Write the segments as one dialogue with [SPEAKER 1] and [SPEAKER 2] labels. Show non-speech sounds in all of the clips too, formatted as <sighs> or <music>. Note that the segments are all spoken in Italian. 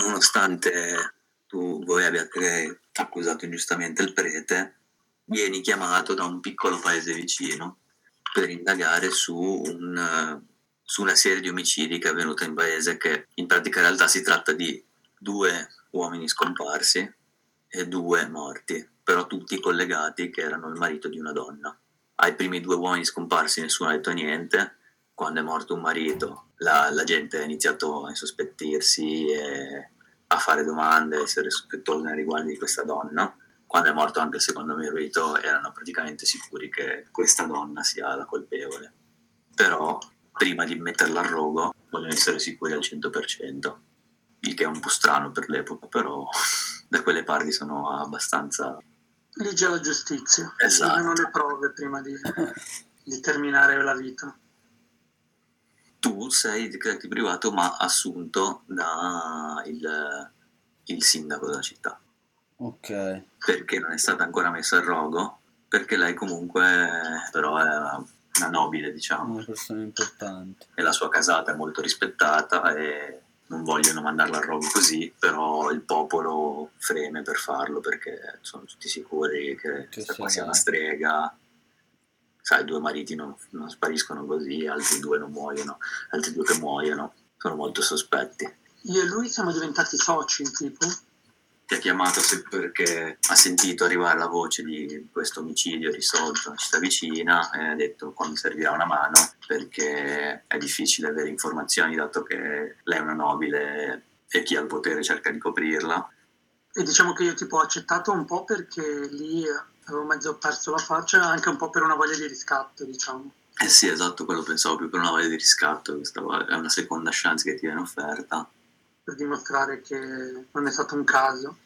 [SPEAKER 1] nonostante tu, voi abbiate accusato ingiustamente il prete, vieni chiamato da un piccolo paese vicino per indagare su, un, su una serie di omicidi che è avvenuta in paese che in pratica in realtà si tratta di due uomini scomparsi e due morti, però tutti collegati che erano il marito di una donna. Ai primi due uomini scomparsi nessuno ha detto niente, quando è morto un marito la, la gente ha iniziato a insospettirsi e a fare domande, a essere sospettosi nei riguardi di questa donna. Quando è morto anche il secondo marito erano praticamente sicuri che questa donna sia la colpevole. Però prima di metterla al rogo vogliono essere sicuri al 100%, il che è un po' strano per l'epoca, però <laughs> da quelle parti sono abbastanza...
[SPEAKER 2] Lì c'è la giustizia,
[SPEAKER 1] Esatto.
[SPEAKER 2] almeno le prove prima di, di terminare la vita.
[SPEAKER 1] Tu sei decretato privato ma assunto dal sindaco della città.
[SPEAKER 3] Ok.
[SPEAKER 1] perché non è stata ancora messa al rogo, perché lei comunque però è una, una nobile, diciamo,
[SPEAKER 3] Una persona importante.
[SPEAKER 1] e la sua casata è molto rispettata e non vogliono mandarla al rogo così, però il popolo freme per farlo perché sono tutti sicuri che
[SPEAKER 3] Che
[SPEAKER 1] questa qua
[SPEAKER 3] sia
[SPEAKER 1] sia una
[SPEAKER 3] lei.
[SPEAKER 1] strega. Sai, due mariti non, non spariscono così, altri due non muoiono, altri due che muoiono, sono molto sospetti.
[SPEAKER 2] Io e lui siamo diventati soci, tipo.
[SPEAKER 1] ti ha chiamato se- perché ha sentito arrivare la voce di questo omicidio risolto nella città vicina e ha detto qua mi servirà una mano perché è difficile avere informazioni dato che lei è una nobile e chi ha il potere cerca di coprirla.
[SPEAKER 2] E diciamo che io tipo ho accettato un po' perché lì avevo mezzo perso la faccia, anche un po' per una voglia di riscatto, diciamo.
[SPEAKER 1] Eh sì, esatto, quello pensavo più per una voglia di riscatto, questa è una seconda chance che ti viene offerta.
[SPEAKER 2] per dimostrare che non è stato un caso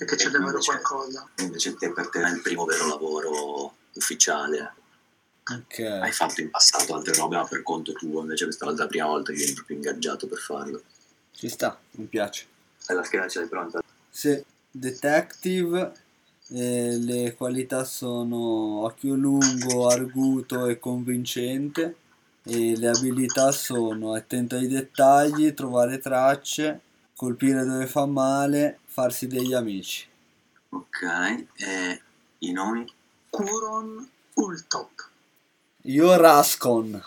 [SPEAKER 2] e che c'è
[SPEAKER 1] E
[SPEAKER 2] davvero
[SPEAKER 1] invece-
[SPEAKER 2] qualcosa.
[SPEAKER 1] E invece te per te è il primo vero lavoro ufficiale. Hai
[SPEAKER 3] Ok.
[SPEAKER 1] fatto in passato altre robe ma per conto tuo, invece questa volta è la prima volta che vieni proprio ingaggiato per farlo.
[SPEAKER 3] Ci sta, mi piace.
[SPEAKER 1] E la scheda ce l'hai pronta?
[SPEAKER 3] Se detective eh, le qualità sono occhio lungo, arguto e convincente e le abilità sono attento ai dettagli, trovare tracce, colpire dove fa male, farsi degli amici.
[SPEAKER 1] Ok, e i nomi?
[SPEAKER 2] Curon Ultop.
[SPEAKER 3] Io Rascon.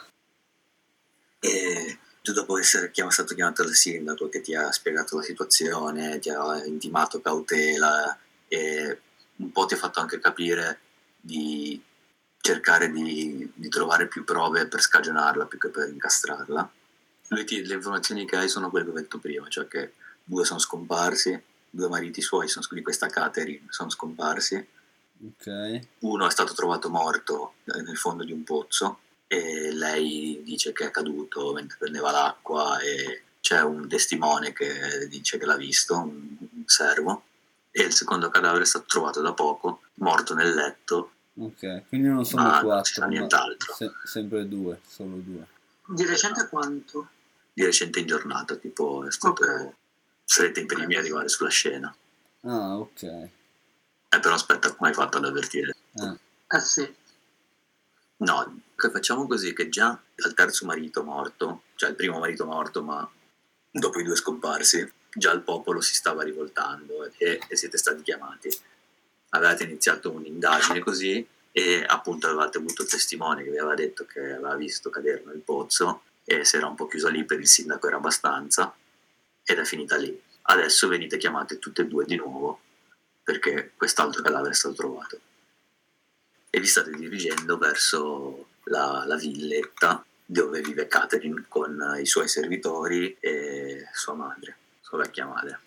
[SPEAKER 1] E tu dopo essere chiam- stato chiamato dal sindaco che ti ha spiegato la situazione, ti ha intimato cautela e un po' ti ha fatto anche capire di cercare di, di trovare più prove per scagionarla più che per incastrarla. Lui ti- le informazioni che hai sono quelle che ho detto prima, cioè che due sono scomparsi, due mariti suoi sono, di questa Catherine sono scomparsi
[SPEAKER 3] Ok.
[SPEAKER 1] Uno è stato trovato morto nel fondo di un pozzo e lei dice che è caduto mentre prendeva l'acqua e c'è un testimone che dice che l'ha visto, un un servo. E il secondo cadavere è stato trovato da poco, morto nel letto.
[SPEAKER 3] Ok, quindi non sono
[SPEAKER 1] Ah, non ci
[SPEAKER 3] quattro,
[SPEAKER 1] sarà
[SPEAKER 3] ma
[SPEAKER 1] nient'altro.
[SPEAKER 3] se- sempre due, solo due.
[SPEAKER 2] Di recente quanto?
[SPEAKER 1] Di recente in giornata, tipo è stato...
[SPEAKER 2] Ok.
[SPEAKER 1] Sarete i primi a arrivare sulla scena.
[SPEAKER 3] Ah, ok.
[SPEAKER 1] Eh, però aspetta, come hai fatto ad avvertire?
[SPEAKER 3] Ah,
[SPEAKER 2] Eh sì,
[SPEAKER 1] No, che facciamo così che già al terzo marito morto, cioè il primo marito morto, ma dopo i due scomparsi, già il popolo si stava rivoltando e, e siete stati chiamati. Avevate iniziato un'indagine così e appunto avevate avuto il testimone che vi aveva detto che aveva visto cadere nel pozzo e si era un po' chiusa lì per il sindaco era abbastanza ed è finita lì. Adesso venite chiamate tutte e due di nuovo perché quest'altro cadavere è stato trovato e vi state dirigendo verso la, la villetta dove vive Catherine con i suoi servitori e sua madre, sua vecchia madre.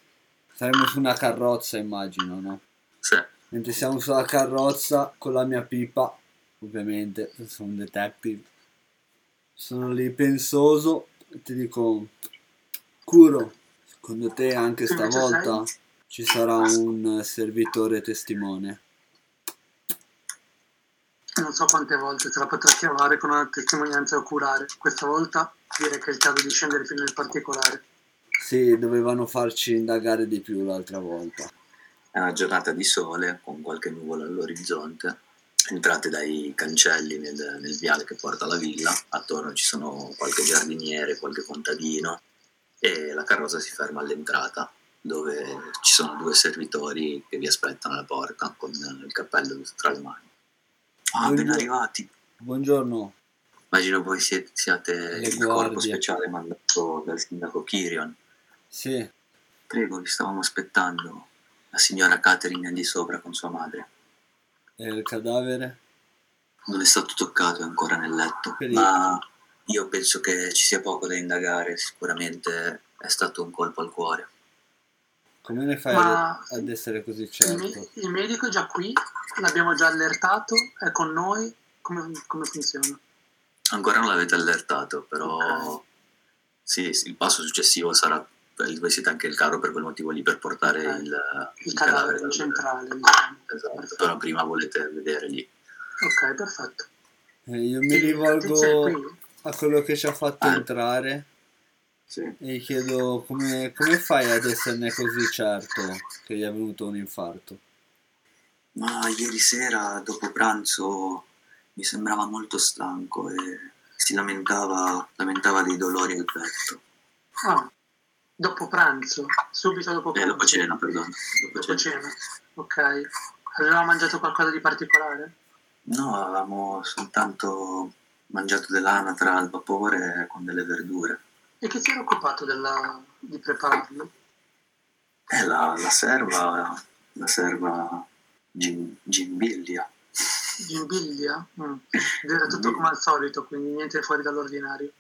[SPEAKER 3] saremmo su una carrozza, immagino, no?
[SPEAKER 1] Sì,
[SPEAKER 3] Mentre siamo sulla carrozza con la mia pipa, ovviamente, sono un detective. Sono lì pensoso e ti dico, Curo, secondo te anche
[SPEAKER 2] Sì, invece
[SPEAKER 3] stavolta ci sarà un servitore testimone?
[SPEAKER 2] non so quante volte te la potrà chiamare con una testimonianza oculare. Questa volta direi che è il caso di scendere fino nel particolare.
[SPEAKER 3] Sì, dovevano farci indagare di più l'altra volta.
[SPEAKER 1] è una giornata di sole con qualche nuvola all'orizzonte. Entrate dai cancelli nel, nel viale che porta alla villa, attorno ci sono qualche giardiniere, qualche contadino e la carrozza si ferma all'entrata dove ci sono due servitori che vi aspettano alla porta con il cappello tra le mani. Ah, ben
[SPEAKER 3] Buongiorno.
[SPEAKER 1] arrivati!
[SPEAKER 3] Buongiorno.
[SPEAKER 1] Immagino voi siete, siate
[SPEAKER 3] Le
[SPEAKER 1] il corpo
[SPEAKER 3] guardie.
[SPEAKER 1] speciale mandato dal sindaco Kirion.
[SPEAKER 3] Sì,
[SPEAKER 1] Prego, vi stavamo aspettando. La signora Catherine è di sopra con sua madre.
[SPEAKER 3] è il cadavere.
[SPEAKER 1] Non è stato toccato, è ancora nel letto.
[SPEAKER 3] Quindi-
[SPEAKER 1] Ma io penso che ci sia poco da indagare. Sicuramente è stato un colpo al cuore.
[SPEAKER 3] Come ne fai
[SPEAKER 2] Ma-
[SPEAKER 3] ad essere così
[SPEAKER 2] Il,
[SPEAKER 3] Eh, certo?
[SPEAKER 2] me- il medico è già qui, l'abbiamo già allertato, è con noi. Come, come funziona?
[SPEAKER 1] Ancora non l'avete allertato, però sì, sì, il passo successivo sarà. Siete anche il carro per quel motivo lì, per portare
[SPEAKER 2] Ok.
[SPEAKER 1] Eh, il, il
[SPEAKER 2] Il cadavere
[SPEAKER 1] dal-
[SPEAKER 2] centrale, diciamo.
[SPEAKER 1] Esatto, però prima volete vedere lì.
[SPEAKER 2] Ok, perfetto.
[SPEAKER 3] Eh, io mi
[SPEAKER 2] C'è
[SPEAKER 3] rivolgo
[SPEAKER 2] qui?
[SPEAKER 3] a quello che ci ha fatto
[SPEAKER 1] Ah.
[SPEAKER 3] entrare
[SPEAKER 1] Sì.
[SPEAKER 3] e gli chiedo come, come fai ad esserne così certo che gli è venuto un infarto.
[SPEAKER 1] Ma ieri sera dopo pranzo mi sembrava molto stanco e si lamentava, lamentava dei dolori al petto.
[SPEAKER 2] Ah, dopo pranzo, subito dopo
[SPEAKER 1] Eh,
[SPEAKER 2] pranzo.
[SPEAKER 1] dopo cena, perdono. Dopo
[SPEAKER 2] Dopo
[SPEAKER 1] cena.
[SPEAKER 2] cena. Ok. Aveva mangiato qualcosa di particolare?
[SPEAKER 1] No, avevamo soltanto mangiato dell'anatra al vapore con delle verdure.
[SPEAKER 2] E chi si era occupato della- di prepararlo?
[SPEAKER 1] Eh, la, la serva, la serva Gim- Gimbillia.
[SPEAKER 2] Gimbiglia? Mm. Era tutto come al solito, quindi niente fuori dall'ordinario.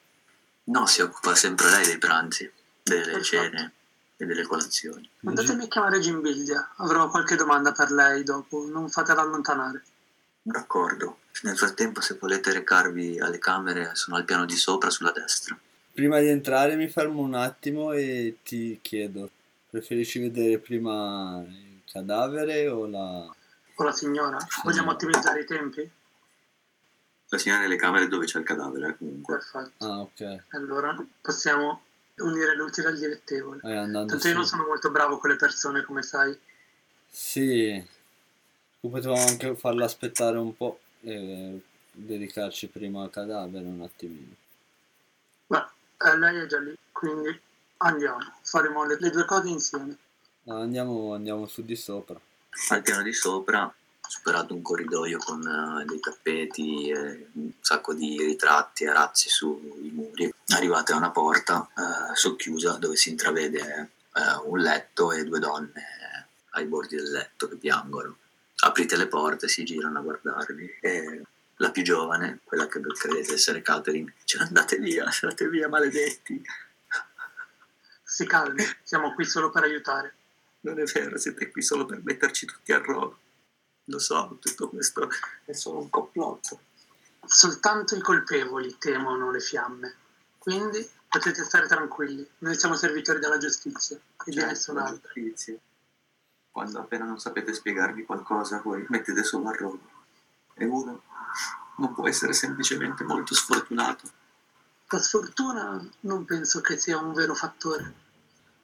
[SPEAKER 1] No, si occupa sempre lei dei pranzi, delle
[SPEAKER 2] Perfetto.
[SPEAKER 1] cene e delle colazioni.
[SPEAKER 2] Andatemi a chiamare Gimbiglia, avrò qualche domanda per lei dopo, non fatela allontanare.
[SPEAKER 1] D'accordo. Nel frattempo, se volete recarvi alle camere, sono al piano di sopra sulla destra.
[SPEAKER 3] Prima di entrare mi fermo un attimo e ti chiedo, preferisci vedere prima il cadavere o la...
[SPEAKER 2] O la signora, vogliamo ottimizzare i tempi?
[SPEAKER 1] La signora nelle camere dove c'è il cadavere, eh, comunque.
[SPEAKER 2] Perfetto.
[SPEAKER 3] Ah ok,
[SPEAKER 2] Allora possiamo unire l'utile al dilettevole.
[SPEAKER 3] vai eh, andando
[SPEAKER 2] Tanto io non
[SPEAKER 3] su.
[SPEAKER 2] sono molto bravo con le persone, come sai.
[SPEAKER 3] Sì, potevamo anche farla aspettare un po' e dedicarci prima al cadavere un attimino.
[SPEAKER 2] Beh, eh, lei è già lì, quindi andiamo, faremo le, le due cose insieme.
[SPEAKER 3] Ah, andiamo, andiamo su di sopra.
[SPEAKER 1] Al piano di sopra, superato un corridoio con eh, dei tappeti e un sacco di ritratti e razzi sui muri, arrivate a una porta eh, socchiusa dove si intravede eh, un letto e due donne eh, ai bordi del letto che piangono. Aprite le porte, si girano a guardarvi e la più giovane, quella che credete essere Catherine, dice andate via, andate via maledetti.
[SPEAKER 2] Si calmi, siamo qui solo per aiutare.
[SPEAKER 1] Non è vero, siete qui solo per metterci tutti a roba. Lo so, tutto questo è solo un complotto.
[SPEAKER 2] Soltanto i colpevoli temono le fiamme, quindi potete stare tranquilli, noi siamo servitori della giustizia e di
[SPEAKER 1] Cioè,
[SPEAKER 2] nessun
[SPEAKER 1] la
[SPEAKER 2] altro.
[SPEAKER 1] giustizia. Quando appena non sapete spiegarvi qualcosa, voi mettete solo a roba. E uno non può essere semplicemente molto sfortunato.
[SPEAKER 2] La sfortuna non penso che sia un vero fattore.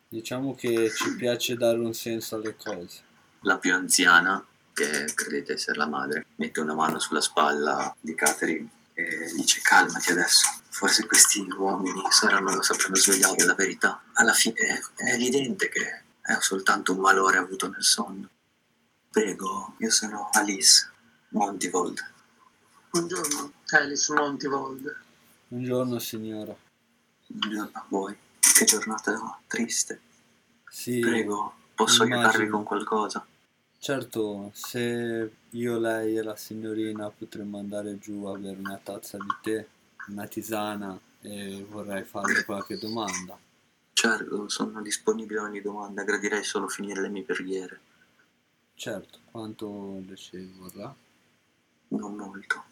[SPEAKER 3] Diciamo che ci piace dare un senso alle cose.
[SPEAKER 1] La più anziana, che credete essere la madre, mette una mano sulla spalla di Catherine e dice calmati adesso. Forse questi uomini saranno, sapranno svegliare la verità. Alla fine è evidente che è soltanto un malore avuto nel sonno. Prego, io sono Alice Montivold.
[SPEAKER 2] Buongiorno, Alice Montivold.
[SPEAKER 3] Buongiorno signora.
[SPEAKER 1] Buongiorno a voi. Che giornata triste.
[SPEAKER 3] Sì,
[SPEAKER 1] Prego, posso
[SPEAKER 3] immagino.
[SPEAKER 1] aiutarvi con qualcosa?
[SPEAKER 3] certo, se io, lei e la signorina potremmo andare giù a bere una tazza di tè, una tisana e vorrei farle qualche domanda.
[SPEAKER 1] Certo, sono disponibile a ogni domanda, gradirei solo finire le mie preghiere.
[SPEAKER 3] Certo, quanto invece vorrà?
[SPEAKER 1] Non molto.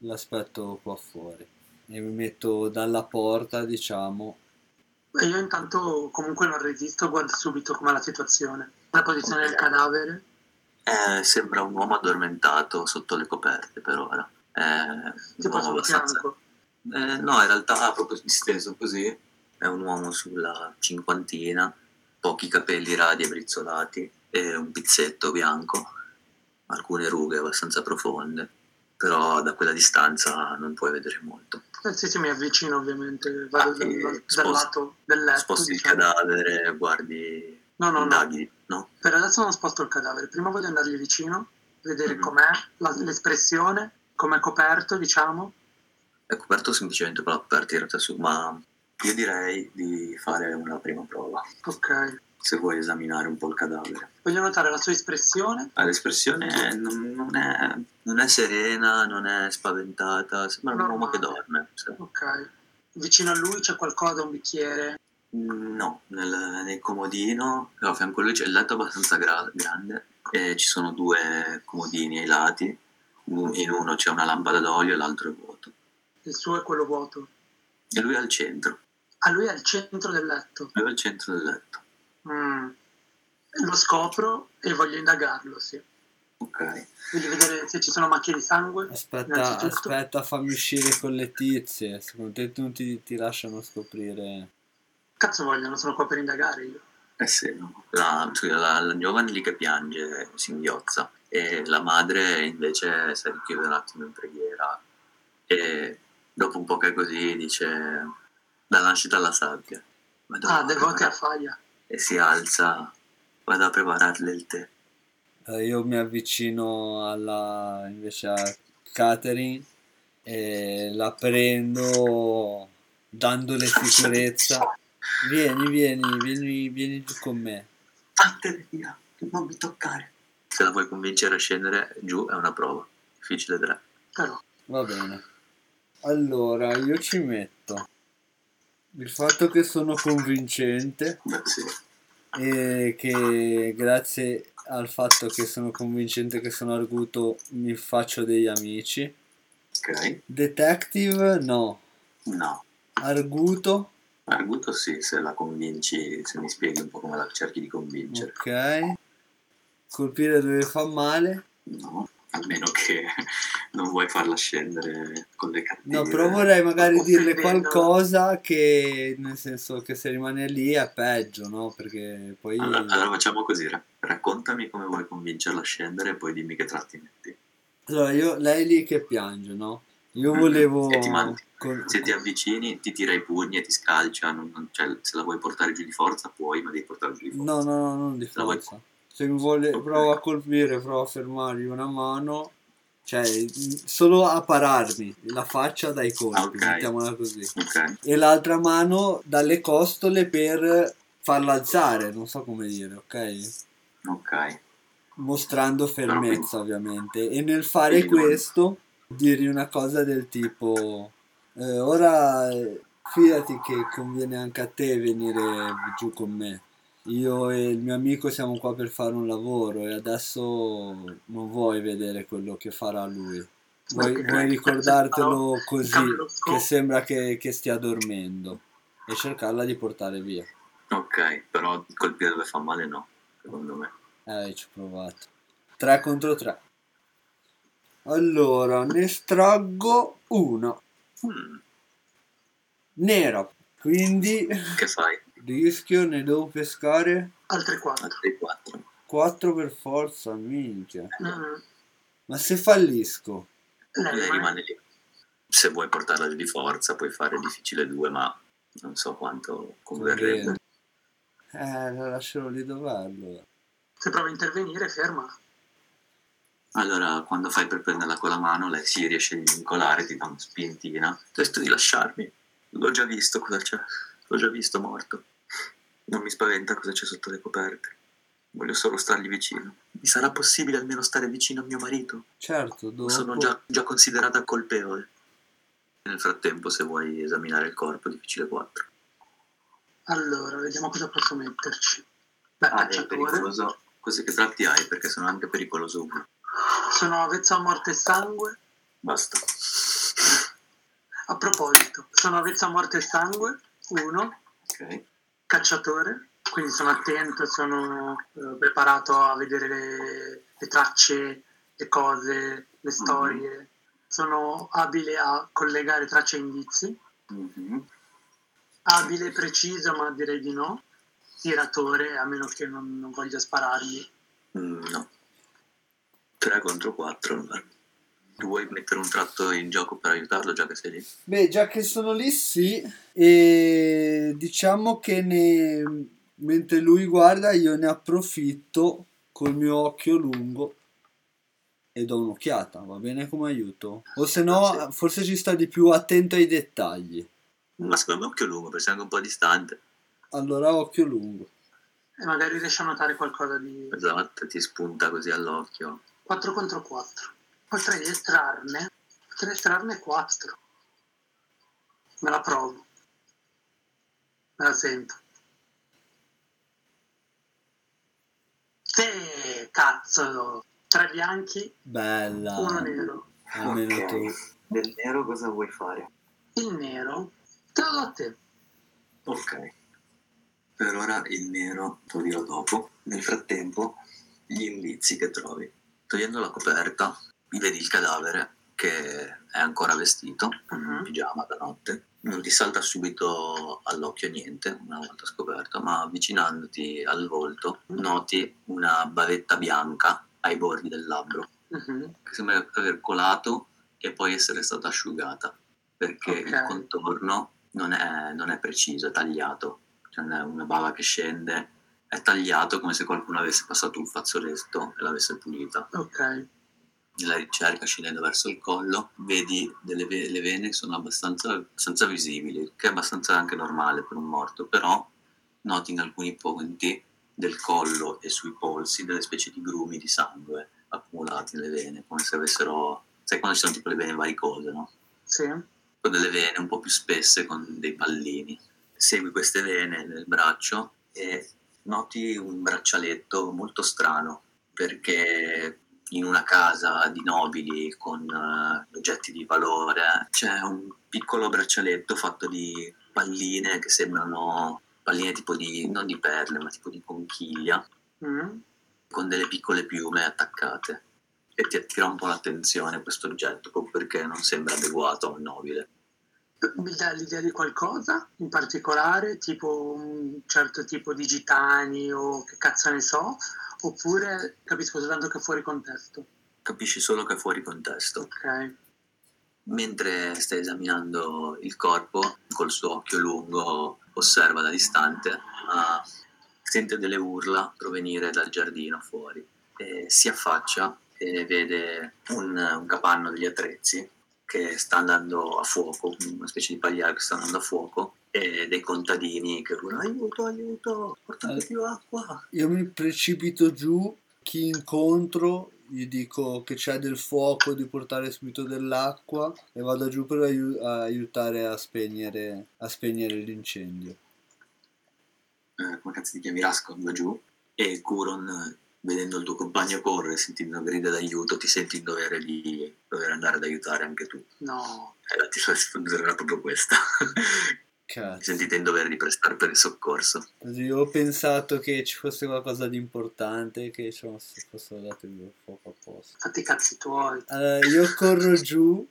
[SPEAKER 3] L'aspetto qua fuori e mi metto dalla porta, diciamo.
[SPEAKER 2] E io intanto comunque non resisto, guardo subito com'è la situazione. La posizione del cadavere,
[SPEAKER 1] Eh, sembra un uomo addormentato sotto le coperte per ora. È un
[SPEAKER 2] tipo
[SPEAKER 1] uomo
[SPEAKER 2] sul
[SPEAKER 1] abbastanza...
[SPEAKER 2] fianco.
[SPEAKER 1] Eh, no, in realtà proprio disteso così. È un uomo sulla cinquantina, pochi capelli radi e brizzolati, e un pizzetto bianco, alcune rughe abbastanza profonde, però da quella distanza non puoi vedere molto.
[SPEAKER 2] Eh, sì, sì, mi avvicino ovviamente, vado
[SPEAKER 1] Ah,
[SPEAKER 2] dal,
[SPEAKER 1] eh,
[SPEAKER 2] dal
[SPEAKER 1] sposti-
[SPEAKER 2] lato del letto.
[SPEAKER 1] Sposti il
[SPEAKER 2] diciamo.
[SPEAKER 1] cadavere, guardi
[SPEAKER 2] No, no, no.
[SPEAKER 1] indagini, no?
[SPEAKER 2] Per adesso non sposto il cadavere. Prima voglio andargli vicino, vedere
[SPEAKER 1] Mhm.
[SPEAKER 2] com'è, la- l'espressione, com'è coperto, diciamo.
[SPEAKER 1] È coperto semplicemente con la coperta in realtà su, ma io direi di fare una prima prova,
[SPEAKER 2] Ok.
[SPEAKER 1] se vuoi esaminare un po' il cadavere.
[SPEAKER 2] Voglio notare la sua espressione.
[SPEAKER 1] Ah, L'espressione non, non è, non è serena, non è spaventata, sembra un uomo che dorme. sì.
[SPEAKER 2] Ok. Vicino a lui c'è qualcosa, un bicchiere.
[SPEAKER 1] No, nel, nel comodino, a fianco a lui c'è il letto abbastanza gra- grande e ci sono due comodini ai lati, Un- in uno c'è una lampada d'olio e l'altro è vuoto.
[SPEAKER 2] Il suo è quello vuoto.
[SPEAKER 1] E lui è al centro,
[SPEAKER 2] A lui è al centro del letto.
[SPEAKER 1] lui è al centro del letto.
[SPEAKER 2] Mm. Lo scopro e voglio indagarlo, sì.
[SPEAKER 1] Ok.
[SPEAKER 2] Voglio vedere se ci sono macchie di sangue.
[SPEAKER 3] Aspetta,
[SPEAKER 2] innanzitutto.
[SPEAKER 3] aspetta, fammi uscire con le tizie. Secondo te non ti, ti lasciano scoprire.
[SPEAKER 2] Cazzo vogliono, sono qua per indagare io.
[SPEAKER 1] Eh sì, no. la, scusa, la- la giovane lì che piange, singhiozza, e la madre invece si richiude un attimo in preghiera e dopo un po' che è così dice la nascita alla sabbia. Vado
[SPEAKER 2] Ah,
[SPEAKER 1] a
[SPEAKER 2] devote a
[SPEAKER 1] preparare-
[SPEAKER 2] Faia.
[SPEAKER 1] E si alza, vado a prepararle il tè.
[SPEAKER 3] Eh, io mi avvicino alla invece a Catherine e la prendo dandole sicurezza.
[SPEAKER 1] <laughs>
[SPEAKER 3] Vieni, vieni, vieni, vieni giù con me.
[SPEAKER 1] Vattene via, non mi toccare. Se la vuoi convincere a scendere giù è una prova. Difficile tre.
[SPEAKER 2] Però,
[SPEAKER 3] Va bene. Allora, io ci metto il fatto che sono convincente
[SPEAKER 1] Beh sì.
[SPEAKER 3] e che grazie al fatto che sono convincente che sono arguto mi faccio degli amici.
[SPEAKER 1] Ok.
[SPEAKER 3] Detective no,
[SPEAKER 1] No.
[SPEAKER 3] arguto,
[SPEAKER 1] Arguto Ah, sì, se la convinci, se mi spieghi un po' come la cerchi di convincere.
[SPEAKER 3] ok. Colpire dove fa male.
[SPEAKER 1] No, a meno che <laughs> non vuoi farla scendere con le cattive.
[SPEAKER 3] No, però vorrei magari dirle
[SPEAKER 2] Offendendola.
[SPEAKER 3] qualcosa che, nel senso che se rimane lì è peggio, no? Perché poi...
[SPEAKER 1] Allora, allora facciamo così, ra- raccontami come vuoi convincerla a scendere e poi dimmi che trattimetti.
[SPEAKER 3] Allora, io, lei lì che piange, no? Io
[SPEAKER 1] Mhm.
[SPEAKER 3] volevo...
[SPEAKER 1] E ti mandi.
[SPEAKER 3] con-
[SPEAKER 1] Se ti avvicini ti tira i pugni e ti scalcia, non- non- cioè, se la vuoi portare giù di forza puoi, ma devi portare giù di forza.
[SPEAKER 3] No, no, no, non di
[SPEAKER 1] La vuoi-
[SPEAKER 3] forza. Se mi vuole,
[SPEAKER 1] Ok.
[SPEAKER 3] provo a colpire, provo a fermargli una mano, cioè solo a pararmi la faccia dai colpi,
[SPEAKER 1] Ah, Ok.
[SPEAKER 3] mettiamola così.
[SPEAKER 1] Ok,
[SPEAKER 3] E l'altra mano dalle costole per farla alzare, non so come dire, ok?
[SPEAKER 1] ok.
[SPEAKER 3] Mostrando fermezza ovviamente. E nel fare
[SPEAKER 1] Quindi non-
[SPEAKER 3] questo dirgli una cosa del tipo, eh, ora eh, fidati che conviene anche a te venire giù con me. Io e il mio amico siamo qua per fare un lavoro e adesso non vuoi vedere quello che farà lui. Vuoi,
[SPEAKER 2] Ok.
[SPEAKER 3] vuoi ricordartelo così,
[SPEAKER 2] Cambio lo scopo.
[SPEAKER 1] Oh.
[SPEAKER 3] che sembra che, che stia dormendo, e cercarla di portare via.
[SPEAKER 1] Ok, però colpire dove fa male no, secondo me.
[SPEAKER 3] Eh, ci ho provato. 3 contro 3. Allora, ne estraggo uno.
[SPEAKER 1] Mm,
[SPEAKER 3] Nero. Quindi
[SPEAKER 1] che fai?
[SPEAKER 3] rischio, ne devo pescare
[SPEAKER 2] altre quattro.
[SPEAKER 1] Altri quattro.
[SPEAKER 3] 4 per forza, minchia.
[SPEAKER 2] Mm,
[SPEAKER 3] Ma se fallisco?
[SPEAKER 1] Lei
[SPEAKER 2] Lei rimane.
[SPEAKER 1] rimane lì. Se vuoi portarla giù di forza puoi fare difficile due, ma non so quanto converrebbe.
[SPEAKER 3] Conviene. Eh, la lascerò lì dove è, allora.
[SPEAKER 2] Se prova a intervenire, ferma.
[SPEAKER 1] Allora, quando fai per prenderla con la mano, lei si riesce a vincolare, ti dà una spintina. Ti ho detto di lasciarmi. L'ho già visto cosa c'è. L'ho già visto morto. Non mi spaventa cosa c'è sotto le coperte. Voglio solo stargli vicino. Mi sarà possibile almeno stare vicino a mio marito?
[SPEAKER 3] Certo, dopo...
[SPEAKER 1] Sono già, già considerata colpevole. Nel frattempo, se vuoi esaminare il corpo, difficile 4.
[SPEAKER 2] Allora, vediamo cosa posso metterci. Beh,
[SPEAKER 1] Ah, è
[SPEAKER 2] cacciatore.
[SPEAKER 1] pericoloso. Così che tratti hai, perché sono anche pericoloso uno.
[SPEAKER 2] Sono avvezzo a morte e sangue.
[SPEAKER 1] Basta.
[SPEAKER 2] A proposito, sono avvezzo a morte e sangue. Uno,
[SPEAKER 1] Ok.
[SPEAKER 2] cacciatore. Quindi sono attento, sono eh, preparato a vedere le, le tracce, le cose, le storie. Sono abile a collegare tracce e indizi.
[SPEAKER 1] Mhm.
[SPEAKER 2] abile, preciso, ma direi di no. Tiratore, a meno che non, non voglia sparargli.
[SPEAKER 1] Mm, No. 3 contro 4. Vuoi mettere un tratto in gioco per aiutarlo già che sei lì?
[SPEAKER 3] Beh, già che sono lì, sì. E diciamo che ne Mentre lui guarda, io ne approfitto col mio occhio lungo e do un'occhiata, va bene come aiuto? O se no, forse ci sta di più attento ai dettagli.
[SPEAKER 1] Ma secondo me occhio lungo, perché sei anche un po' distante.
[SPEAKER 3] Allora, occhio lungo.
[SPEAKER 2] E magari riesci a notare qualcosa di
[SPEAKER 1] Esatto, ti spunta così all'occhio.
[SPEAKER 2] 4 contro 4. Potrei estrarne, potrei estrarne 4. Me la provo. Me la sento. Te, cazzo! Tre bianchi,
[SPEAKER 3] Bella.
[SPEAKER 2] uno nero.
[SPEAKER 3] Almeno
[SPEAKER 1] Ok.
[SPEAKER 3] tu.
[SPEAKER 1] Del nero cosa vuoi fare?
[SPEAKER 2] Il nero, te lo do a te.
[SPEAKER 1] Ok. Per ora il nero lo dirò dopo. Nel frattempo, gli indizi che trovi. Togliendo la coperta, vedi il cadavere che è ancora vestito, in
[SPEAKER 2] Mhm.
[SPEAKER 1] pigiama da notte. Non ti salta subito all'occhio niente una volta scoperto, ma avvicinandoti al volto noti una bavetta bianca ai bordi del labbro,
[SPEAKER 2] Mhm.
[SPEAKER 1] che sembra aver colato e poi essere stata asciugata, perché il
[SPEAKER 2] Ok.
[SPEAKER 1] contorno non è, non è preciso, è tagliato, c'è una una bava che scende, è tagliato come se qualcuno avesse passato un fazzoletto e l'avesse pulita
[SPEAKER 2] Ok,
[SPEAKER 1] nella ricerca scendendo verso il collo, vedi delle ve- le vene sono abbastanza, abbastanza visibili, che è abbastanza anche normale per un morto, però noti in alcuni punti del collo e sui polsi delle specie di grumi di sangue accumulati nelle vene, come se avessero, sai quando ci sono tipo le vene varicose, no?
[SPEAKER 2] sì.
[SPEAKER 1] con delle vene un po' più spesse con dei pallini. Segui queste vene nel braccio e noti un braccialetto molto strano perché in una casa di nobili con eh, oggetti di valore c'è un piccolo braccialetto fatto di palline che sembrano palline tipo di non di perle ma tipo di conchiglia
[SPEAKER 2] Mm.
[SPEAKER 1] con delle piccole piume attaccate e ti attira un po' l'attenzione questo oggetto proprio perché non sembra adeguato a un nobile.
[SPEAKER 2] Mi dà l'idea di qualcosa in particolare, tipo un certo tipo di gitani o che cazzo ne so, oppure capisco soltanto che è fuori contesto.
[SPEAKER 1] capisci solo che è fuori contesto.
[SPEAKER 2] Ok,
[SPEAKER 1] Mentre stai esaminando il corpo, col suo occhio lungo osserva da distante, ma sente delle urla provenire dal giardino fuori. E si affaccia e vede un, un capanno degli attrezzi che sta andando a fuoco, una specie di pagliaio che sta andando a fuoco, e dei contadini che urlano aiuto, aiuto, portate più acqua.
[SPEAKER 3] Io mi precipito giù, chi incontro gli dico che c'è del fuoco, di portare subito dell'acqua e vado giù per aiu- a aiutare a spegnere, a spegnere l'incendio.
[SPEAKER 1] eh, come cazzo ti chiami Rascon va giù e Kuron eh, vedendo il tuo compagno correre sentendo grida d'aiuto ti senti in dovere di dover andare ad aiutare anche tu
[SPEAKER 2] no,
[SPEAKER 1] e la tua risposta era proprio questa <laughs> ti
[SPEAKER 3] Cazzo.
[SPEAKER 1] sentite in dovere di prestare per il soccorso
[SPEAKER 3] Così ho pensato che ci fosse qualcosa di importante, che ci fosse- fossero dato il fuoco apposta.
[SPEAKER 2] fatti i cazzi tuoi.
[SPEAKER 3] Allora, io corro giù,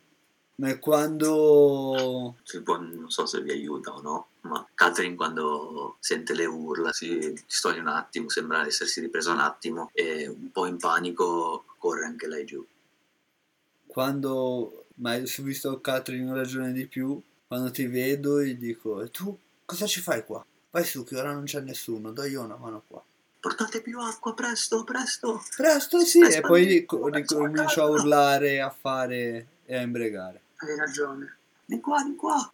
[SPEAKER 3] ma quando...
[SPEAKER 1] Se può- non so se vi aiuta o no ma Catherine quando sente le urla si stoglie un attimo sembra essersi ripresa un attimo e un po' in panico corre anche lei giù
[SPEAKER 3] quando ma io ho visto Catherine non ragione di più quando ti vedo gli dico e tu cosa ci fai qua? vai su che ora non c'è nessuno do io una mano qua
[SPEAKER 1] portate più acqua presto presto
[SPEAKER 3] presto sì e poi rico- ricomincio a urlare a fare e a imbregare
[SPEAKER 2] Hai ragione.
[SPEAKER 1] di qua, di qua.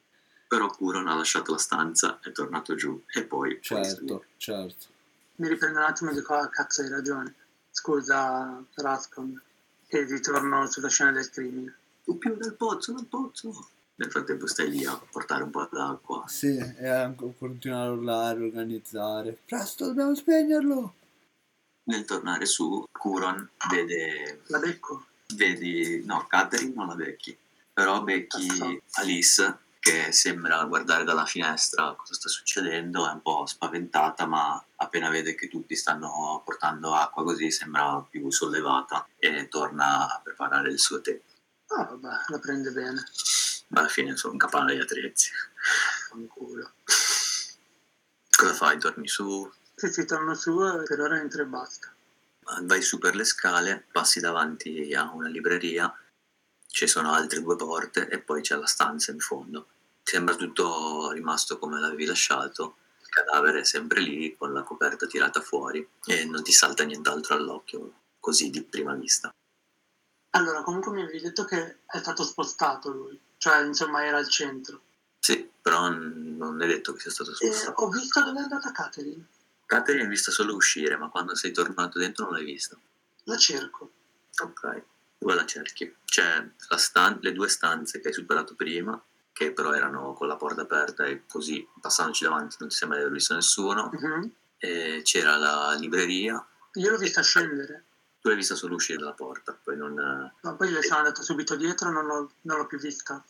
[SPEAKER 1] Però Kuron ha lasciato la stanza, è tornato giù e poi...
[SPEAKER 3] certo certo
[SPEAKER 2] Mi riprendo un attimo e dico, ah, cazzo, hai ragione. Scusa, Rascon. E ritorno sulla scena del crimine.
[SPEAKER 1] Tu più del pozzo, del pozzo. Nel frattempo stai lì a portare un po' d'acqua.
[SPEAKER 3] sì e a continuare a urlare organizzare presto dobbiamo spegnerlo
[SPEAKER 1] Nel tornare su, Kuron vede...
[SPEAKER 2] La becco?
[SPEAKER 1] vedi no, Catherine non la becchi. Però becchi Alice che sembra guardare dalla finestra cosa sta succedendo, è un po' spaventata, ma appena vede che tutti stanno portando acqua così sembra più sollevata e torna a preparare il suo tè.
[SPEAKER 2] Ah, vabbè, la prende bene.
[SPEAKER 1] ma alla fine sono un capanno degli attrezzi.
[SPEAKER 2] Fanculo.
[SPEAKER 1] Cosa fai? Torni su,
[SPEAKER 2] Sì, sì, torno su e per ora entro e basta.
[SPEAKER 1] vai su per le scale, passi davanti a una libreria, ci sono altre due porte e poi c'è la stanza in fondo. Sembra tutto rimasto come l'avevi lasciato, cadavere è sempre lì con la coperta tirata fuori e non ti salta nient'altro all'occhio così di prima vista.
[SPEAKER 2] Allora, comunque mi avevi detto che è stato spostato lui, cioè insomma era al centro.
[SPEAKER 1] Sì, però n- non è detto che sia stato
[SPEAKER 2] E
[SPEAKER 1] spostato.
[SPEAKER 2] ho visto dove è andata Catherine,
[SPEAKER 1] Catherine hai visto solo uscire, ma quando sei tornato dentro non l'hai vista.
[SPEAKER 2] la cerco.
[SPEAKER 1] Ok, dove la cerchi? C'è la stan- le due stanze che hai superato prima, che però erano con la porta aperta e così passandoci davanti non ti sembra di aver visto nessuno.
[SPEAKER 2] Mhm.
[SPEAKER 1] E c'era la libreria,
[SPEAKER 2] Io l'ho vista scendere,
[SPEAKER 1] tu l'hai vista solo uscire dalla porta, poi non...
[SPEAKER 2] ma poi le sono andata subito dietro e non l'ho, non l'ho più vista.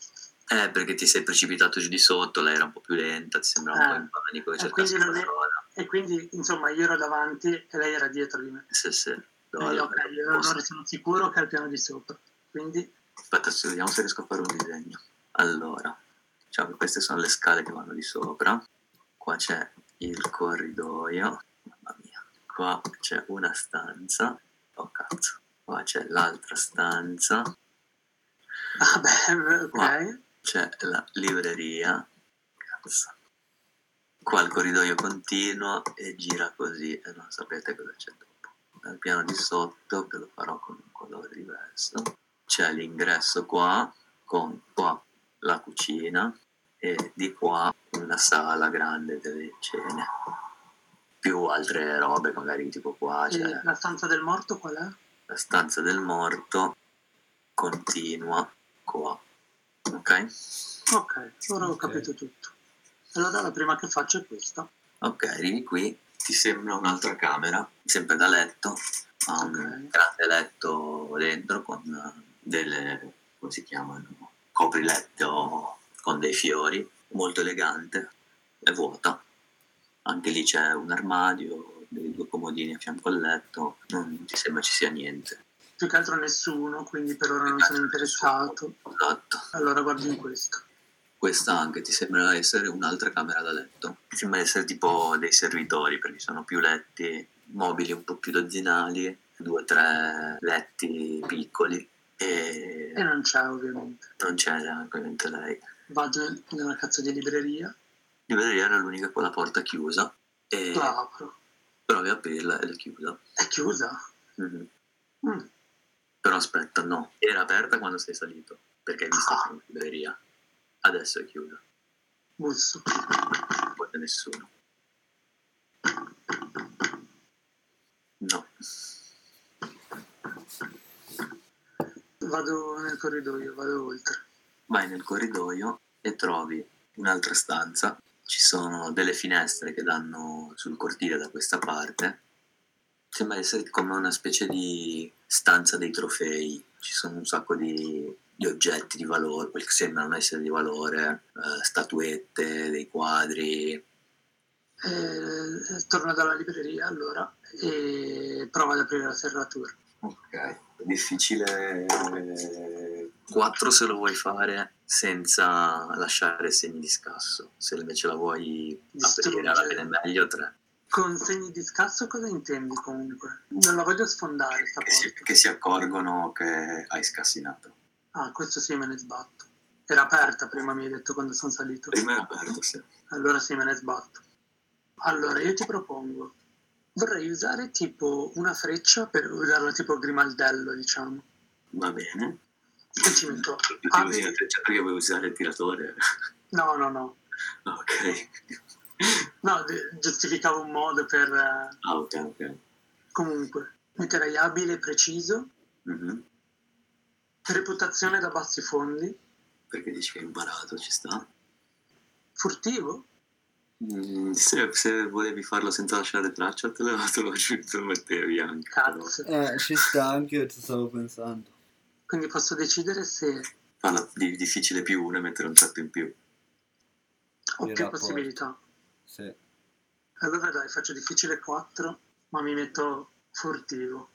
[SPEAKER 1] Eh, perché ti sei precipitato giù di sotto, lei era un po' più lenta, ti sembrava un po'
[SPEAKER 2] Eh.
[SPEAKER 1] in panico,
[SPEAKER 2] Eh,
[SPEAKER 1] cercasse
[SPEAKER 2] quindi non è-
[SPEAKER 1] qualcosa.
[SPEAKER 2] E quindi insomma io ero davanti e lei era dietro di me.
[SPEAKER 1] Sì, sì. No,
[SPEAKER 2] Quindi,
[SPEAKER 1] allora,
[SPEAKER 2] Eh, ok, io allora sono sicuro che è al piano di sopra. Quindi <laughs>
[SPEAKER 1] Aspetta, se- vediamo se riesco a fare un disegno. Allora, diciamo che queste sono le scale che vanno di sopra. Qua c'è il corridoio. Mamma mia. Qua c'è una stanza. Oh cazzo. Qua c'è l'altra stanza.
[SPEAKER 2] vabbè, ah, ok.
[SPEAKER 1] C'è la libreria. Cazzo. Qua il corridoio continua e gira così e non sapete cosa c'è dopo. Al piano di sotto, che lo farò con un colore diverso, c'è l'ingresso qua, con qua la cucina e di qua una sala grande delle cene. Più altre robe, magari tipo qua
[SPEAKER 2] E
[SPEAKER 1] c'è
[SPEAKER 2] la stanza del morto qual è?
[SPEAKER 1] la stanza del morto, continua qua. Ok?
[SPEAKER 2] Ok, ora ho
[SPEAKER 3] Ok.
[SPEAKER 2] capito tutto. Allora la prima che faccio è questa.
[SPEAKER 1] Ok, arrivi qui, ti sembra un'altra camera, sempre da letto, ha un
[SPEAKER 2] Ok.
[SPEAKER 1] grande letto dentro con eh, delle, come si chiamano, copriletto con dei fiori, molto elegante, è vuota. Anche lì c'è un armadio, dei due comodini a fianco al letto, non ti sembra ci sia niente.
[SPEAKER 2] Più che altro nessuno, quindi per ora non sono interessato.
[SPEAKER 1] Esatto.
[SPEAKER 2] Allora guardi in questo.
[SPEAKER 1] Questa anche ti sembra essere un'altra camera da letto. Ti sembra essere tipo dei servitori perché sono più letti, mobili un po' più dozzinali, due o tre letti piccoli e
[SPEAKER 2] E non c'è ovviamente.
[SPEAKER 1] non c'è ovviamente lei.
[SPEAKER 2] Vado nella cazzo di libreria,
[SPEAKER 1] Libreria era l'unica con la porta chiusa e
[SPEAKER 2] la apro.
[SPEAKER 1] provi a aprirla ed è chiusa.
[SPEAKER 2] È chiusa?
[SPEAKER 1] Mhm.
[SPEAKER 2] Mm.
[SPEAKER 1] Però aspetta, no, era aperta quando sei salito perché hai visto
[SPEAKER 2] Ah.
[SPEAKER 1] prima la libreria. Adesso è chiusa,
[SPEAKER 2] Busso.
[SPEAKER 1] non può nessuno. No.
[SPEAKER 2] Vado nel corridoio, vado oltre.
[SPEAKER 1] vai nel corridoio e trovi un'altra stanza. Ci sono delle finestre che danno sul cortile da questa parte. Sembra essere come una specie di stanza dei trofei. Ci sono un sacco di, di oggetti di valore, quelli che sembrano essere di valore, eh, statuette, dei quadri.
[SPEAKER 2] Eh, torno dalla libreria allora e provo ad aprire la serratura.
[SPEAKER 1] Ok, difficile eh, 4 se lo vuoi fare senza lasciare segni di scasso, se invece la vuoi aprire alla
[SPEAKER 2] Distruggere.
[SPEAKER 1] bene meglio 3.
[SPEAKER 2] Con segni di scasso cosa intendi comunque? Non la voglio sfondare sta
[SPEAKER 1] che si,
[SPEAKER 2] porta.
[SPEAKER 1] che si accorgono che hai scassinato.
[SPEAKER 2] Ah, questo sì me ne sbatto. Era aperta prima, mi hai detto quando sono salito.
[SPEAKER 1] Prima era aperto, sì.
[SPEAKER 2] Allora sì me ne sbatto. Allora io ti propongo. Vorrei usare tipo una freccia per usarla tipo grimaldello, diciamo.
[SPEAKER 1] Va bene. Ah,
[SPEAKER 2] E ci metto.
[SPEAKER 1] Io ti
[SPEAKER 2] apri-
[SPEAKER 1] usi la freccia perché vuoi usare il tiratore.
[SPEAKER 2] Ah,
[SPEAKER 1] <laughs>
[SPEAKER 2] No, no, no.
[SPEAKER 1] ok.
[SPEAKER 2] No, de- giustificavo un modo per. eh,
[SPEAKER 1] Ah, ok, ok.
[SPEAKER 2] Comunque, metterei abile e preciso,
[SPEAKER 1] Mhm.
[SPEAKER 2] reputazione da bassi fondi,
[SPEAKER 1] Perché dici che hai imparato, ci sta.
[SPEAKER 2] furtivo,
[SPEAKER 1] Mm, se, se volevi farlo senza lasciare traccia, te lo, te lo, te lo mettevi anche. però.
[SPEAKER 2] cazzo.
[SPEAKER 3] Eh, ci sta, anche io ci stavo pensando.
[SPEAKER 2] Quindi posso decidere se
[SPEAKER 1] Parla Ah, di difficile più uno e mettere un tratto in più.
[SPEAKER 2] ho
[SPEAKER 3] Era
[SPEAKER 2] più
[SPEAKER 3] forte.
[SPEAKER 2] possibilità.
[SPEAKER 3] Sì.
[SPEAKER 2] Allora dai, faccio difficile 4, ma mi metto furtivo.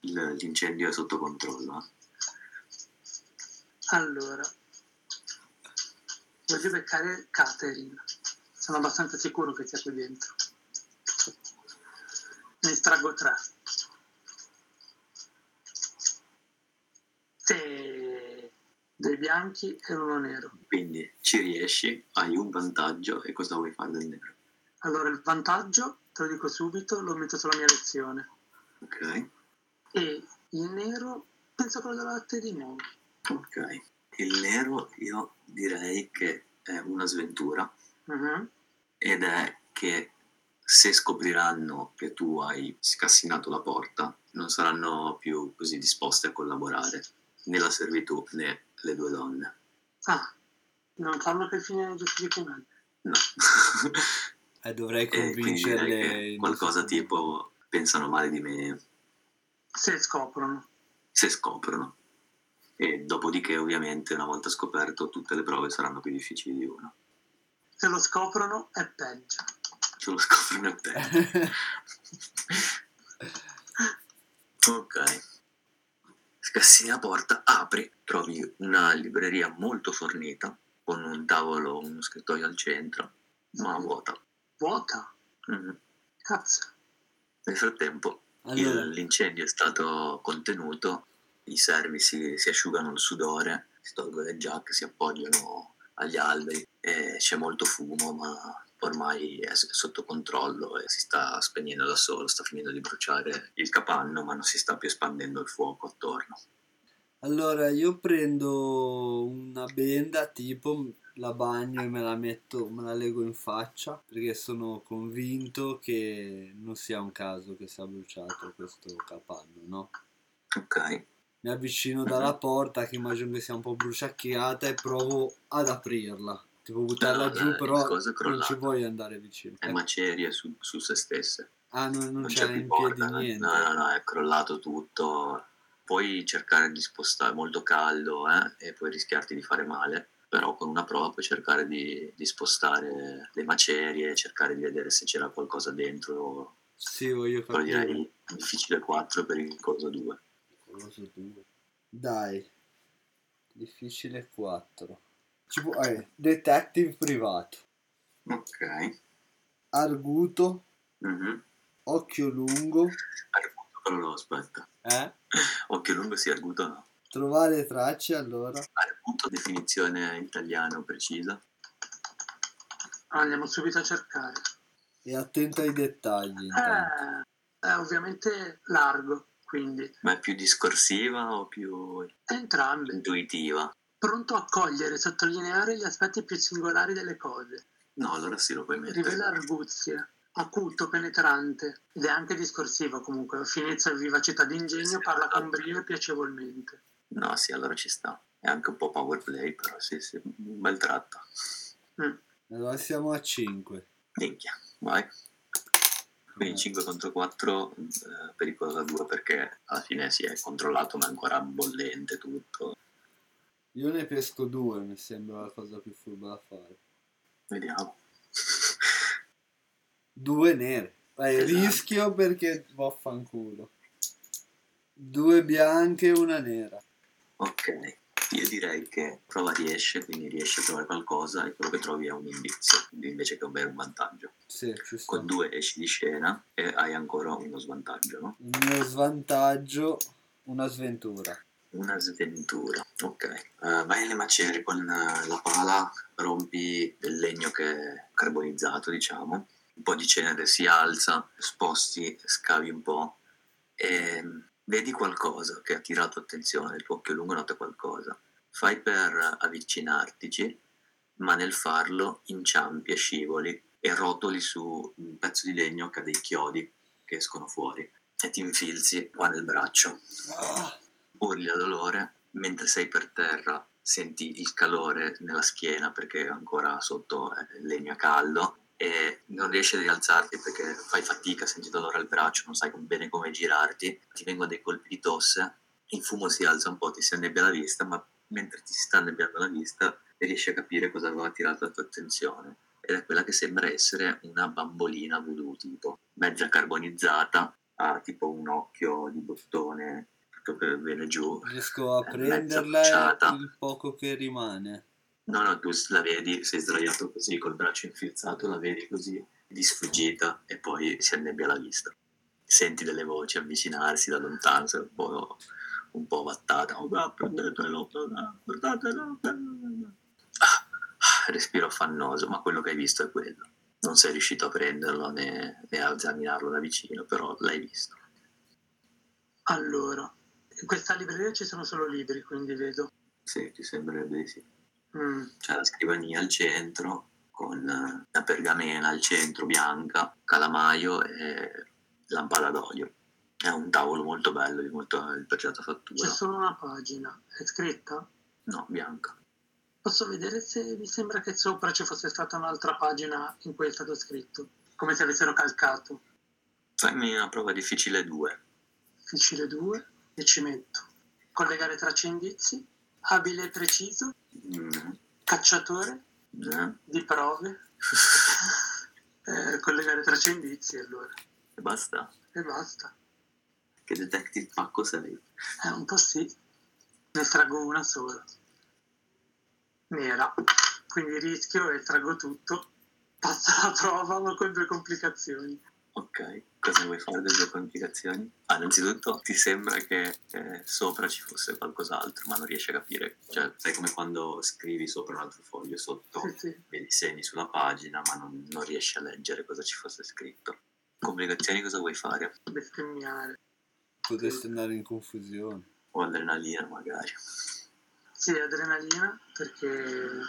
[SPEAKER 1] Il- l'incendio è sotto controllo. eh.
[SPEAKER 2] Allora, voglio beccare Catherine. Sono abbastanza sicuro che sia qui dentro. Ne estraggo 3. Sì, due bianchi e uno nero.
[SPEAKER 1] Quindi ci riesci, hai un vantaggio e cosa vuoi fare del nero?
[SPEAKER 2] Allora, il vantaggio, te lo dico subito, lo metto sulla mia lezione.
[SPEAKER 1] Ok,
[SPEAKER 2] E il nero, penso quello della latte di nuovo.
[SPEAKER 1] ok. Il nero io direi che è una sventura
[SPEAKER 2] Mhm.
[SPEAKER 1] ed è che se scopriranno che tu hai scassinato la porta non saranno più così disposte a collaborare né la servitù né le due donne.
[SPEAKER 2] Ah, non fanno che fine giustificante.
[SPEAKER 1] No. <laughs>
[SPEAKER 3] Eh, dovrei
[SPEAKER 1] e quindi
[SPEAKER 3] convincerle.
[SPEAKER 1] direi che
[SPEAKER 3] in-
[SPEAKER 1] qualcosa tipo pensano male di me
[SPEAKER 2] Se scoprono.
[SPEAKER 1] se scoprono. E dopodiché ovviamente una volta scoperto tutte le prove saranno più difficili di una.
[SPEAKER 2] Se lo scoprono è peggio.
[SPEAKER 1] Ce lo scoprono a te. <laughs> ok. Scassini la porta, apri, trovi una libreria molto fornita, con un tavolo, uno scrittoio al centro, ma vuota.
[SPEAKER 2] Vuota?
[SPEAKER 1] Mhm.
[SPEAKER 2] Cazzo.
[SPEAKER 1] Nel frattempo
[SPEAKER 3] <laughs> allora,
[SPEAKER 1] il- l'incendio è stato contenuto, i servi si, si asciugano il sudore, si tolgono le giacche, si appoggiano agli alberi e c'è molto fumo, ma ormai è s- sotto controllo e si sta spegnendo da solo, sta finendo di bruciare il capanno, ma non si sta più espandendo il fuoco attorno.
[SPEAKER 3] allora io prendo una benda tipo la bagno e me la metto, me la lego in faccia perché sono convinto che non sia un caso che sia bruciato questo capanno, no?
[SPEAKER 1] Ok,
[SPEAKER 3] Mi
[SPEAKER 1] <laughs>
[SPEAKER 3] avvicino dalla porta che immagino che sia un po' bruciacchiata e provo ad aprirla. Tipo buttarla
[SPEAKER 1] No, eh,
[SPEAKER 3] giù,
[SPEAKER 1] la-
[SPEAKER 3] però
[SPEAKER 1] la cosa è
[SPEAKER 3] non ci
[SPEAKER 1] crollata.
[SPEAKER 3] voglio andare vicino.
[SPEAKER 1] è
[SPEAKER 3] Eh,
[SPEAKER 1] macerie su, su se stesse.
[SPEAKER 3] ah, no, non,
[SPEAKER 1] non c'è
[SPEAKER 3] c'è
[SPEAKER 1] più
[SPEAKER 3] in piedi
[SPEAKER 1] porta, eh. no,
[SPEAKER 3] niente.
[SPEAKER 1] no, no, è crollato tutto. Puoi cercare di spostare, è molto caldo, eh, e puoi rischiarti di fare male, però con una prova puoi cercare di, di spostare le macerie, cercare di vedere se c'era qualcosa dentro,
[SPEAKER 3] Sì, voglio
[SPEAKER 1] però
[SPEAKER 3] capire.
[SPEAKER 1] direi difficile 4 per il coso 2.
[SPEAKER 3] Colosso due. Dai, difficile 4. Ci può- eh, detective privato,
[SPEAKER 1] Ok.
[SPEAKER 3] arguto,
[SPEAKER 1] Mhm.
[SPEAKER 3] occhio lungo,
[SPEAKER 1] Arguto però lo aspetta.
[SPEAKER 3] eh?
[SPEAKER 1] Occhio lungo sì, arguto no.
[SPEAKER 3] trovare tracce allora.
[SPEAKER 1] Arguto definizione italiana precisa.
[SPEAKER 2] Ah, Andiamo subito a cercare.
[SPEAKER 3] E attento ai dettagli. intanto.
[SPEAKER 2] Eh, è ovviamente largo, quindi.
[SPEAKER 1] Ma è più discorsiva o più
[SPEAKER 2] Entrambe.
[SPEAKER 1] intuitiva?
[SPEAKER 2] Pronto a cogliere e sottolineare gli aspetti più singolari delle cose.
[SPEAKER 1] No, allora sì, lo puoi mettere.
[SPEAKER 2] Rivela arguzie. Acuto, penetrante. Ed è anche discorsivo comunque. Finezza e vivacità d'ingegno parla con brio e piacevolmente.
[SPEAKER 1] No, sì, allora ci sta. È anche un po' power play, però sì, sì, un bel tratto.
[SPEAKER 2] Mm.
[SPEAKER 3] Allora siamo a 5.
[SPEAKER 1] Minchia, vai. Quindi 5 contro 4, pericolo da 2 perché alla fine si è controllato, ma è ancora bollente tutto.
[SPEAKER 3] Io ne pesco due, mi sembra la cosa più furba da fare.
[SPEAKER 1] Vediamo. <laughs>
[SPEAKER 3] Due nere. Eh,
[SPEAKER 1] Esatto.
[SPEAKER 3] rischio perché vaffanculo. Due bianche e una nera.
[SPEAKER 1] Ok, io direi che prova riesce, quindi riesce a trovare qualcosa e quello che trovi è un indizio, quindi invece che un vero vantaggio.
[SPEAKER 3] Sì, ci sta.
[SPEAKER 1] Con 2 esci di scena e hai ancora uno svantaggio, no?
[SPEAKER 3] Il mio svantaggio, una sventura.
[SPEAKER 1] Una sventura. Ok. Eh, vai alle macerie con eh, la pala, rompi del legno che è carbonizzato, diciamo. Un po' di cenere si alza, sposti, scavi un po' e vedi qualcosa che ha attirato attenzione, il tuo occhio lungo nota qualcosa. Fai per avvicinartici, ma nel farlo inciampi e scivoli e rotoli su un pezzo di legno che ha dei chiodi che escono fuori e ti infilzi qua nel braccio urli da dolore, mentre sei per terra senti il calore nella schiena perché ancora sotto è il legno è caldo e non riesci ad rialzarti perché fai fatica, senti dolore al braccio, non sai com- bene come girarti, ti vengono dei colpi di tosse, il fumo si alza un po', ti si annebbia la vista, ma mentre ti si sta annebbiando la vista riesci a capire cosa aveva attirato la tua attenzione ed è quella che sembra essere una bambolina voodoo tipo, mezza carbonizzata, ha tipo un occhio di bottone tutto che viene giù.
[SPEAKER 3] Riesco a
[SPEAKER 1] È
[SPEAKER 3] prenderla
[SPEAKER 1] mezza
[SPEAKER 3] e il poco che rimane.
[SPEAKER 1] No, no, tu la vedi, sei sdraiato così col braccio infilzato, la vedi così di sfuggita e poi si annebbia la vista. Senti delle voci avvicinarsi da lontano, sei un po', un po' vattata. Oh, no, prendetelo, no, guardatelo. no, no, no. Ah, ah, respiro affannoso, ma quello che hai visto è quello. non sei riuscito a prenderlo né, né a esaminarlo da vicino, però l'hai visto.
[SPEAKER 2] Allora, in questa libreria ci sono solo libri, quindi vedo.
[SPEAKER 1] Sì, ti sembrerebbe di sì.
[SPEAKER 2] Mm,
[SPEAKER 1] C'è la scrivania al centro con eh, la pergamena al centro bianca, calamaio e lampada d'olio. È un tavolo molto bello, di molto pregiata
[SPEAKER 2] c'è
[SPEAKER 1] fattura.
[SPEAKER 2] solo una pagina. È scritta?
[SPEAKER 1] No, bianca.
[SPEAKER 2] Posso vedere se mi sembra che sopra ci fosse stata un'altra pagina in cui è stato scritto, come se avessero calcato.
[SPEAKER 1] Fammi una prova difficile 2.
[SPEAKER 2] Difficile 2 e ci metto. Collegare tracce e indizi, abile e preciso, cacciatore di prove. Eh, collegare tracce e indizi allora.
[SPEAKER 1] E basta.
[SPEAKER 2] E basta.
[SPEAKER 1] Che detective pacco sei?
[SPEAKER 2] È un po' sì. Ne traggo una sola. Nera. Quindi rischio e traggo tutto. Passo la prova ma con due complicazioni.
[SPEAKER 1] Ok, cosa vuoi fare delle due complicazioni? Ah, innanzitutto ti sembra che eh, sopra ci fosse qualcos'altro, ma non riesci a capire. Cioè, sai come quando scrivi sopra un altro foglio sotto
[SPEAKER 2] Sì, sì.
[SPEAKER 1] e segni sulla pagina, ma non, non riesci a leggere cosa ci fosse scritto. Complicazioni cosa vuoi fare?
[SPEAKER 2] bestemmiare.
[SPEAKER 3] Potresti andare in confusione.
[SPEAKER 1] O adrenalina magari.
[SPEAKER 2] Sì, adrenalina, perché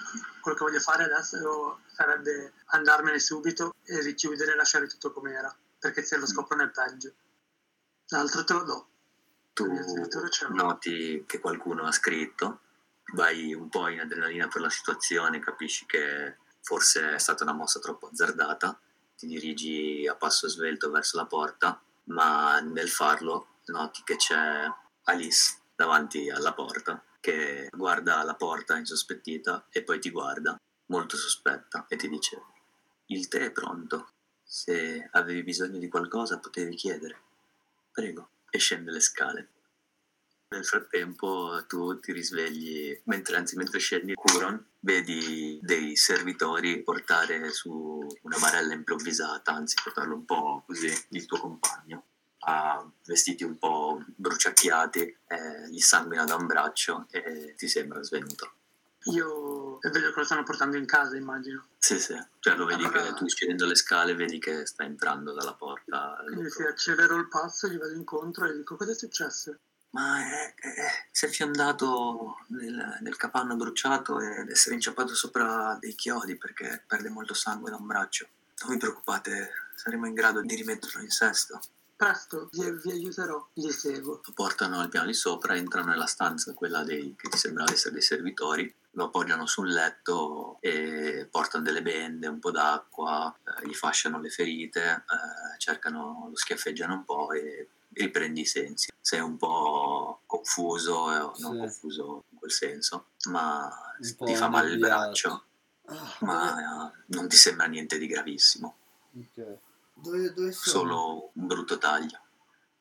[SPEAKER 2] quello che voglio fare adesso sarebbe andarmene subito e richiudere e lasciare tutto com'era, perché se lo scoprono è peggio. L'altro te lo do.
[SPEAKER 1] Tu
[SPEAKER 2] Il direttore ce l'ha.
[SPEAKER 1] noti che qualcuno ha scritto, vai un po' in adrenalina per la situazione, capisci che forse è stata una mossa troppo azzardata, ti dirigi a passo svelto verso la porta, ma nel farlo noti che c'è Alice davanti alla porta, che guarda la porta insospettita e poi ti guarda, molto sospetta, e ti dice il tè è pronto, se avevi bisogno di qualcosa potevi chiedere, prego, e scende le scale. Nel frattempo tu ti risvegli, mentre, anzi mentre scendi Curon, vedi dei servitori portare su una barella improvvisata, anzi portarlo un po' così, il tuo compagno. Ha vestiti un po' bruciacchiati, eh, gli sanguina da un braccio e ti sembra svenuto.
[SPEAKER 2] Io e vedo che lo stanno portando in casa, immagino.
[SPEAKER 1] Sì, sì, cioè lo vedi
[SPEAKER 2] Allora-
[SPEAKER 1] che tu scendendo le scale vedi che sta entrando dalla porta.
[SPEAKER 2] Quindi se accelero il passo, gli vado incontro e dico cosa è successo?
[SPEAKER 1] Ma eh, eh, si è fiondato nel, nel capanno bruciato ed è rinciapato sopra dei chiodi perché perde molto sangue da un braccio. Non vi preoccupate, saremo in grado di rimetterlo in sesto.
[SPEAKER 2] Presto, vi, vi aiuterò, li seguo.
[SPEAKER 1] Lo portano al piano di sopra, entrano nella stanza, quella dei, che ti sembrava essere dei servitori, lo appoggiano sul letto e portano delle bende, un po' d'acqua, eh, gli fasciano le ferite, eh, cercano, lo schiaffeggiano un po' e riprendi i sensi. Sei un po' confuso, eh, non
[SPEAKER 3] Sì.
[SPEAKER 1] confuso in quel senso, ma
[SPEAKER 3] Un po'
[SPEAKER 1] ti fa male il
[SPEAKER 3] arrabbiato.
[SPEAKER 1] braccio,
[SPEAKER 3] Ah,
[SPEAKER 1] ma eh, non ti sembra niente di gravissimo
[SPEAKER 3] ok. Dove, dove
[SPEAKER 1] solo un brutto taglio.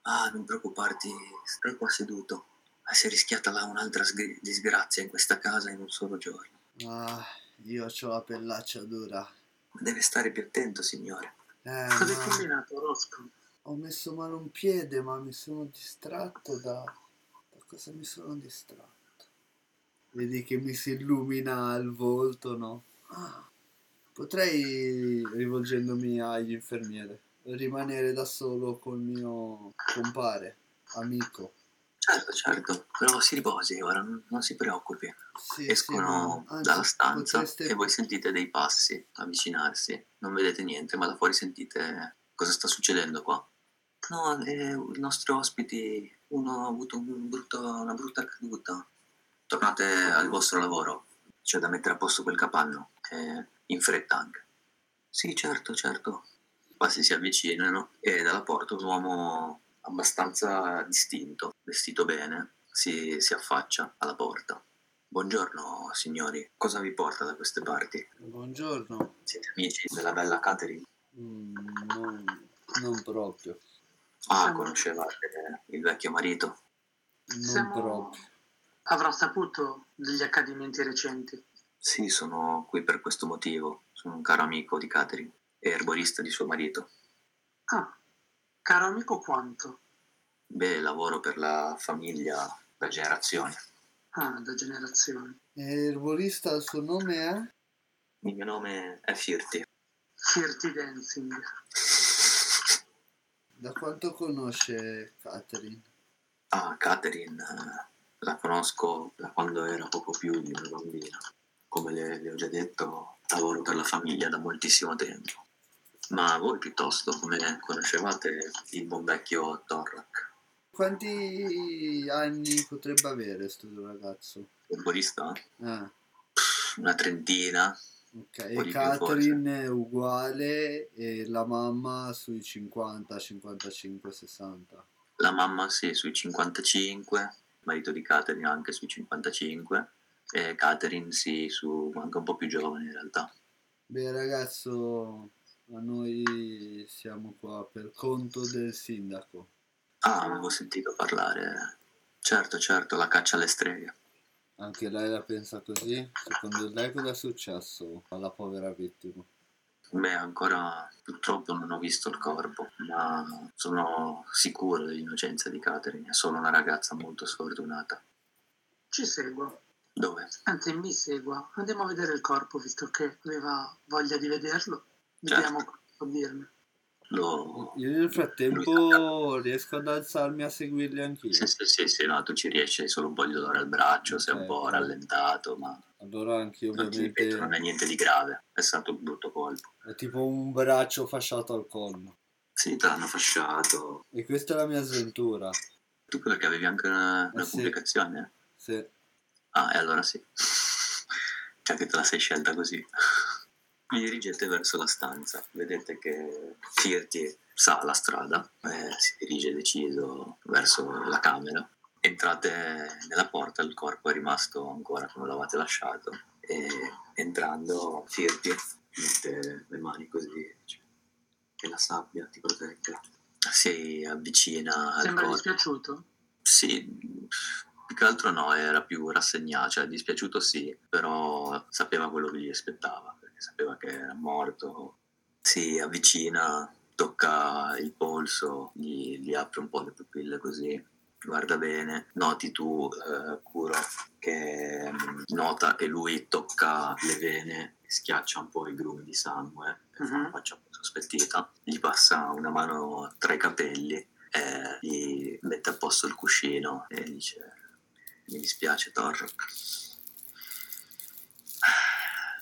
[SPEAKER 1] Ah, non preoccuparti, stai qua seduto. Ma Si è rischiata là un'altra sgri- disgrazia in questa casa in un solo giorno.
[SPEAKER 4] Ah, io ho la pellaccia dura.
[SPEAKER 1] Ma deve stare più attento, signore.
[SPEAKER 4] Eh,
[SPEAKER 2] Cosa hai
[SPEAKER 4] ma
[SPEAKER 2] combinato, Rosco?
[SPEAKER 4] ho messo male un piede, ma mi sono distratto da... Da cosa mi sono distratto? Vedi che mi si illumina il volto, no? Ah, potrei, rivolgendomi agli infermieri, rimanere da solo col mio compare, amico.
[SPEAKER 1] Certo, certo, però si riposi ora, non, non si preoccupi.
[SPEAKER 4] Sì, sì,
[SPEAKER 1] Escono
[SPEAKER 4] ma- anzi,
[SPEAKER 1] dalla stanza
[SPEAKER 4] potreste-
[SPEAKER 1] e voi sentite dei passi avvicinarsi. Non vedete niente, ma da fuori sentite cosa sta succedendo qua. No, eh, i nostri ospiti, uno ha avuto un brutto- una brutta caduta. Tornate al vostro lavoro, c'è da mettere a posto quel capanno, eh, in fretta anche. Sì, certo, certo. I passi si avvicinano e dalla porta un uomo abbastanza distinto, vestito bene, si- si affaccia alla porta. Buongiorno signori, cosa vi porta da queste parti?
[SPEAKER 4] Buongiorno.
[SPEAKER 1] Siete amici della bella Catherine?
[SPEAKER 3] Mm, non, non proprio.
[SPEAKER 1] Ah,
[SPEAKER 2] Siamo-
[SPEAKER 1] conoscevate il vecchio marito?
[SPEAKER 3] Non
[SPEAKER 2] Siamo-
[SPEAKER 3] proprio.
[SPEAKER 2] Avrà saputo degli accadimenti recenti.
[SPEAKER 1] Sì, sono qui per questo motivo. Sono un caro amico di Catherine e erborista di suo marito.
[SPEAKER 2] Ah, caro amico quanto?
[SPEAKER 1] Beh, lavoro per la famiglia da generazione.
[SPEAKER 2] Ah, da generazioni.
[SPEAKER 4] E Erborista, il suo nome è?
[SPEAKER 1] Il mio nome è Firti.
[SPEAKER 2] Dirty Dancing.
[SPEAKER 3] Da quanto conosce Catherine?
[SPEAKER 1] Ah, Catherine, eh, la conosco da quando era poco più di una bambina. Come le, le ho già detto, lavoro per la famiglia da moltissimo tempo. Ma voi piuttosto, come conoscevate il buon vecchio Torrak?
[SPEAKER 3] Quanti anni potrebbe avere sto ragazzo?
[SPEAKER 1] Erborista?
[SPEAKER 3] Ah,
[SPEAKER 1] Una trentina?
[SPEAKER 3] ok.
[SPEAKER 1] po' di
[SPEAKER 3] E
[SPEAKER 1] più,
[SPEAKER 3] Catherine è uguale e la mamma sui 50, 55, 60.
[SPEAKER 1] La mamma sì, sui 55, il marito di Catherine anche sui 55, e Catherine sì, su, anche un po' più giovane in realtà.
[SPEAKER 3] Beh ragazzo, ma noi siamo qua per conto del sindaco.
[SPEAKER 1] Ah, avevo sentito parlare. Certo, certo, la caccia alle streghe.
[SPEAKER 3] Anche lei la pensa così? Secondo lei cosa è successo alla povera vittima?
[SPEAKER 1] Beh, ancora purtroppo non ho visto il corpo, ma sono sicuro dell'innocenza di Catherine. È solo una ragazza molto sfortunata.
[SPEAKER 2] Ci seguo,
[SPEAKER 1] Dove?
[SPEAKER 2] anzi mi segua. Andiamo a vedere il corpo, visto che aveva voglia di vederlo.
[SPEAKER 1] Certo.
[SPEAKER 2] Vediamo cosa può dirmi.
[SPEAKER 1] Lo...
[SPEAKER 3] Io nel frattempo riesco ad alzarmi a seguirli
[SPEAKER 1] Sì,
[SPEAKER 3] anch'io.
[SPEAKER 1] sì, sì, sì, no, tu ci riesci, hai solo un po' di dolore al braccio, sei un
[SPEAKER 3] Ok,
[SPEAKER 1] po'
[SPEAKER 3] ok.
[SPEAKER 1] rallentato, ma
[SPEAKER 3] Allora anch'io
[SPEAKER 1] non ti ripeto, non
[SPEAKER 3] Eh, ovviamente
[SPEAKER 1] è niente di grave. È stato un brutto colpo.
[SPEAKER 3] ho tipo un braccio fasciato al collo.
[SPEAKER 1] Sì, te l'hanno fasciato.
[SPEAKER 3] E questa è la mia sventura.
[SPEAKER 1] Tu credo che avevi anche una, una
[SPEAKER 3] Ah, sì.
[SPEAKER 1] complicazione? eh?
[SPEAKER 3] Se
[SPEAKER 1] Ah, e allora sì. <laughs> Cioè che te la sei scelta così. <laughs> Vi dirigete verso la stanza, vedete che Firti sa la strada, eh, si dirige deciso verso la camera. Entrate nella porta, il corpo è rimasto ancora come l'avete lasciato e entrando Firti mette le mani così e dice, che la sabbia ti protegga. Si avvicina al
[SPEAKER 2] Sembra
[SPEAKER 1] corpo.
[SPEAKER 2] dispiaciuto?
[SPEAKER 1] Sì, più che altro no, era più rassegnato, cioè dispiaciuto sì, però sapeva quello che gli aspettava, perché sapeva che era morto. Si avvicina, tocca il polso, gli, gli apre un po' le pupille così, guarda bene, noti tu, eh, Curo, che mm, nota che lui tocca le vene, schiaccia un po' i grumi di sangue, e fa una
[SPEAKER 2] Mhm.
[SPEAKER 1] faccia un po' sospettita, gli passa una mano tra i capelli eh, gli mette a posto il cuscino e dice mi dispiace Torrock <sighs>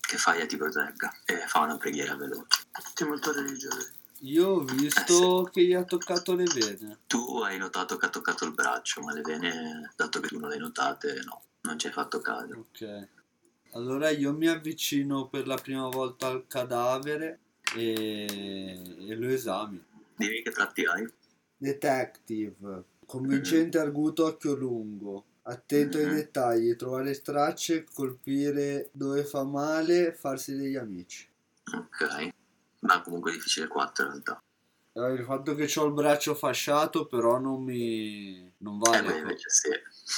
[SPEAKER 1] che Faia ti protegga e fa una preghiera veloce
[SPEAKER 2] Tutti molto religiosi.
[SPEAKER 3] io ho visto che gli ha toccato le vene.
[SPEAKER 1] tu hai notato che ha toccato il braccio ma le vene dato che tu non le hai notate no non ci hai fatto caso
[SPEAKER 3] Ok. Allora io mi avvicino per la prima volta al cadavere e, e lo esamino.
[SPEAKER 1] dimmi che tratti hai
[SPEAKER 3] Detective, convincente arguto occhio lungo, attento ai
[SPEAKER 1] Mhm.
[SPEAKER 3] dettagli, trovare tracce, colpire dove fa male, farsi degli amici.
[SPEAKER 1] ok ma comunque è difficile 4 in realtà
[SPEAKER 3] Eh, Il fatto che ho il braccio fasciato però non mi... non
[SPEAKER 1] eh beh
[SPEAKER 3] vale. ecco. co-
[SPEAKER 1] invece sì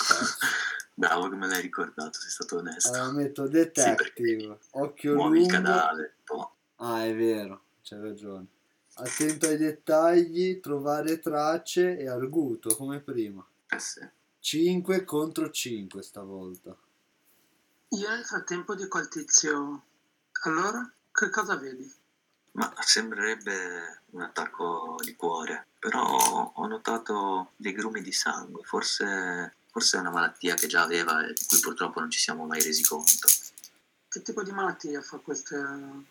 [SPEAKER 3] Cazzo.
[SPEAKER 1] <laughs> bravo che me l'hai ricordato sei stato onesto
[SPEAKER 3] Allora Eh, metto
[SPEAKER 1] Sì,
[SPEAKER 3] detective, occhio
[SPEAKER 1] muovi il
[SPEAKER 3] lungo.
[SPEAKER 1] cadavere un po'
[SPEAKER 3] Ah è vero, c'hai ragione. Attento ai dettagli, trovare tracce e arguto come prima.
[SPEAKER 1] eh sì
[SPEAKER 3] 5 contro 5 stavolta.
[SPEAKER 2] Io nel frattempo dico al tizio, allora, che cosa vedi?
[SPEAKER 1] Ma sembrerebbe un attacco di cuore, però ho notato dei grumi di sangue, forse, forse è una malattia che già aveva e di cui purtroppo non ci siamo mai resi conto.
[SPEAKER 2] Che tipo di malattia fa queste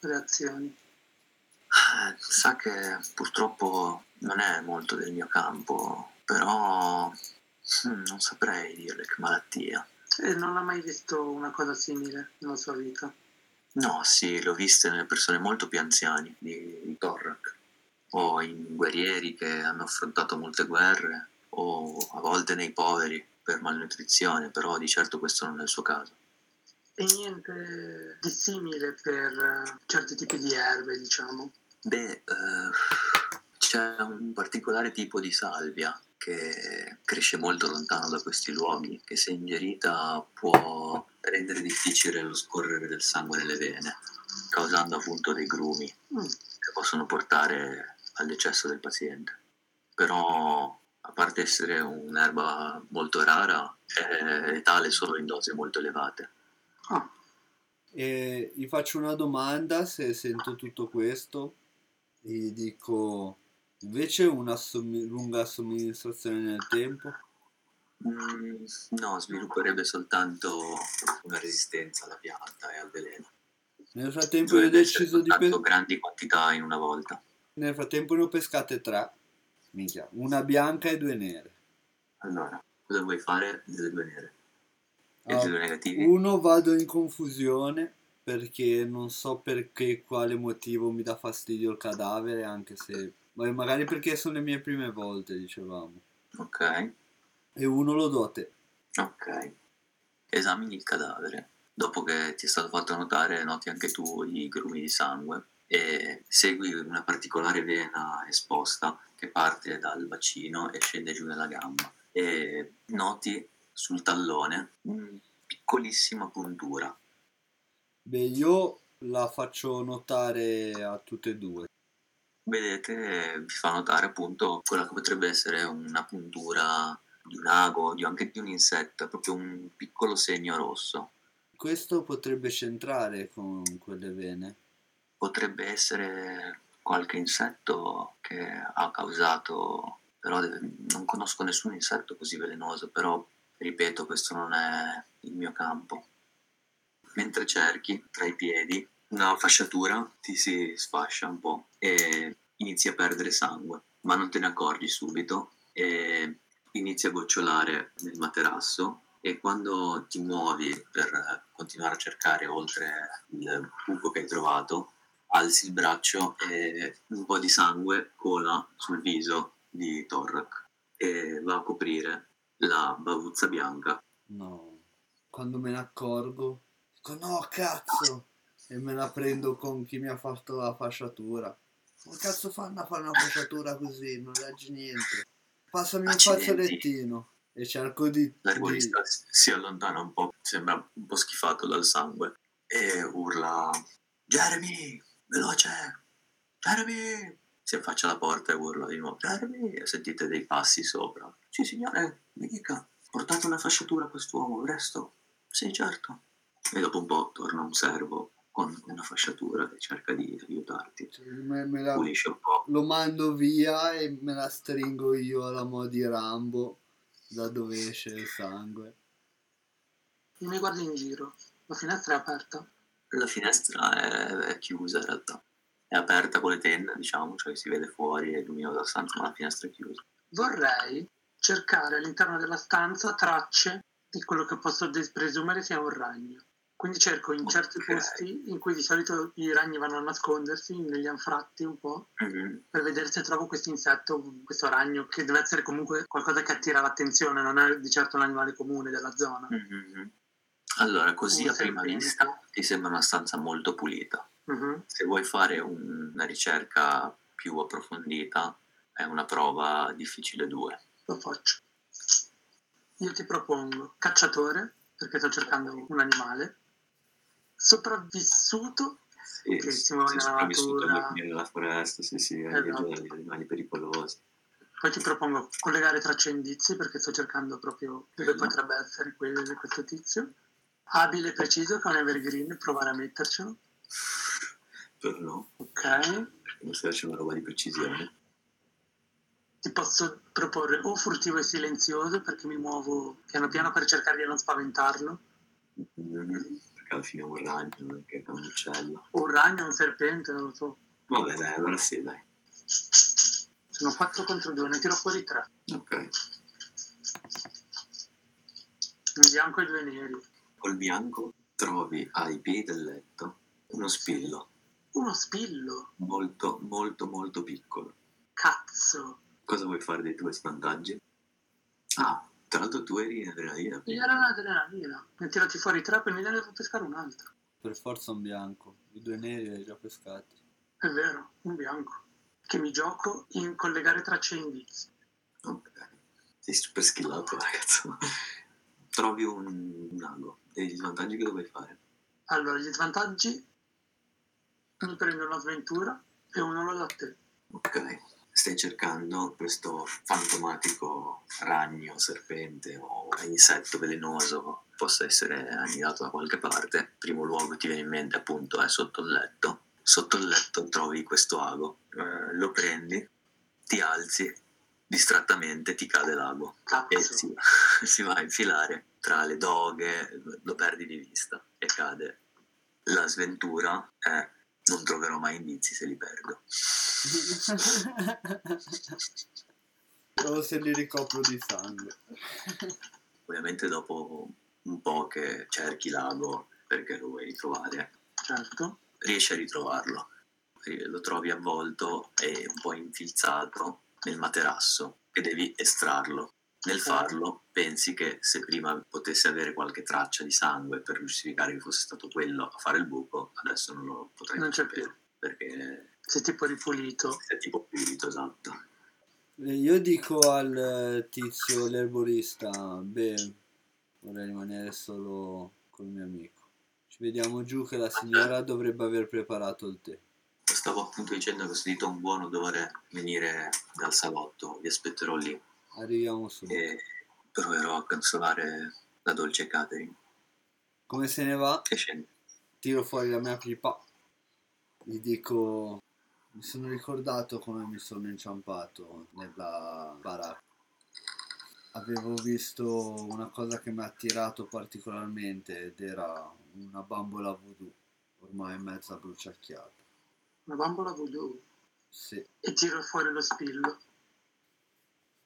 [SPEAKER 2] reazioni?
[SPEAKER 1] Eh, Sa che purtroppo non è molto del mio campo, però hmm, non saprei dirle che malattia.
[SPEAKER 2] E non ha mai visto una cosa simile nella sua vita.
[SPEAKER 1] No, sì, l'ho viste nelle persone molto più anziane di, di Torrak, o in guerrieri che hanno affrontato molte guerre, o a volte nei poveri per malnutrizione, però di certo questo non è il suo caso.
[SPEAKER 2] E niente di simile per eh, certi tipi di erbe, diciamo.
[SPEAKER 1] Beh, eh, c'è un particolare tipo di salvia che cresce molto lontano da questi luoghi, che se ingerita può rendere difficile lo scorrere del sangue nelle vene, causando appunto dei grumi.
[SPEAKER 2] Mm.
[SPEAKER 1] che possono portare al decesso del paziente. Però, a parte essere un'erba molto rara, è letale solo in dosi molto elevate.
[SPEAKER 2] Ah,
[SPEAKER 3] E gli faccio una domanda se sento tutto questo. E gli dico, invece una sommi- lunga somministrazione nel tempo?
[SPEAKER 1] Mm, no, svilupperebbe soltanto una resistenza alla pianta e al veleno.
[SPEAKER 3] Nel frattempo io ho
[SPEAKER 1] Dovrebbe essere
[SPEAKER 3] deciso di... pe-
[SPEAKER 1] soltanto grandi quantità in una volta.
[SPEAKER 3] Nel frattempo ne ho pescate tre. Minchia, una bianca e due nere.
[SPEAKER 1] Allora, cosa vuoi fare delle due nere? E
[SPEAKER 3] Ah,
[SPEAKER 1] dei due negativi?
[SPEAKER 3] Uno vado in confusione perché non so per che- quale motivo mi dà fastidio il cadavere, anche se... Beh, magari perché sono le mie prime volte, dicevamo.
[SPEAKER 1] Ok,
[SPEAKER 3] E uno lo do a te.
[SPEAKER 1] ok. Esamini il cadavere. Dopo che ti è stato fatto notare, noti anche tu i grumi di sangue e segui una particolare vena esposta che parte dal bacino e scende giù nella gamba. E noti sul tallone una piccolissima puntura.
[SPEAKER 3] Beh, io la faccio notare a tutte e due.
[SPEAKER 1] vedete, vi fa notare appunto quella che potrebbe essere una puntura di un ago, di, anche di un insetto, è proprio un piccolo segno rosso.
[SPEAKER 3] Questo potrebbe centrare con quelle vene.
[SPEAKER 1] Potrebbe essere qualche insetto che ha causato, però deve- non conosco nessun insetto così velenoso, però ripeto, questo non è il mio campo. Mentre cerchi tra i piedi, una fasciatura ti si sfascia un po' e inizi a perdere sangue, ma non te ne accorgi subito e inizi a gocciolare nel materasso e quando ti muovi per continuare a cercare oltre il buco che hai trovato, alzi il braccio e un po' di sangue cola sul viso di Torrak e va a coprire la bavuzza bianca.
[SPEAKER 4] No, quando me ne accorgo, dico no cazzo! E me la prendo con chi mi ha fatto la fasciatura. Ma cazzo fanno a fare una fasciatura così? Non leggi niente. Passami un
[SPEAKER 1] Accidenti.
[SPEAKER 4] fazzolettino e cerco di... di...
[SPEAKER 1] L'erbolista si- si allontana un po', sembra un po' schifato dal sangue e urla Jeremy, veloce, Jeremy! Si affaccia alla porta e urla di nuovo Jeremy e sentite dei passi sopra. Sì signore, mi dica, portate una fasciatura a quest'uomo, presto. Sì certo. E dopo un po' torna un servo con una fasciatura che cerca di aiutarti.
[SPEAKER 4] cioè, Me, me la,
[SPEAKER 1] Pulisce un po'.
[SPEAKER 4] lo mando via e me la stringo io alla mo di Rambo, da dove esce il sangue.
[SPEAKER 2] Io mi guardo in giro, la finestra è aperta.
[SPEAKER 1] La finestra è, è chiusa in realtà. È aperta con le tende, diciamo, cioè si vede fuori, è luminosa stanza, ma la finestra è chiusa.
[SPEAKER 2] Vorrei cercare all'interno della stanza tracce di quello che posso des- presumere sia un ragno. Quindi cerco in certi
[SPEAKER 1] Ok.
[SPEAKER 2] posti in cui di solito i ragni vanno a nascondersi, negli anfratti un po',
[SPEAKER 1] Mhm.
[SPEAKER 2] per vedere se trovo questo insetto, questo ragno, che deve essere comunque qualcosa che attira l'attenzione, non è di certo un animale comune della zona.
[SPEAKER 1] Mhm. Allora, così
[SPEAKER 2] mm-hmm, Un
[SPEAKER 1] a prima
[SPEAKER 2] serpente.
[SPEAKER 1] vista ti sembra una stanza molto pulita.
[SPEAKER 2] Mhm.
[SPEAKER 1] Se vuoi fare un- una ricerca più approfondita, è una prova difficile 2.
[SPEAKER 2] Lo faccio. Io ti propongo cacciatore, perché sto cercando un animale, sopravvissuto
[SPEAKER 1] Sì,
[SPEAKER 2] Che si muove
[SPEAKER 1] sei
[SPEAKER 2] nella
[SPEAKER 1] sopravvissuto
[SPEAKER 2] natura.
[SPEAKER 1] nel- nella foresta, sì, sì, hai
[SPEAKER 2] Esatto.
[SPEAKER 1] ragione, gli animali pericolosi.
[SPEAKER 2] Poi ti propongo collegare tracce e indizi perché sto cercando proprio dove
[SPEAKER 1] Bello.
[SPEAKER 2] potrebbe essere quello di questo tizio. Abile e preciso che è un evergreen, provare a mettercelo.
[SPEAKER 1] Per no,
[SPEAKER 2] Ok.
[SPEAKER 1] non so se c'è una roba di precisione.
[SPEAKER 2] Ti posso proporre o furtivo e silenzioso perché mi muovo piano piano per cercare di non spaventarlo,
[SPEAKER 1] Mhm. Perché alla fine è un ragno, non è che è un uccello.
[SPEAKER 2] o un ragno, un serpente, non lo so.
[SPEAKER 1] Vabbè, dai, allora sì, dai.
[SPEAKER 2] Sono 4 contro 2, ne tiro fuori 3.
[SPEAKER 1] Ok.
[SPEAKER 2] Un bianco e due neri.
[SPEAKER 1] Col bianco trovi ai piedi del letto uno spillo
[SPEAKER 2] Uno spillo.
[SPEAKER 1] molto, molto, molto piccolo.
[SPEAKER 2] Cazzo.
[SPEAKER 1] Cosa vuoi fare dei tuoi svantaggi? Ah, tra l'altro tu eri in adrenalina.
[SPEAKER 2] Io ero un'adrenalina. Ne tirati fuori 3 per mi ne devo pescare un altro.
[SPEAKER 3] Per forza un bianco. I due neri li hai già pescati.
[SPEAKER 2] È vero, un bianco. Che mi gioco in collegare tracce e indizi.
[SPEAKER 1] Ok. Sei super schillato, <laughs> ragazzo. Trovi un, un ago. E gli svantaggi che dovevi fare?
[SPEAKER 2] Allora, gli svantaggi mi prendo un'avventura e uno lo do a te.
[SPEAKER 1] Ok. stai cercando questo fantomatico ragno, serpente o insetto velenoso possa essere annidato da qualche parte, il primo luogo che ti viene in mente appunto è sotto il letto. Sotto il letto trovi questo ago, eh, lo prendi, ti alzi, distrattamente ti cade l'ago e
[SPEAKER 2] Cazzo.
[SPEAKER 1] si, si va <laughs> a infilare tra le doghe, lo perdi di vista e cade. La sventura è non troverò mai indizi se li perdo.
[SPEAKER 4] Provo se li ricopro di sangue.
[SPEAKER 1] Ovviamente dopo un po' che cerchi l'ago perché lo vuoi trovare,
[SPEAKER 2] certo.
[SPEAKER 1] riesci a ritrovarlo. Eh, Lo trovi avvolto e un po' infilzato nel materasso e devi estrarlo. Nel farlo pensi che se prima potessi avere qualche traccia di sangue per giustificare che fosse stato quello a fare il buco, adesso non lo potrei
[SPEAKER 2] Non c'è
[SPEAKER 1] sapere, perché
[SPEAKER 2] Sei tipo ripulito.
[SPEAKER 1] è tipo pulito, esatto.
[SPEAKER 3] Eh, Io dico al eh, tizio, l'erborista, beh, vorrei rimanere solo col mio amico. Ci vediamo giù che la signora dovrebbe aver preparato il tè.
[SPEAKER 1] Stavo appunto dicendo che ho sentito un buono odore venire dal salotto, vi aspetterò lì
[SPEAKER 3] Arriviamo subito.
[SPEAKER 1] e proverò a cancellare la dolce Catherine.
[SPEAKER 3] Come se ne va?
[SPEAKER 1] Che scende.
[SPEAKER 3] Tiro fuori la mia pipa.
[SPEAKER 4] Gli dico... Mi sono ricordato come mi sono inciampato nella baracca. Avevo visto una cosa che mi ha attirato particolarmente ed era una bambola voodoo, ormai mezza bruciacchiata.
[SPEAKER 2] Una bambola voodoo.
[SPEAKER 4] Sì,
[SPEAKER 2] E tiro fuori lo spillo.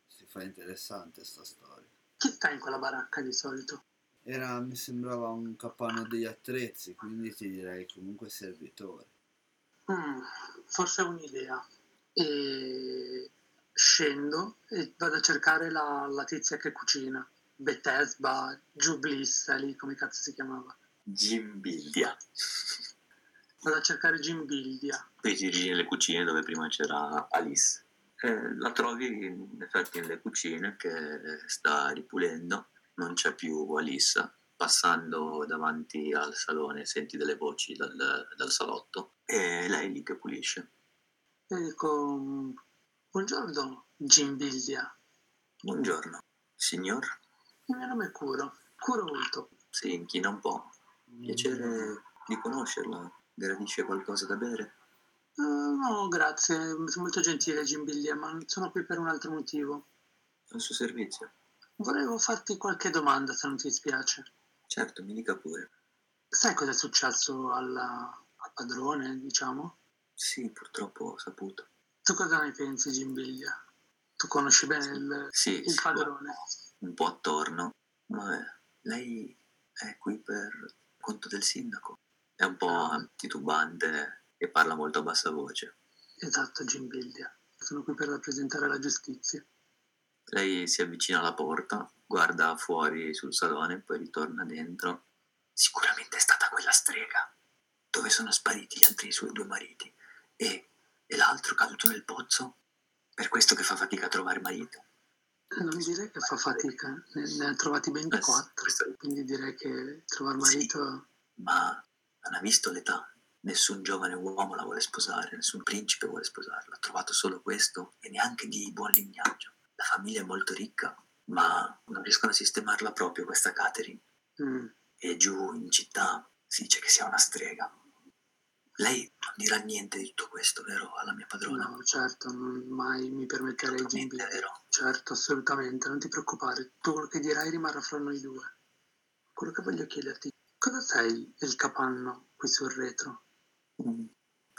[SPEAKER 4] si fa interessante sta storia.
[SPEAKER 2] Chi sta in quella baracca di solito?
[SPEAKER 4] Era, mi sembrava un capanno degli attrezzi, quindi ti direi comunque servitore.
[SPEAKER 2] Mm, forse ho un'idea. E scendo e vado a cercare la, la tizia che cucina. Bethesda, Jublissa, lì come cazzo si chiamava.
[SPEAKER 1] Gimbildia.
[SPEAKER 2] Vado a cercare Gimbildia.
[SPEAKER 1] Poi giri nelle cucine dove prima c'era Alice. Eh, la trovi in effetti nelle cucine che sta ripulendo, non c'è più Alice. Passando davanti al salone senti delle voci dal, dal salotto e lei è lì che pulisce.
[SPEAKER 2] E dico, mm, buongiorno Gimbildia,
[SPEAKER 1] Buongiorno, signor.
[SPEAKER 2] il mio nome è Curo, Curo Ulto.
[SPEAKER 1] Si inchina un po'. Piacere di conoscerla. Gradisce qualcosa da bere?
[SPEAKER 2] "Eh, no, grazie, sono molto gentile Gimbildia, ma sono qui per un altro motivo.
[SPEAKER 1] Al suo servizio?
[SPEAKER 2] Volevo farti qualche domanda se non ti dispiace.
[SPEAKER 1] Certo, mi dica pure.
[SPEAKER 2] Sai cosa è successo alla- al padrone, diciamo?
[SPEAKER 1] Sì, purtroppo ho saputo.
[SPEAKER 2] Tu cosa ne pensi Gimbildia? Tu conosci bene il,
[SPEAKER 1] Sì,
[SPEAKER 2] il
[SPEAKER 1] sì,
[SPEAKER 2] padrone?
[SPEAKER 1] un po' attorno. Ma eh, lei è qui per conto del sindaco. È un po' titubante e parla molto a bassa voce.
[SPEAKER 2] Esatto Gimbildia, sono qui per rappresentare la giustizia.
[SPEAKER 1] Lei si avvicina alla porta, guarda fuori sul salone, poi ritorna dentro. Sicuramente è stata quella strega, dove sono spariti gli altri suoi due mariti. E, e l'altro caduto nel pozzo, per questo che fa fatica a trovare marito.
[SPEAKER 2] Non dire che fa fatica, ne, ne ha trovati ben
[SPEAKER 1] Eh sì,
[SPEAKER 2] quattro,
[SPEAKER 1] questo è-
[SPEAKER 2] quindi direi che trovare
[SPEAKER 1] Sì.
[SPEAKER 2] marito...
[SPEAKER 1] ma non ha visto l'età. Nessun giovane uomo la vuole sposare, nessun principe vuole sposarla. Ha trovato solo questo e neanche di buon lignaggio. La famiglia è molto ricca, ma non riescono a sistemarla proprio questa Catherine.
[SPEAKER 2] mm.
[SPEAKER 1] E giù in città si dice che sia una strega. Lei non dirà niente di tutto questo, vero? Alla mia padrona.
[SPEAKER 2] No, certo, non mai mi permetterei di
[SPEAKER 1] Naturalmente,
[SPEAKER 2] invitare.
[SPEAKER 1] vero?
[SPEAKER 2] Certo, assolutamente, non ti preoccupare. Tu quello che dirai rimarrà fra noi due. Quello che voglio chiederti, cosa sai del capanno qui sul retro?
[SPEAKER 1] Mm,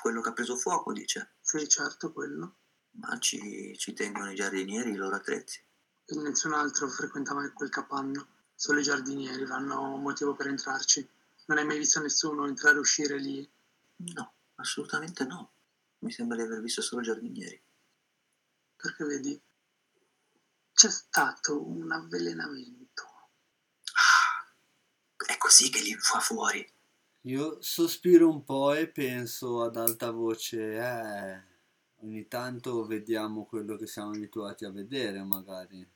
[SPEAKER 1] Quello che ha preso fuoco, dice.
[SPEAKER 2] Sei certo quello?
[SPEAKER 1] Ma ci, ci tengono i giardinieri i loro attrezzi.
[SPEAKER 2] E nessun altro frequenta mai quel capanno. Solo i giardinieri hanno un motivo per entrarci. Non hai mai visto nessuno entrare e uscire lì.
[SPEAKER 1] No, assolutamente no. Mi sembra di aver visto solo giardinieri.
[SPEAKER 2] Perché vedi, c'è stato un avvelenamento.
[SPEAKER 1] Ah, È così che li fa fuori.
[SPEAKER 3] Io sospiro un po' e penso ad alta voce, eh, ogni tanto vediamo quello che siamo abituati a vedere, magari.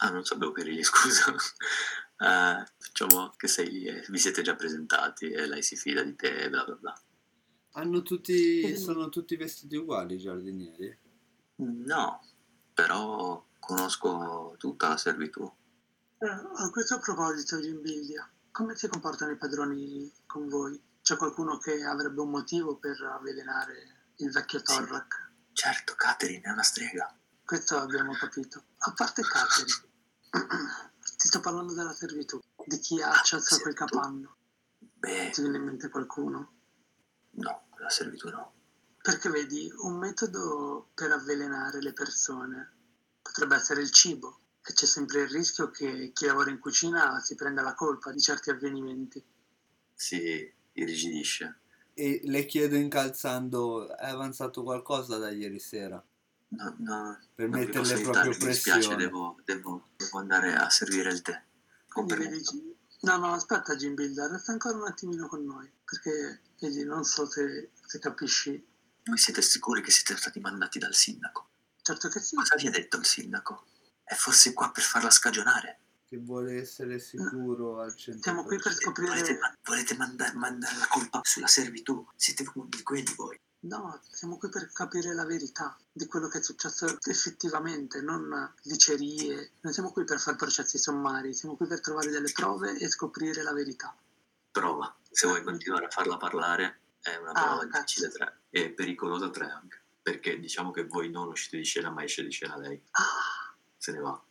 [SPEAKER 1] Ah, non sapevo che eri lì, <laughs> scusa. Eh, facciamo che sei lì e vi siete già presentati e lei si fida di te e bla bla bla.
[SPEAKER 3] Hanno tutti, sono tutti vestiti uguali i giardinieri.
[SPEAKER 1] No, però conosco tutta la servitù.
[SPEAKER 2] Eh, a questo proposito di invidia, come si comportano i padroni con voi? C'è qualcuno che avrebbe un motivo per avvelenare il vecchio Torrak?
[SPEAKER 1] Certo, Catherine è una strega.
[SPEAKER 2] Questo abbiamo capito. A parte Catherine, <clears throat> ti sto parlando della servitù, di chi ha accesso a quel capanno.
[SPEAKER 1] Beh,
[SPEAKER 2] Ti viene in mente qualcuno?
[SPEAKER 1] no, la servitù no.
[SPEAKER 2] Perché vedi, un metodo per avvelenare le persone potrebbe essere il cibo e c'è sempre il rischio che chi lavora in cucina si prenda la colpa di certi avvenimenti.
[SPEAKER 1] Si irrigidisce.
[SPEAKER 3] E le chiedo incalzando, è avanzato qualcosa da ieri sera?
[SPEAKER 1] No, no,
[SPEAKER 3] Per
[SPEAKER 1] non vi posso
[SPEAKER 3] metterle
[SPEAKER 1] aiutare,
[SPEAKER 3] proprio
[SPEAKER 1] mi dispiace,
[SPEAKER 3] pressione.
[SPEAKER 1] devo, devo- devo andare a servire il tè. Con
[SPEAKER 2] Quindi vedi,
[SPEAKER 1] permesso.
[SPEAKER 2] no, no, aspetta Jim Builder, resta ancora un attimino con noi, perché vedi, non so se, se capisci.
[SPEAKER 1] Voi siete sicuri che siete stati mandati dal sindaco?
[SPEAKER 2] Certo che sì,
[SPEAKER 1] Cosa vi ha detto il sindaco? È forse qua per farla scagionare?
[SPEAKER 4] che vuole essere sicuro al 100%.
[SPEAKER 2] Mm. siamo qui per
[SPEAKER 1] Eh, Volete,
[SPEAKER 2] scoprire...
[SPEAKER 1] volete manda- mandare la colpa sulla servitù? Siete uno di quelli voi.
[SPEAKER 2] No, siamo qui per capire la verità di quello che è successo effettivamente, non dicerie. Non siamo qui per fare processi sommari, siamo qui per trovare delle prove e scoprire la verità.
[SPEAKER 1] Prova. Se vuoi continuare a farla parlare, è una
[SPEAKER 2] Ah,
[SPEAKER 1] prova
[SPEAKER 2] cazzo.
[SPEAKER 1] difficile tre. E pericolosa tre anche. Perché diciamo che voi non uscite di scena, ma esce di scena lei.
[SPEAKER 2] Ah,
[SPEAKER 1] Se ne va.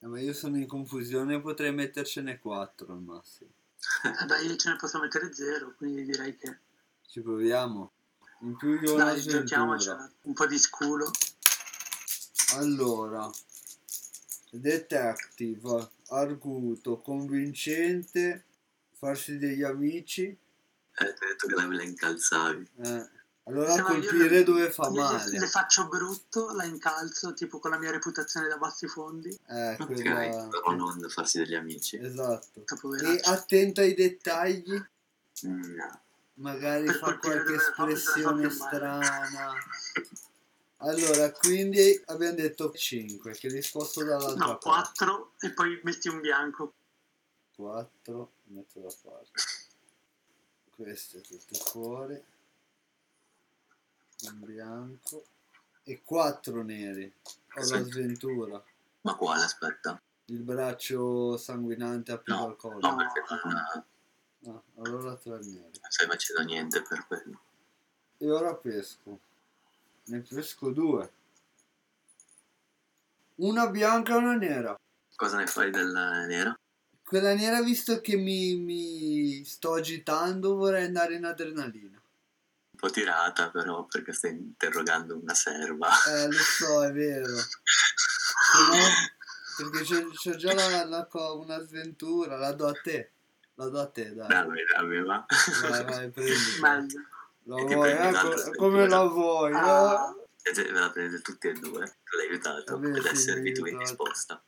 [SPEAKER 3] Eh, Ma io sono in confusione, potrei mettercene quattro al massimo.
[SPEAKER 2] eh beh, io ce ne posso mettere zero, quindi direi che
[SPEAKER 3] Ci proviamo. In più io ho
[SPEAKER 2] dai,
[SPEAKER 3] un'avventura.
[SPEAKER 2] giochiamocela. Un po' di sculo.
[SPEAKER 3] Allora, detective, arguto, convincente, farsi degli amici.
[SPEAKER 1] Eh, ti ho detto che la me la incalzavi.
[SPEAKER 3] eh. Allora
[SPEAKER 2] Se no, io
[SPEAKER 3] colpire
[SPEAKER 2] le- <laughs>
[SPEAKER 3] dove fa
[SPEAKER 2] le-
[SPEAKER 3] male.
[SPEAKER 2] Le faccio brutto, la incalzo, tipo con la mia reputazione da bassi fondi.
[SPEAKER 3] Eh,
[SPEAKER 1] Ok,
[SPEAKER 3] quella...
[SPEAKER 1] però non farsi degli amici.
[SPEAKER 3] Esatto. E
[SPEAKER 2] Poveraccio.
[SPEAKER 3] attento ai dettagli,
[SPEAKER 1] Mm, No.
[SPEAKER 3] magari
[SPEAKER 2] Per
[SPEAKER 3] fa
[SPEAKER 2] colpire
[SPEAKER 3] qualche
[SPEAKER 2] dove fa- dove fa
[SPEAKER 3] espressione
[SPEAKER 2] più male.
[SPEAKER 3] strana. Allora, quindi abbiamo detto 5, che li sposto dall'altra
[SPEAKER 2] No,
[SPEAKER 3] parte.
[SPEAKER 2] 4 e poi metti un bianco.
[SPEAKER 3] 4, metto da parte. Queste tutte fuori. Un bianco. E 4 neri. Ho la
[SPEAKER 1] Sì.
[SPEAKER 3] sventura.
[SPEAKER 1] Ma quale, aspetta?
[SPEAKER 3] Il braccio sanguinante ha più
[SPEAKER 1] No,
[SPEAKER 3] qualcosa.
[SPEAKER 1] No, perché non,
[SPEAKER 3] Ah, allora 3 neri.
[SPEAKER 1] non stai facendo niente per quello.
[SPEAKER 3] E ora pesco. Ne pesco due. Una bianca e una nera.
[SPEAKER 1] Cosa ne fai della nera?
[SPEAKER 3] Quella nera, visto che mi, mi sto agitando, vorrei andare in adrenalina.
[SPEAKER 1] Un po' tirata però perché stai interrogando una serva. <laughs>
[SPEAKER 3] Eh, lo so, è vero. Se no, perché c'è, c'è già la, la co- una sventura, la do a te. La do a te, dai.
[SPEAKER 1] Dammi, dammi, va.
[SPEAKER 3] Vai, vai, prendi.
[SPEAKER 2] Meglio.
[SPEAKER 3] La
[SPEAKER 1] E ti
[SPEAKER 3] vuoi,
[SPEAKER 1] prendi
[SPEAKER 3] eh,
[SPEAKER 1] un'altra
[SPEAKER 3] co-
[SPEAKER 1] sventura.
[SPEAKER 3] come la vuoi, eh?
[SPEAKER 2] Ah.
[SPEAKER 1] E te- ve la prendete tutti e due. Te l'hai aiutato.
[SPEAKER 3] Vabbè,
[SPEAKER 1] Ed è
[SPEAKER 3] sì, esatto.
[SPEAKER 1] servito
[SPEAKER 3] mi
[SPEAKER 1] in
[SPEAKER 3] aiutato.
[SPEAKER 1] risposta.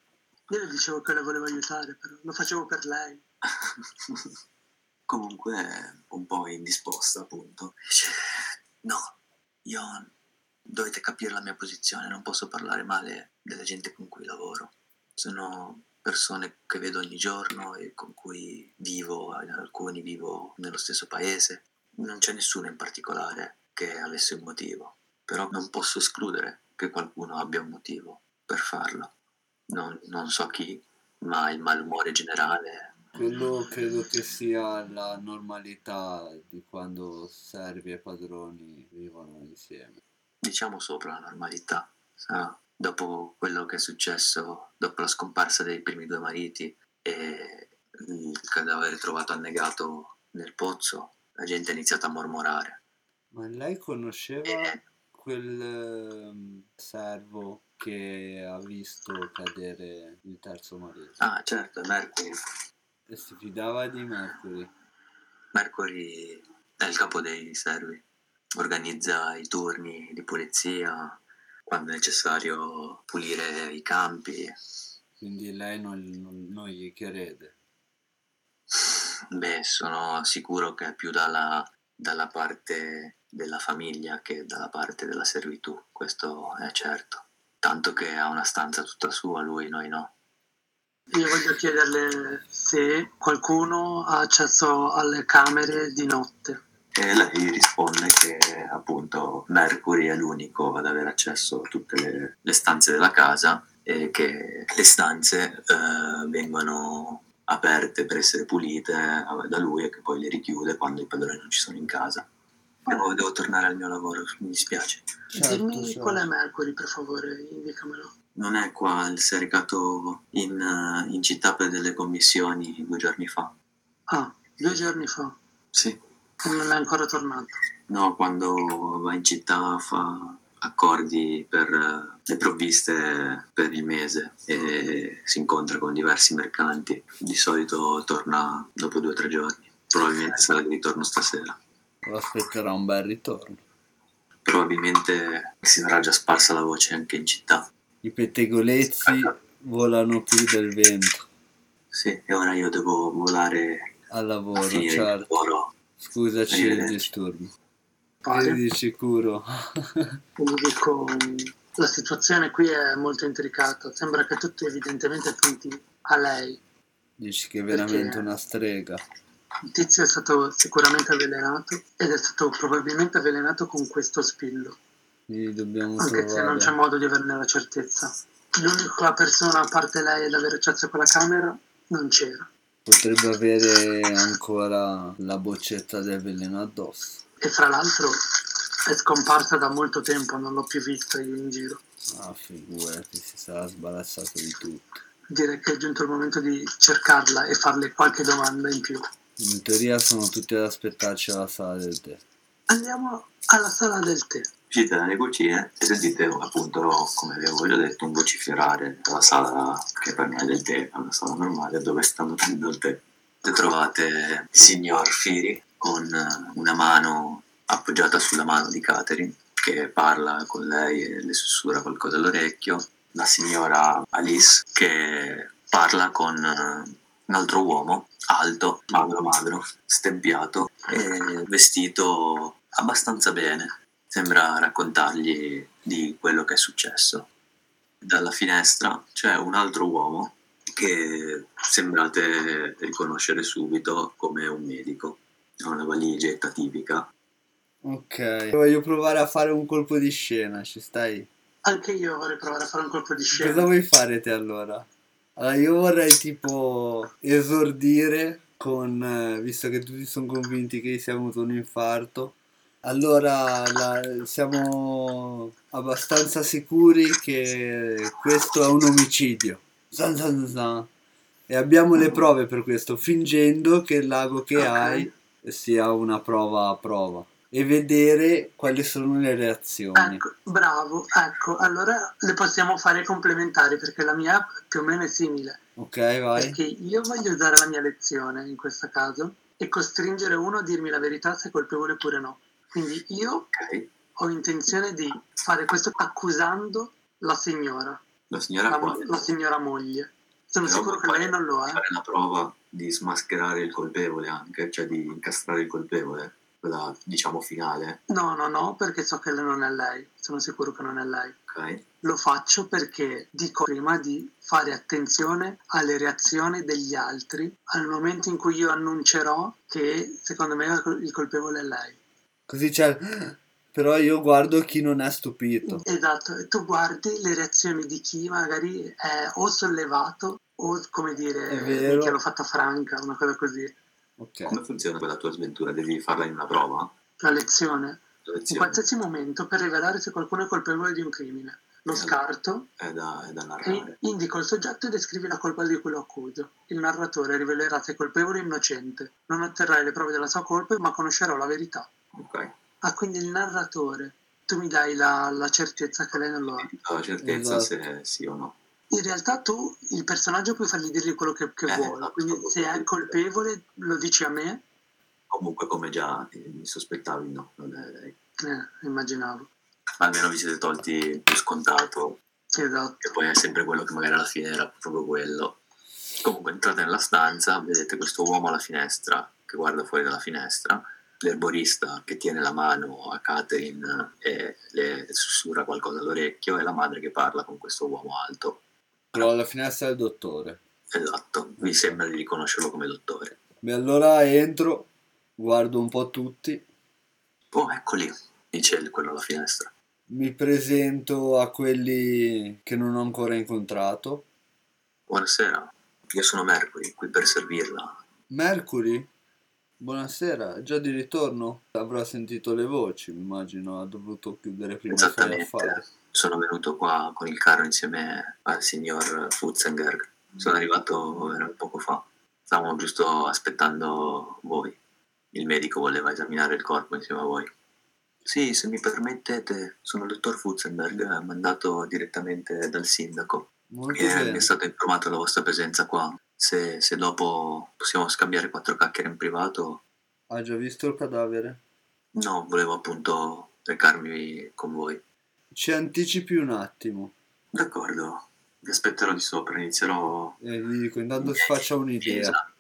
[SPEAKER 2] Io le dicevo che la volevo aiutare, però lo facevo per lei.
[SPEAKER 1] <laughs> Comunque è un po' indisposta, appunto. Dice, No, io dovete capire la mia posizione, non posso parlare male della gente con cui lavoro. Sono persone che vedo ogni giorno e con cui vivo, alcuni vivo nello stesso paese. Non c'è nessuno in particolare che avesse un motivo, però non posso escludere che qualcuno abbia un motivo per farlo. Non, non so chi, ma il malumore generale
[SPEAKER 3] Quello credo che sia la normalità di quando servi e padroni vivono insieme.
[SPEAKER 1] diciamo sopra la normalità. sa? Dopo quello che è successo, dopo la scomparsa dei primi due mariti e il cadavere trovato annegato nel pozzo, la gente ha iniziato a mormorare.
[SPEAKER 3] Ma lei conosceva quel ehm, servo che ha visto cadere il terzo marito
[SPEAKER 1] Ah, certo, Mercury.
[SPEAKER 3] e si fidava di Mercury?
[SPEAKER 1] Mercury è il capo dei servi, organizza i turni di pulizia, quando è necessario pulire i campi.
[SPEAKER 3] Quindi lei non, non- non gli crede.
[SPEAKER 1] Beh, sono sicuro che è più dalla, dalla parte della famiglia che dalla parte della servitù, questo è certo. Tanto che ha una stanza tutta sua, lui, noi no.
[SPEAKER 2] Io voglio chiederle se qualcuno ha accesso alle camere di notte.
[SPEAKER 1] E lei risponde che appunto Mercury è l'unico ad avere accesso a tutte le, le stanze della casa e che le stanze eh, vengono aperte per essere pulite eh, da lui e che poi le richiude quando i padroni non ci sono in casa. Però devo tornare al mio lavoro, mi dispiace.
[SPEAKER 4] Certo,
[SPEAKER 2] Dimmi
[SPEAKER 4] certo.
[SPEAKER 2] qual è Mercury, per favore, indicamelo.
[SPEAKER 1] Non è qua, si è recato in, eh, in città per delle commissioni due giorni fa.
[SPEAKER 2] Ah, due giorni fa.
[SPEAKER 1] Sì.
[SPEAKER 2] Non è ancora tornato.
[SPEAKER 1] No, quando va in città fa accordi per eh, le provviste per il mese e si incontra con diversi mercanti. Di solito torna dopo due o tre giorni. Probabilmente sarà di ritorno stasera.
[SPEAKER 3] Aspetterà un bel ritorno.
[SPEAKER 1] Probabilmente si sarà già sparsa la voce anche in città.
[SPEAKER 3] I pettegolezzi volano più del vento.
[SPEAKER 1] Sì, e ora io devo volare
[SPEAKER 3] Al
[SPEAKER 1] a
[SPEAKER 3] lavoro,
[SPEAKER 1] finire il
[SPEAKER 3] certo.
[SPEAKER 1] lavoro.
[SPEAKER 3] Scusaci il
[SPEAKER 1] Arrivederci.
[SPEAKER 3] disturbo.
[SPEAKER 2] Pare.
[SPEAKER 3] Di sicuro. <laughs>
[SPEAKER 2] Quindi dico, la situazione qui è molto intricata. Sembra che tutti evidentemente punti a lei.
[SPEAKER 3] Dici che è veramente
[SPEAKER 2] Perché?
[SPEAKER 3] una strega.
[SPEAKER 2] Il tizio è stato sicuramente avvelenato ed è stato probabilmente avvelenato con questo spillo,
[SPEAKER 3] Quindi dobbiamo
[SPEAKER 2] anche se non c'è
[SPEAKER 3] trovare.
[SPEAKER 2] modo di averne la certezza. L'unica persona, a parte lei, ad avere accesso a quella camera non c'era.
[SPEAKER 3] Potrebbe avere ancora la boccetta del veleno addosso.
[SPEAKER 2] E fra l'altro è scomparsa da molto tempo, non l'ho più vista io in giro.
[SPEAKER 3] Ah, figura che si sarà sbalassato di tutto.
[SPEAKER 2] Direi che è giunto il momento di cercarla e farle qualche domanda in più.
[SPEAKER 3] In teoria sono tutti ad aspettarci alla sala del tè.
[SPEAKER 2] Andiamo alla sala del tè.
[SPEAKER 1] Uscite dalle cucine e sentite appunto, come vi avevo già detto, un vociferare dalla sala che per me è del tè, è una sala normale dove stanno prendendo il tè. Se trovate il signor Firi con eh, una mano appoggiata sulla mano di Catherine che parla con lei e le sussurra qualcosa all'orecchio, la signora Alice che parla con eh, un altro uomo alto, magro magro, stempiato e vestito abbastanza bene sembra raccontargli di quello che è successo. Dalla finestra c'è un altro uomo che sembrate riconoscere subito come un medico. Ha una valigetta tipica.
[SPEAKER 3] Ok. Voglio provare a fare un colpo di scena, ci stai?
[SPEAKER 2] Anche io vorrei provare a fare un colpo di
[SPEAKER 3] Cosa
[SPEAKER 2] scena.
[SPEAKER 3] vuoi fare te allora? Allora io vorrei tipo esordire con, eh, visto che tutti sono convinti che sia avuto un infarto, allora la- siamo abbastanza sicuri che questo è un omicidio. Zan, zan, zan. E abbiamo le prove per questo, fingendo che il lago che
[SPEAKER 2] Ok.
[SPEAKER 3] hai sia una prova a prova e vedere quali sono le reazioni.
[SPEAKER 2] Ecco, bravo, ecco, allora le possiamo fare complementari perché la mia app più o meno è simile.
[SPEAKER 3] Ok, vai.
[SPEAKER 2] Perché io voglio usare la mia lezione in questo caso e costringere uno a dirmi la verità se è colpevole oppure no. Quindi io
[SPEAKER 1] Ok.
[SPEAKER 2] ho intenzione di fare questo accusando la signora,
[SPEAKER 1] La signora
[SPEAKER 2] la,
[SPEAKER 1] quale?
[SPEAKER 2] la signora moglie. Sono
[SPEAKER 1] Però
[SPEAKER 2] sicuro che
[SPEAKER 1] fare-
[SPEAKER 2] lei non lo è.
[SPEAKER 1] Fare la prova di smascherare il colpevole anche, cioè di incastrare il colpevole, quella diciamo finale.
[SPEAKER 2] No, no, no, perché so che non è lei. Sono sicuro che non è lei.
[SPEAKER 1] Ok.
[SPEAKER 2] Lo faccio perché dico prima di fare attenzione alle reazioni degli altri al momento in cui io annuncerò che secondo me il colpevole è lei.
[SPEAKER 3] Così c'è. Però io guardo chi non è stupito.
[SPEAKER 2] Esatto, e tu guardi le reazioni di chi magari è o sollevato o come
[SPEAKER 3] È
[SPEAKER 2] dire,
[SPEAKER 3] vero.
[SPEAKER 2] minchia l'ho fatta franca, una cosa così.
[SPEAKER 3] Ok.
[SPEAKER 1] Come funziona quella tua sventura? Devi farla in una prova?
[SPEAKER 2] La lezione.
[SPEAKER 1] La
[SPEAKER 2] In
[SPEAKER 1] lezione
[SPEAKER 2] qualsiasi momento per rivelare se qualcuno è colpevole di un crimine. Lo scarto
[SPEAKER 1] è da, è da narrare.
[SPEAKER 2] e indico il soggetto e descrivi la colpa di cui lo accuso. Il narratore rivelerà se è colpevole o innocente. Non otterrai le prove della sua colpa, ma conoscerò la verità.
[SPEAKER 1] Ok.
[SPEAKER 2] Ah, quindi il narratore. Tu mi dai la, la certezza che lei non lo è.
[SPEAKER 1] la certezza
[SPEAKER 3] Esatto.
[SPEAKER 1] se sì o no.
[SPEAKER 2] In realtà tu, il personaggio, puoi fargli dirgli quello che, che
[SPEAKER 1] Eh,
[SPEAKER 2] vuoi.
[SPEAKER 1] esatto.
[SPEAKER 2] Quindi se è colpevole lo dici a me.
[SPEAKER 1] Comunque, come già eh, mi sospettavi, no, non è lei.
[SPEAKER 2] Eh, immaginavo.
[SPEAKER 1] Almeno vi siete tolti il più scontato,
[SPEAKER 2] Esatto.
[SPEAKER 1] che poi è sempre quello che magari alla fine era proprio quello. Comunque, entrate nella stanza, vedete questo uomo alla finestra che guarda fuori dalla finestra, l'erborista che tiene la mano a Catherine eh, e le sussurra qualcosa all'orecchio, e la madre che parla con questo uomo alto.
[SPEAKER 3] Però alla finestra è il dottore.
[SPEAKER 1] Esatto, mi sembra di riconoscerlo come dottore.
[SPEAKER 3] Beh, allora entro, guardo un po' tutti
[SPEAKER 1] Oh, eccoli, dice il- quello alla finestra.
[SPEAKER 3] Mi presento a quelli che non ho ancora incontrato.
[SPEAKER 1] Buonasera, io sono Mercury, qui per servirla.
[SPEAKER 3] Mercury? Buonasera, è già di ritorno? Avrà sentito le voci, immagino, ha dovuto chiudere prima i suoi affari.
[SPEAKER 1] Esattamente, sono venuto qua con il carro insieme al signor Futzenberg. Sono arrivato era poco fa, stavamo giusto aspettando voi. Il medico voleva esaminare il corpo insieme a voi. Sì, se mi permettete, sono il dottor Futzenberg, mandato direttamente dal sindaco.
[SPEAKER 3] Molto
[SPEAKER 1] Eh, mi
[SPEAKER 3] bene.
[SPEAKER 1] è stato informato la vostra presenza qua. Se, se dopo possiamo scambiare quattro chiacchiere in privato,
[SPEAKER 3] Ha già visto il cadavere?
[SPEAKER 1] no, volevo appunto recarmi con voi.
[SPEAKER 3] Ci anticipi un attimo.
[SPEAKER 1] D'accordo, vi aspetterò di sopra, inizierò
[SPEAKER 3] E gli dico, intanto
[SPEAKER 1] Niente,
[SPEAKER 3] si faccia un'idea.
[SPEAKER 1] scesa.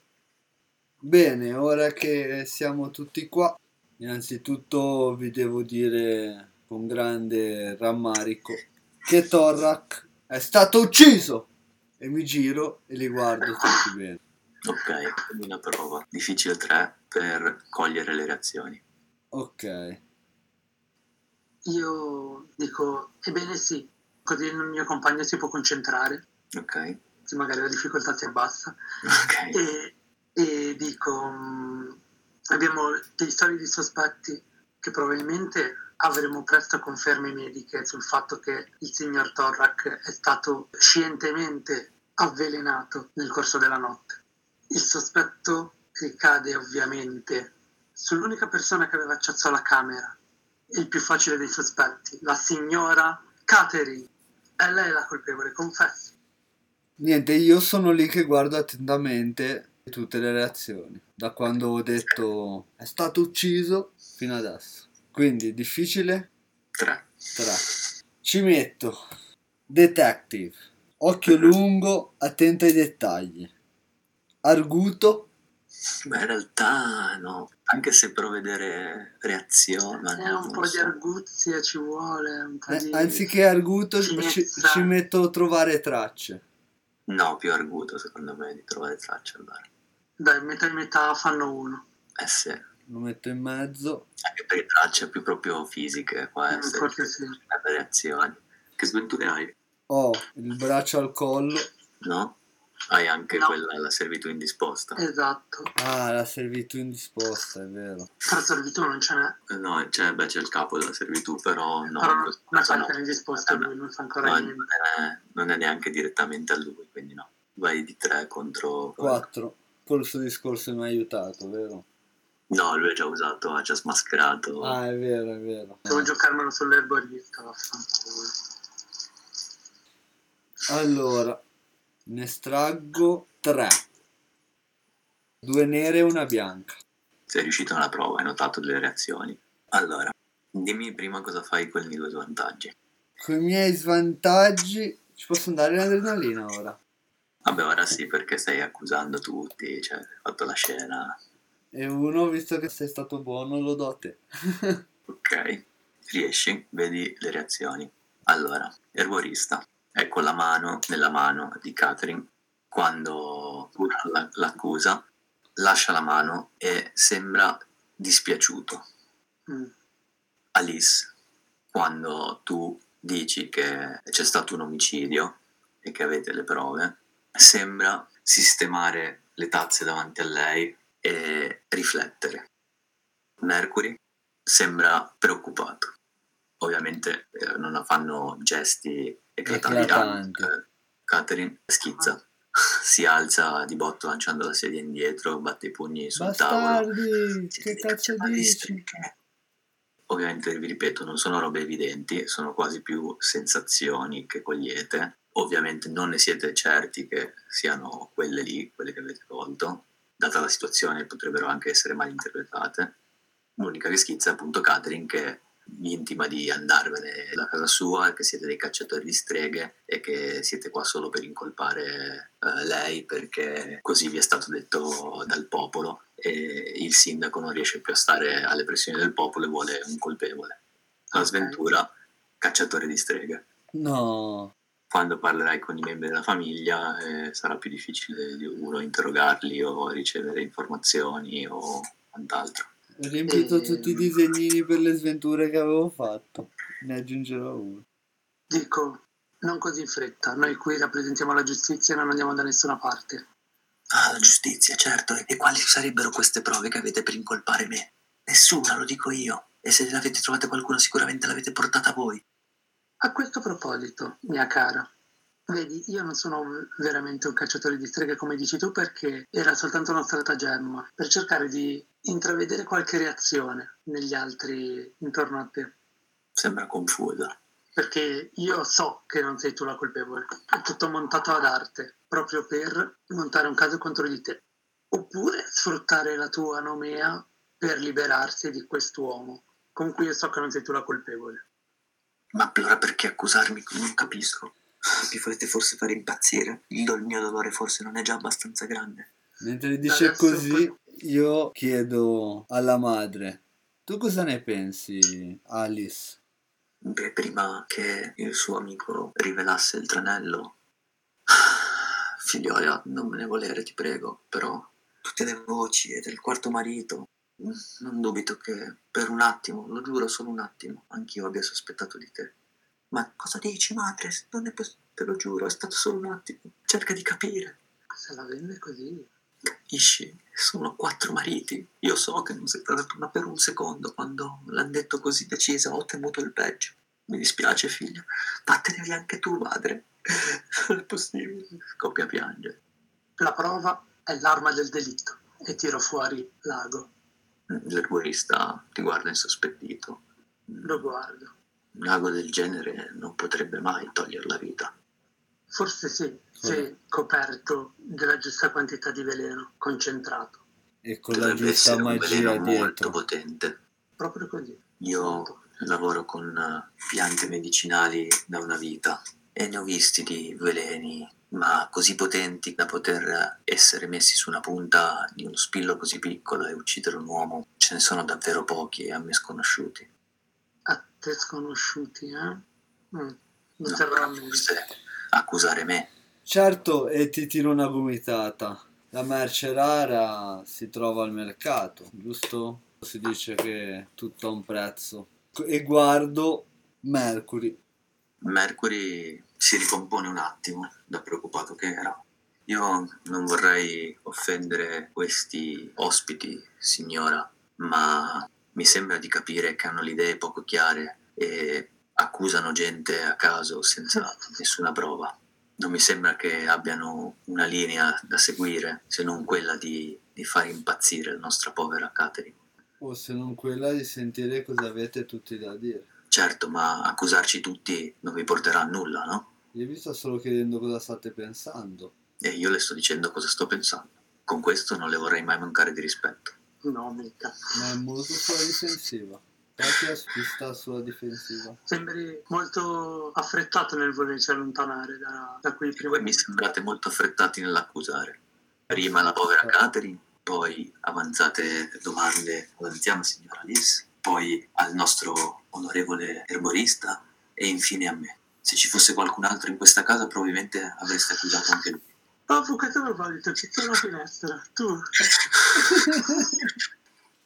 [SPEAKER 3] Bene, ora che siamo tutti qua, innanzitutto vi devo dire con grande rammarico che Torrak è stato ucciso! E mi giro e li guardo tutti bene.
[SPEAKER 1] Ok, quindi una prova. Difficile 3 per cogliere le reazioni.
[SPEAKER 3] Ok,
[SPEAKER 2] Io dico, ebbene sì, così il mio compagno si può concentrare,
[SPEAKER 1] Ok,
[SPEAKER 2] se magari la difficoltà si abbassa.
[SPEAKER 1] ok.
[SPEAKER 2] e, e dico mh, abbiamo dei solidi sospetti che probabilmente avremo presto conferme mediche sul fatto che il signor Torrak è stato scientemente avvelenato nel corso della notte. Il sospetto ricade ovviamente sull'unica persona che aveva accesso alla camera, il più facile dei sospetti, la signora Catherine. È lei la colpevole, confesso.
[SPEAKER 3] niente, io sono lì che guardo attentamente tutte le reazioni, da quando ho detto è stato ucciso fino adesso. Quindi difficile
[SPEAKER 1] 3.
[SPEAKER 3] Tra. Ci metto Detective, occhio lungo, attento ai dettagli. Arguto,
[SPEAKER 1] Ma in realtà no, anche se provo a vedere reazioni... ma
[SPEAKER 2] Eh, un
[SPEAKER 1] non
[SPEAKER 2] po'
[SPEAKER 1] lo
[SPEAKER 2] di
[SPEAKER 1] so.
[SPEAKER 2] arguzia ci vuole, un po'
[SPEAKER 3] eh,
[SPEAKER 2] di...
[SPEAKER 3] anziché arguto ci,
[SPEAKER 2] Finezza.
[SPEAKER 3] ci metto trovare tracce.
[SPEAKER 1] No, più arguto secondo me di trovare tracce allora.
[SPEAKER 2] Dai, metà e metà fanno uno.
[SPEAKER 1] Eh sì.
[SPEAKER 3] Lo metto in mezzo.
[SPEAKER 1] anche per le tracce più proprio fisiche, può
[SPEAKER 2] Mm,
[SPEAKER 1] essere
[SPEAKER 2] Forse sì.
[SPEAKER 1] le reazioni. Che sventure hai?
[SPEAKER 3] Ho il braccio al collo.
[SPEAKER 1] No? Hai anche
[SPEAKER 2] No.
[SPEAKER 1] quella la servitù indisposta.
[SPEAKER 2] Esatto.
[SPEAKER 3] Ah, la servitù indisposta, è vero.
[SPEAKER 2] Tra servitù non ce n'è,
[SPEAKER 1] No, c'è, beh, c'è il capo della servitù, però no,
[SPEAKER 2] però
[SPEAKER 1] in
[SPEAKER 2] non
[SPEAKER 1] questo
[SPEAKER 2] una
[SPEAKER 1] caso no. Eh,
[SPEAKER 2] carta indisposta lui non fa ancora
[SPEAKER 1] Ma non
[SPEAKER 2] niente.
[SPEAKER 1] è, non è neanche direttamente a lui, quindi no. Vai di tre contro...
[SPEAKER 3] 4. Col suo discorso mi ha aiutato, vero?
[SPEAKER 1] No, lui ha già usato, ha già smascherato.
[SPEAKER 3] Ah, è vero, è vero.
[SPEAKER 1] Eh.
[SPEAKER 2] Devo giocarmelo sull'erborista, vaffanculo.
[SPEAKER 3] Allora, ne estraggo 3. Due nere e una bianca.
[SPEAKER 1] Sei riuscito nella prova, hai notato delle reazioni. Allora, dimmi prima cosa fai con i due svantaggi.
[SPEAKER 3] Con i miei svantaggi ci posso andare l'adrenalina ora.
[SPEAKER 1] Vabbè, ora sì, perché stai accusando tutti, cioè, hai fatto la scena...
[SPEAKER 3] E uno, visto che sei stato buono, lo do a te. <laughs>
[SPEAKER 1] Ok, riesci, vedi le reazioni. Allora, erborista, ecco la mano nella mano di Catherine. Quando cura la- l'accusa, lascia la mano e sembra dispiaciuto.
[SPEAKER 2] Mm.
[SPEAKER 1] Alice, quando tu dici che c'è stato un omicidio e che avete le prove, sembra sistemare le tazze davanti a lei e riflettere. Mercury sembra preoccupato. Ovviamente eh, non fanno gesti eclatanti. Ah,
[SPEAKER 3] Eclatanti.
[SPEAKER 1] eh, Catherine schizza, <laughs> si alza di botto lanciando la sedia indietro, batte i pugni sul tavolo. Siete
[SPEAKER 3] Bastardi, che
[SPEAKER 1] dei
[SPEAKER 3] cazzo
[SPEAKER 1] nazionalisti,
[SPEAKER 3] dici?
[SPEAKER 1] perché? Ovviamente vi ripeto, non sono robe evidenti, sono quasi più sensazioni che cogliete. Ovviamente non ne siete certi che siano quelle lì, quelle che avete colto. Data la situazione potrebbero anche essere mal interpretate. L'unica che schizza è appunto Catherine che vi intima di andarvene da casa sua, che siete dei cacciatori di streghe e che siete qua solo per incolpare eh, lei perché così vi è stato detto dal popolo e il sindaco non riesce più a stare alle pressioni del popolo e vuole un colpevole. La
[SPEAKER 2] Ok.
[SPEAKER 1] Ah, sventura, cacciatore di streghe.
[SPEAKER 3] No,
[SPEAKER 1] Quando parlerai con i membri della famiglia eh, sarà più difficile di uno interrogarli o ricevere informazioni o quant'altro.
[SPEAKER 3] Ho riempito
[SPEAKER 2] Ehm.
[SPEAKER 3] tutti i disegnini per le sventure che avevo fatto. Ne aggiungerò uno.
[SPEAKER 2] Dico, non così in fretta, noi qui rappresentiamo la giustizia e non andiamo da nessuna parte.
[SPEAKER 1] Ah, la giustizia, certo. E quali sarebbero queste prove che avete per incolpare me? Nessuna, lo dico io. E se l'avete trovata qualcuno, sicuramente l'avete portata voi.
[SPEAKER 2] A questo proposito, mia cara, vedi, io non sono veramente un cacciatore di streghe come dici tu perché era soltanto uno stratagemma per cercare di intravedere qualche reazione negli altri intorno a te.
[SPEAKER 1] Sembra confusa.
[SPEAKER 2] Perché io so che non sei tu la colpevole. È tutto montato ad arte, proprio per montare un caso contro di te. Oppure sfruttare la tua nomea per liberarsi di quest'uomo, con cui io so che non sei tu la colpevole.
[SPEAKER 1] Ma allora perché accusarmi? Non capisco. Mi volete forse fare impazzire? Il do- il mio dolore forse non è già abbastanza grande.
[SPEAKER 3] Mentre dice
[SPEAKER 2] Adesso
[SPEAKER 3] così,
[SPEAKER 2] poi-
[SPEAKER 3] io chiedo alla madre: Tu cosa ne pensi, Alice?
[SPEAKER 1] Beh, prima che il suo amico rivelasse il tranello. Figlioia, non me ne volere, ti prego, però tutte le voci e del quarto marito. mm, Non dubito che per un attimo, lo giuro solo un attimo, anch'io abbia sospettato di te. Ma cosa dici, madre? Non è pos- te lo giuro, è stato solo un attimo. Cerca di capire.
[SPEAKER 2] Se la vende così.
[SPEAKER 1] Capisci? Sono quattro mariti. Io so che non sei stata tu, ma per un secondo, quando l'hanno detto così decisa, ho temuto il peggio. Mi dispiace, figlio. Vattene via anche tu, madre. <laughs> Non è possibile. Scoppia a piangere.
[SPEAKER 2] La prova è l'arma del delitto. E tiro fuori l'ago.
[SPEAKER 1] L'erborista ti guarda insospettito.
[SPEAKER 2] Lo guardo.
[SPEAKER 1] Un ago del genere non potrebbe mai togliere la vita.
[SPEAKER 2] Forse sì, se coperto della giusta quantità di veleno concentrato.
[SPEAKER 3] E con la
[SPEAKER 1] Dovrebbe
[SPEAKER 3] giusta
[SPEAKER 1] essere un
[SPEAKER 3] magia
[SPEAKER 1] veleno molto
[SPEAKER 3] dietro.
[SPEAKER 1] potente.
[SPEAKER 2] Proprio così.
[SPEAKER 1] Io lavoro con eh, piante medicinali da una vita e ne ho visti di veleni, ma così potenti da poter essere messi su una punta di uno spillo così piccolo e uccidere un uomo. Ce ne sono davvero pochi e a me sconosciuti.
[SPEAKER 2] a te sconosciuti, eh? Mm, Non
[SPEAKER 1] Non
[SPEAKER 2] serve a
[SPEAKER 1] però
[SPEAKER 2] me.
[SPEAKER 1] forse accusare me.
[SPEAKER 3] Certo, e ti tiro una gomitata. La merce rara si trova al mercato, giusto? Si dice che tutto ha un prezzo. E guardo Mercury.
[SPEAKER 1] Mercury si ricompone un attimo, da preoccupato che era. Io non vorrei offendere questi ospiti, signora, ma mi sembra di capire che hanno le idee poco chiare e accusano gente a caso senza nessuna prova. Non mi sembra che abbiano una linea da seguire, se non quella di, di far impazzire la nostra povera Catherine.
[SPEAKER 3] O se non quella di sentire cosa avete tutti da dire.
[SPEAKER 1] Certo, ma accusarci tutti non vi porterà a nulla, no?
[SPEAKER 3] Io vi sto solo chiedendo cosa state pensando.
[SPEAKER 1] E io le sto dicendo cosa sto pensando. Con questo non le vorrei mai mancare di rispetto.
[SPEAKER 2] No, mica.
[SPEAKER 3] Ma è molto sulla difensiva. Katia si sta sulla difensiva.
[SPEAKER 2] Sembri molto affrettato nel volerci allontanare da, da qui
[SPEAKER 1] E
[SPEAKER 2] prima.
[SPEAKER 1] voi mi sembrate molto affrettati nell'accusare. Prima la povera Catherine, poi avanzate domande all'anziana signora Alice, poi al nostro onorevole erborista e infine a me. Se ci fosse qualcun altro in questa casa probabilmente avreste accusato anche lui.
[SPEAKER 2] Oh, fu questo proposito, c'è solo la finestra. Tu,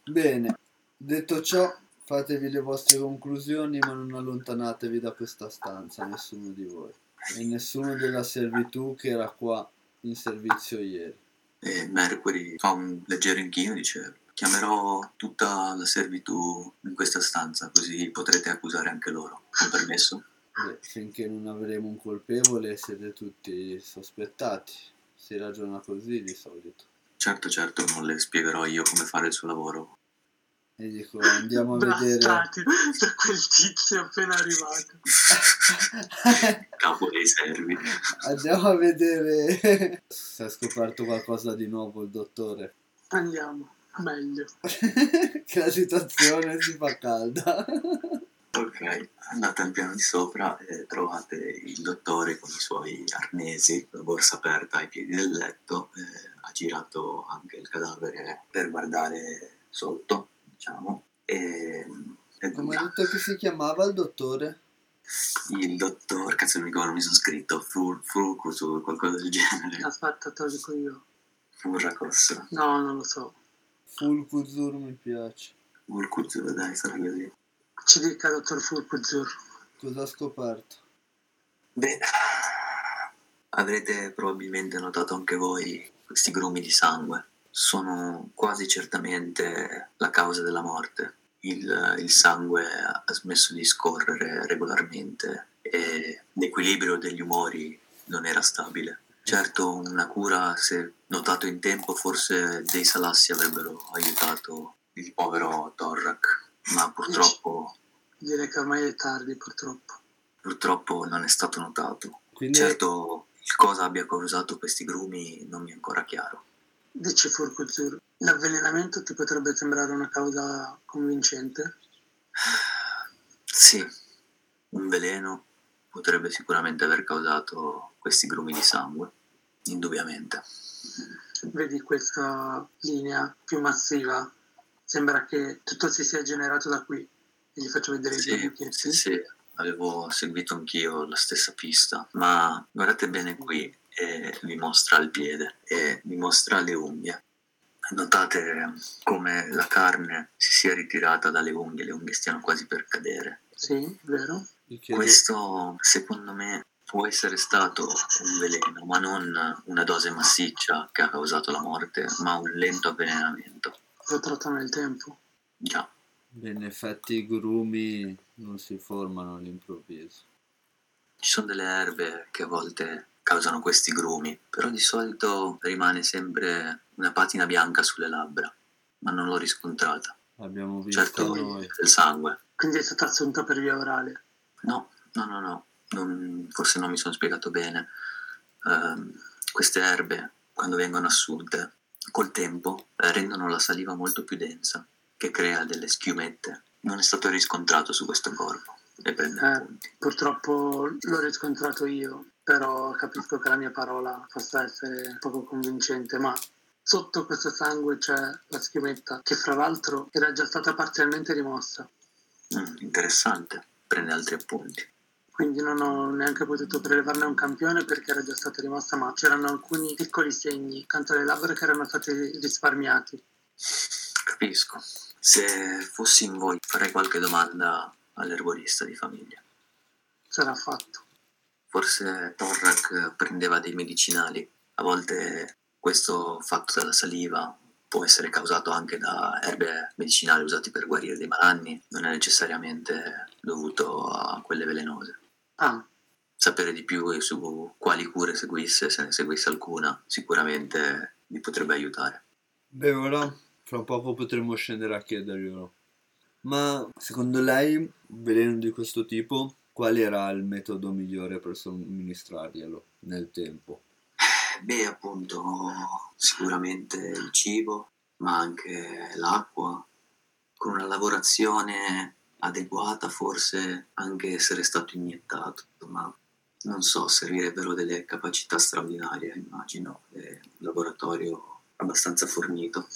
[SPEAKER 3] Bene, detto ciò, fatevi le vostre conclusioni, ma non allontanatevi da questa stanza, nessuno di voi. E nessuno della servitù che era qua in servizio ieri.
[SPEAKER 1] E Mercury fa un leggero inchino e dice chiamerò tutta la servitù in questa stanza così potrete accusare anche loro. Con permesso?
[SPEAKER 3] Beh, finché non avremo un colpevole siete tutti sospettati. Si ragiona così di solito.
[SPEAKER 1] Certo, certo, non le spiegherò io come fare il suo lavoro.
[SPEAKER 3] E dico, andiamo a vedere... <laughs>
[SPEAKER 2] blastati da quel tizio appena arrivato.
[SPEAKER 1] Capo dei servi.
[SPEAKER 3] Andiamo a vedere se ha scoperto qualcosa di nuovo il dottore. <laughs>
[SPEAKER 2] Andiamo, meglio.
[SPEAKER 3] che la situazione si fa calda.
[SPEAKER 1] Ok, andate al piano di sopra e trovate il dottore con i suoi arnesi, la borsa aperta ai piedi del letto, eh, ha girato anche il cadavere per guardare sotto, diciamo, e, e
[SPEAKER 3] Come ha
[SPEAKER 1] nulla.
[SPEAKER 3] detto che si chiamava il dottore?
[SPEAKER 1] il dottor, cazzo non mi ricordo, mi sono scritto, Fur- Furcus o qualcosa del genere,
[SPEAKER 2] Aspetta, te lo dico io.
[SPEAKER 1] Furracos.
[SPEAKER 2] No, non lo so.
[SPEAKER 3] Fulcuzur mi piace.
[SPEAKER 1] Volcuzzur, dai, sarà così.
[SPEAKER 2] Ci dica, dottor Fulcuzzur.
[SPEAKER 4] Cosa ha scoperto?
[SPEAKER 1] Beh, avrete probabilmente notato anche voi questi grumi di sangue. Sono quasi certamente la causa della morte. Il, il sangue ha smesso di scorrere regolarmente e l'equilibrio degli umori non era stabile. Certo, una cura, se notato in tempo, forse dei salassi avrebbero aiutato il povero Torrak, ma purtroppo,
[SPEAKER 2] Direi che ormai è tardi, purtroppo.
[SPEAKER 1] purtroppo non è stato notato.
[SPEAKER 3] Quindi
[SPEAKER 1] Certo, il cosa abbia causato questi grumi non mi è ancora chiaro.
[SPEAKER 2] Dici, Fulcuzzur, l'avvelenamento ti potrebbe sembrare una causa convincente?
[SPEAKER 1] Sì, un veleno potrebbe sicuramente aver causato questi grumi di sangue, indubbiamente.
[SPEAKER 2] Vedi questa linea più massiva? Sembra che tutto si sia generato da qui. E gli faccio vedere i
[SPEAKER 1] Sì,
[SPEAKER 2] due
[SPEAKER 1] sì, sì, avevo seguito anch'io la stessa pista, ma guardate bene qui e vi mostra il piede e vi mostra le unghie. Notate come la carne si sia ritirata dalle unghie, le unghie stiano quasi per cadere.
[SPEAKER 2] Sì, vero?
[SPEAKER 3] gli chiedo-
[SPEAKER 1] Questo, secondo me, può essere stato un veleno, ma non una dose massiccia che ha causato la morte, ma un lento avvelenamento.
[SPEAKER 2] Lo tratta nel tempo.
[SPEAKER 1] Già,
[SPEAKER 3] Beh, in effetti i grumi non si formano all'improvviso.
[SPEAKER 1] ci sono delle erbe che a volte causano questi grumi, però di solito rimane sempre una patina bianca sulle labbra, ma non l'ho riscontrata.
[SPEAKER 3] L'abbiamo visto
[SPEAKER 1] Certo,
[SPEAKER 3] noi.
[SPEAKER 1] del sangue.
[SPEAKER 2] Quindi è stata assunta per via orale.
[SPEAKER 1] No, no, no, no, non- forse non mi sono spiegato bene. Ehm, queste erbe, quando vengono assunte, col tempo eh, rendono la saliva molto più densa, che crea delle schiumette. Non è stato riscontrato su questo corpo e prende
[SPEAKER 2] Eh.
[SPEAKER 1] appunti.
[SPEAKER 2] Purtroppo l'ho riscontrato io, però capisco che la mia parola possa essere poco convincente, ma sotto questo sangue c'è la schiumetta che fra l'altro era già stata parzialmente rimossa,
[SPEAKER 1] Mm, interessante, prende altri appunti.
[SPEAKER 2] quindi non ho neanche potuto prelevarne un campione perché era già stata rimossa, ma c'erano alcuni piccoli segni accanto alle labbra che erano stati risparmiati.
[SPEAKER 1] Capisco. Se fossi in voi, farei qualche domanda all'erborista di famiglia.
[SPEAKER 2] Sarà fatto.
[SPEAKER 1] Forse Torrak prendeva dei medicinali. A volte questo fatto dalla saliva può essere causato anche da erbe medicinali usate per guarire dei malanni, non è necessariamente dovuto a quelle velenose.
[SPEAKER 2] Ah,
[SPEAKER 1] Sapere di più su quali cure seguisse, se ne seguisse alcuna, sicuramente vi potrebbe aiutare.
[SPEAKER 3] Beh, ora fra poco potremo scendere a chiederglielo. Ma secondo lei, un veleno di questo tipo, qual era il metodo migliore per somministrarglielo nel tempo?
[SPEAKER 1] Beh, appunto, sicuramente il cibo, ma anche l'acqua, con una lavorazione adeguata, forse anche essere stato iniettato, ma non so, servirebbero delle capacità straordinarie, immagino, e un laboratorio abbastanza fornito.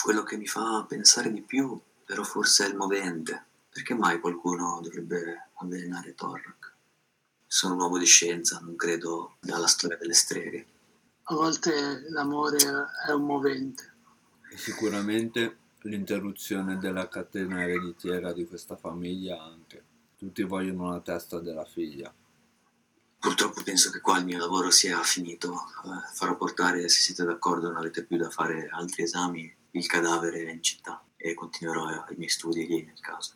[SPEAKER 1] Quello che mi fa pensare di più, però, forse è il movente. Perché mai qualcuno dovrebbe avvelenare Torrak? Sono un uomo di scienza, non credo dalla storia delle streghe.
[SPEAKER 2] a volte l'amore è un movente.
[SPEAKER 3] E sicuramente l'interruzione della catena ereditiera di questa famiglia anche. Tutti vogliono la testa della figlia.
[SPEAKER 1] Purtroppo penso che qua il mio lavoro sia finito. Eh, farò portare, se siete d'accordo, non avete più da fare altri esami, il cadavere in città e continuerò i miei studi lì nel caso.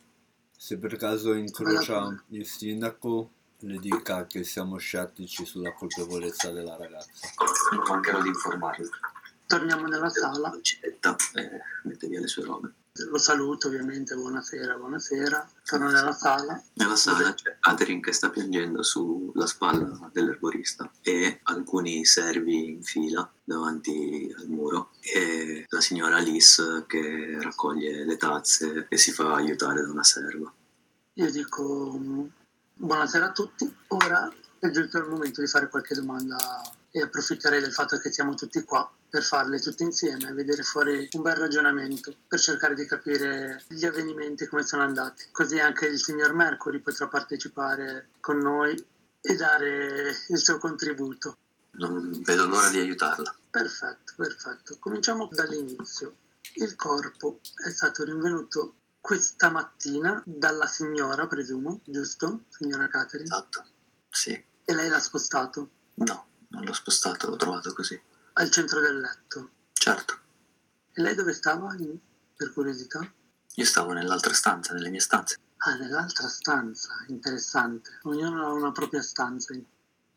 [SPEAKER 3] Se per caso incrocia il sindaco, le dica che siamo scettici sulla colpevolezza della ragazza.
[SPEAKER 1] Non mancherò di informarvi.
[SPEAKER 2] Torniamo nella sala.
[SPEAKER 1] Accetta, eh, mette via le sue robe.
[SPEAKER 2] Lo saluto ovviamente, buonasera, buonasera. Torno nella sala.
[SPEAKER 1] Nella sala c'è Atherin che sta piangendo sulla spalla dell'erborista e alcuni servi in fila davanti al muro e la signora Alice che raccoglie le tazze e si fa aiutare da una serva.
[SPEAKER 2] Io dico mm, buonasera a tutti. Ora è giunto il momento di fare qualche domanda e approfitterei del fatto che siamo tutti qua per farle tutte insieme e vedere fuori un bel ragionamento per cercare di capire gli avvenimenti come sono andati. Così anche il signor Mercury potrà partecipare con noi e dare il suo contributo.
[SPEAKER 1] Non vedo l'ora di aiutarla.
[SPEAKER 2] Perfetto, perfetto. Cominciamo dall'inizio. Il corpo è stato rinvenuto questa mattina dalla signora, presumo, giusto? Signora Catherine?
[SPEAKER 1] Esatto. Sì.
[SPEAKER 2] E lei l'ha spostato
[SPEAKER 1] No, non l'ho spostato, l'ho trovato così.
[SPEAKER 2] al centro del letto.
[SPEAKER 1] Certo.
[SPEAKER 2] E lei dove stava, in- per curiosità?
[SPEAKER 1] Io stavo nell'altra stanza, nelle mie stanze.
[SPEAKER 2] Ah, nell'altra stanza, interessante. Ognuno ha una propria stanza.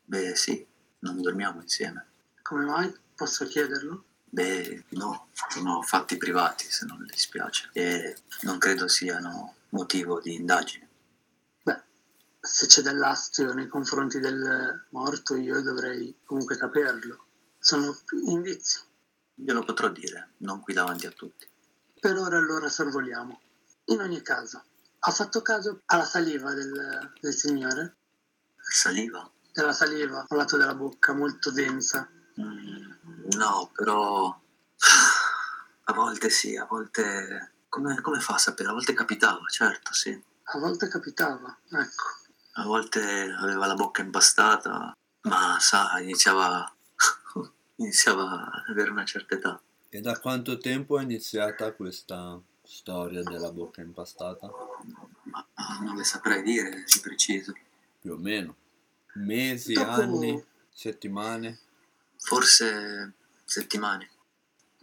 [SPEAKER 1] Beh, sì, non dormiamo insieme.
[SPEAKER 2] Come mai? Posso chiederlo?
[SPEAKER 1] Beh, no, sono fatti privati, se non le dispiace. E non credo siano motivo di indagine.
[SPEAKER 2] Beh, se c'è dell'astio nei confronti del morto, io dovrei comunque saperlo. Sono indizi.
[SPEAKER 1] Glielo potrò dire, non qui davanti a tutti.
[SPEAKER 2] Per ora allora sorvoliamo. In ogni caso, ha fatto caso alla saliva del, del signore?
[SPEAKER 1] Saliva?
[SPEAKER 2] Della saliva al lato della bocca, molto densa.
[SPEAKER 1] Mm, no, però... <sighs> A volte sì, a volte... Come, come fa a sapere? A volte capitava, certo, sì.
[SPEAKER 2] A volte capitava, ecco.
[SPEAKER 1] A volte aveva la bocca impastata, ma sa, iniziava, <laughs> iniziava ad avere una certa età.
[SPEAKER 3] E da quanto tempo è iniziata questa storia della bocca impastata?
[SPEAKER 1] Ma ma non le saprei dire di preciso.
[SPEAKER 3] Più o meno. Mesi,
[SPEAKER 2] Dopo-
[SPEAKER 3] anni, settimane?
[SPEAKER 1] Forse settimane.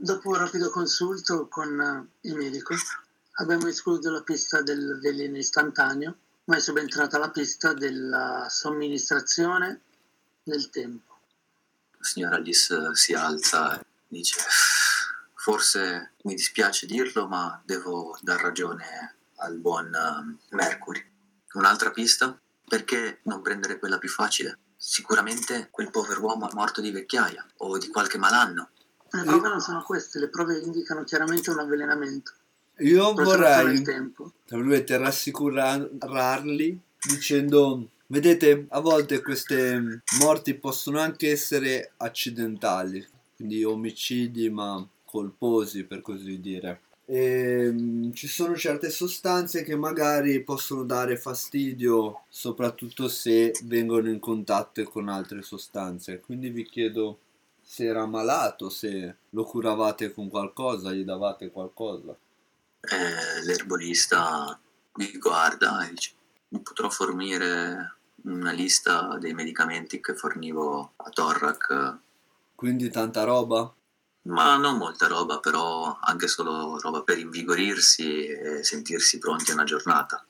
[SPEAKER 2] Dopo un rapido consulto con eh, il medico abbiamo escluso la pista del veleno istantaneo, ma è subentrata la pista della somministrazione nel tempo.
[SPEAKER 1] La signora Alice eh, si alza e dice: Forse mi dispiace dirlo, ma devo dar ragione al buon ehm, Mercury. Un'altra pista? Perché non prendere quella più facile? Sicuramente quel povero uomo è morto di vecchiaia o di qualche malanno.
[SPEAKER 2] Le prove non sono queste, le prove indicano chiaramente un avvelenamento.
[SPEAKER 3] Io
[SPEAKER 2] Protrazione
[SPEAKER 3] vorrei,
[SPEAKER 2] nel tempo.
[SPEAKER 3] tra virgolette, rassicurarli dicendo, vedete, a volte queste morti possono anche essere accidentali, quindi omicidi ma colposi per così dire. Ehm, ci sono certe sostanze che magari possono dare fastidio, soprattutto se vengono in contatto con altre sostanze. Quindi vi chiedo se era malato, se lo curavate con qualcosa, gli davate qualcosa.
[SPEAKER 1] Eh, l'erbolista mi guarda e dice: Mi potrò fornire una lista dei medicamenti che fornivo a Torrac
[SPEAKER 3] Quindi tanta roba?
[SPEAKER 1] Ma non molta roba, però anche solo roba per invigorirsi e sentirsi pronti a una giornata.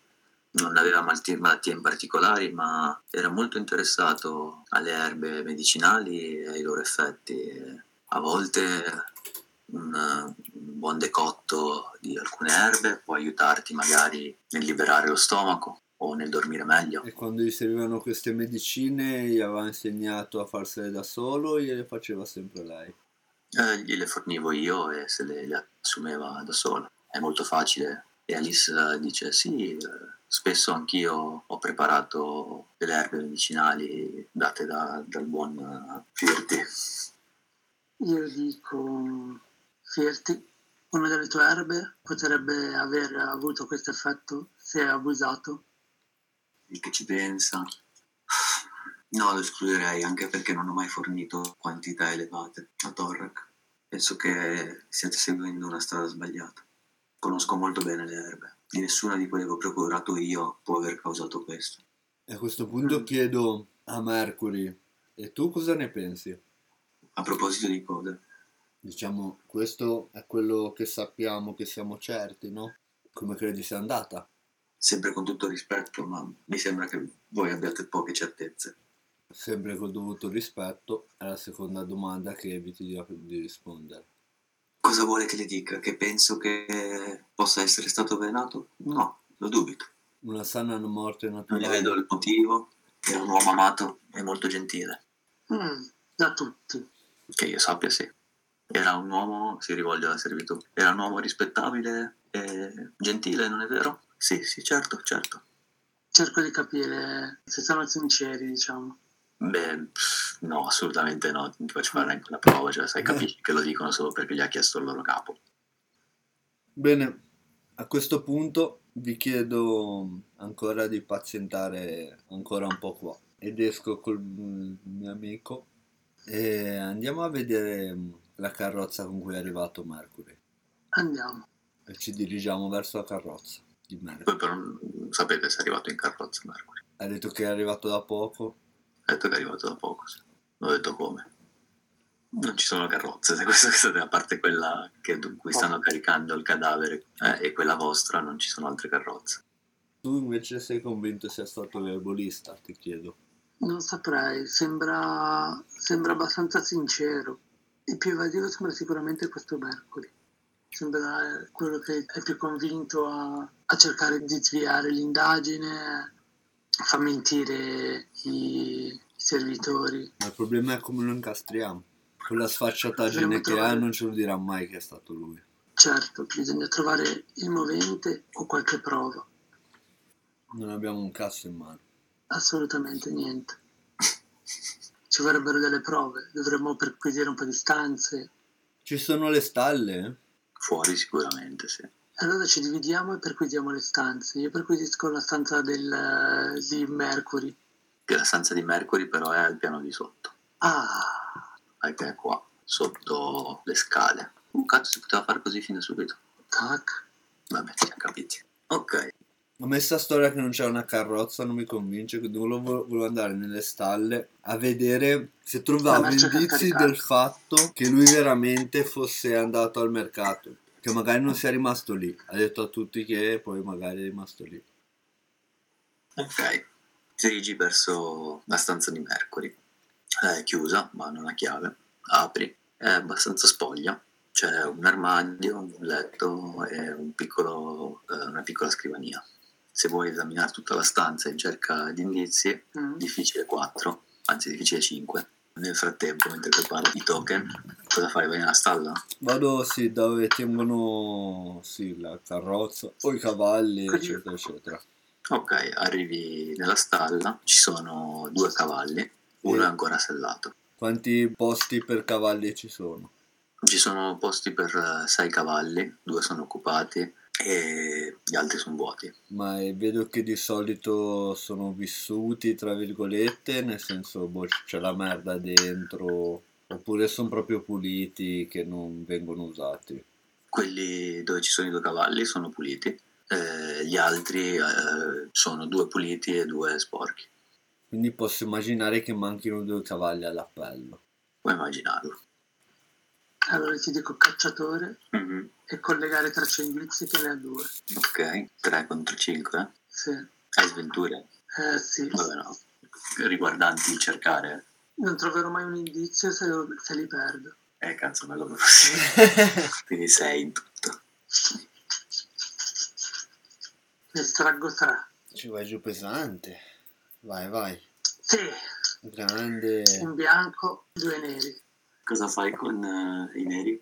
[SPEAKER 1] Non aveva malti- malattie in particolari, ma era molto interessato alle erbe medicinali e ai loro effetti. E A volte un, un buon decotto di alcune erbe può aiutarti magari nel liberare lo stomaco o nel dormire meglio.
[SPEAKER 3] E quando gli servivano queste medicine gli aveva insegnato a farsele da solo o gliele faceva sempre lei?
[SPEAKER 1] Eh, gliele fornivo io e se le, le assumeva da sola. È molto facile. E Alice eh, dice: Sì, eh, spesso anch'io ho preparato delle erbe medicinali date da- dal buon eh, Firti.
[SPEAKER 2] Io dico, Firti, una delle tue erbe potrebbe aver avuto questo effetto se è abusato.
[SPEAKER 1] Il che ci pensa? No, lo escluderei anche perché non ho mai fornito quantità elevate a Torrac. Penso che stiate seguendo una strada sbagliata. Conosco molto bene le erbe. Di nessuna di quelle che ho procurato io può aver causato questo.
[SPEAKER 3] E a questo punto chiedo a Mercury, e tu cosa ne pensi?
[SPEAKER 1] A proposito di code,
[SPEAKER 3] Diciamo, questo è quello che sappiamo, che siamo certi, no? Come credi sia andata?
[SPEAKER 1] sempre con tutto rispetto, ma mi sembra che voi abbiate poche certezze.
[SPEAKER 3] Sempre col dovuto rispetto, è la seconda domanda che eviti di, di rispondere.
[SPEAKER 1] Cosa vuole che le dica? Che penso che possa essere stato avvelenato? No, lo dubito.
[SPEAKER 3] Una sana morte
[SPEAKER 1] Non ne
[SPEAKER 3] naturale.
[SPEAKER 1] vedo il motivo. È un uomo amato e molto gentile.
[SPEAKER 2] Mm, da tutti.
[SPEAKER 1] Che io sappia, sì. Era un uomo, si rivolge alla servitù, era un uomo rispettabile e gentile, non è vero? Sì, sì, certo, certo.
[SPEAKER 2] Cerco di capire se sono sinceri, diciamo.
[SPEAKER 1] Beh, pff, no, assolutamente no, non ti faccio fare neanche una prova, cioè sai, capisci che lo dicono solo perché gli ha chiesto il loro capo.
[SPEAKER 3] Bene, a questo punto vi chiedo ancora di pazientare ancora un po' qua ed esco col mm, mio amico e andiamo a vedere mm, la carrozza con cui è arrivato Mercury.
[SPEAKER 2] Andiamo.
[SPEAKER 3] E ci dirigiamo verso la carrozza di Mercury.
[SPEAKER 1] Voi però non sapete se è arrivato in carrozza Mercury.
[SPEAKER 3] Ha detto che è arrivato da poco.
[SPEAKER 1] Ha detto che è arrivato da poco. sì. Non ho detto come. Non ci sono carrozze, se questo che state, a parte quella che, in cui stanno caricando il cadavere eh, e quella vostra, non ci sono altre carrozze.
[SPEAKER 3] Tu invece sei convinto sia stato l'erbolista, ti chiedo.
[SPEAKER 2] Non saprei, sembra, sembra abbastanza sincero. Il più evasivo sembra sicuramente questo Mercury. Sembra quello che è più convinto a, a cercare di sviare l'indagine, a far mentire i, i servitori.
[SPEAKER 3] Ma il problema è come lo incastriamo. Con la sfacciataggine che ha non ce lo dirà mai che è stato lui.
[SPEAKER 2] Certo, bisogna trovare il movente o qualche prova.
[SPEAKER 3] Non abbiamo un cazzo in mano.
[SPEAKER 2] Assolutamente niente. Ci vorrebbero delle prove, dovremmo perquisire un po' di stanze.
[SPEAKER 3] Ci sono le stalle? eh?
[SPEAKER 1] Fuori sicuramente, sì.
[SPEAKER 2] Allora ci dividiamo e perquisiamo le stanze. Io perquisisco la stanza del, eh, di Mercury.
[SPEAKER 1] Che la stanza di Mercury però è al piano di sotto.
[SPEAKER 2] Ah,
[SPEAKER 1] Anche è qua, sotto le scale. Un cazzo si poteva fare così fin da subito.
[SPEAKER 2] tac.
[SPEAKER 1] Vabbè, ci siamo capiti. Ok,
[SPEAKER 3] A me sta storia che non c'è una carrozza non mi convince, quindi volevo, volevo andare nelle stalle a vedere se
[SPEAKER 2] La
[SPEAKER 3] trovavo
[SPEAKER 2] merce che ha
[SPEAKER 3] indizi
[SPEAKER 2] caricato.
[SPEAKER 3] del fatto che lui veramente fosse andato al mercato, che magari non sia rimasto lì. Ha detto a tutti che poi magari è rimasto lì.
[SPEAKER 1] Ok, ti dirigi verso la stanza di Mercury. È chiusa, ma non ha chiave. Apri, è abbastanza spoglia. C'è un armadio, un letto e un piccolo, eh, una piccola scrivania. Se vuoi esaminare tutta la stanza in cerca di indizi,
[SPEAKER 2] Mm.
[SPEAKER 1] difficile 4, anzi difficile 5. Nel frattempo, mentre preparo i token, cosa fai? Vai nella stalla?
[SPEAKER 3] Vado sì, dove tengono sì, la carrozza o i cavalli, eccetera, eccetera.
[SPEAKER 1] Ok, arrivi nella stalla, ci sono due cavalli, uno è ancora sellato.
[SPEAKER 3] Quanti posti per cavalli ci sono?
[SPEAKER 1] Ci sono posti per eh, sei cavalli, due sono occupati e gli altri sono vuoti.
[SPEAKER 3] Ma eh, vedo che di solito sono vissuti, tra virgolette, nel senso, boh, c- c'è la merda dentro, oppure sono proprio puliti che non vengono usati.
[SPEAKER 1] Quelli dove ci sono i due cavalli sono puliti, eh, gli altri eh, sono due puliti e due sporchi.
[SPEAKER 3] Quindi posso immaginare che manchino due cavalli all'appello.
[SPEAKER 1] Puoi immaginarlo.
[SPEAKER 2] Allora ti dico cacciatore
[SPEAKER 1] Mhm.
[SPEAKER 2] e collegare tra indizi che ne ha due.
[SPEAKER 1] Ok, 3 contro 5.
[SPEAKER 2] Sì,
[SPEAKER 1] Hai sventure?
[SPEAKER 2] eh, sì.
[SPEAKER 1] Vabbè no, riguardanti il cercare.
[SPEAKER 2] Non troverò mai un indizio se, se li perdo.
[SPEAKER 1] Eh cazzo, <laughs> ma come possibile? Quindi 6 in tutto.
[SPEAKER 2] Ne estraggo tre.
[SPEAKER 4] <laughs> Ci vai giù pesante. Vai, vai.
[SPEAKER 2] Sì,
[SPEAKER 1] Eh.
[SPEAKER 4] Grande.
[SPEAKER 2] un bianco, due neri.
[SPEAKER 1] Cosa fai con eh, i neri?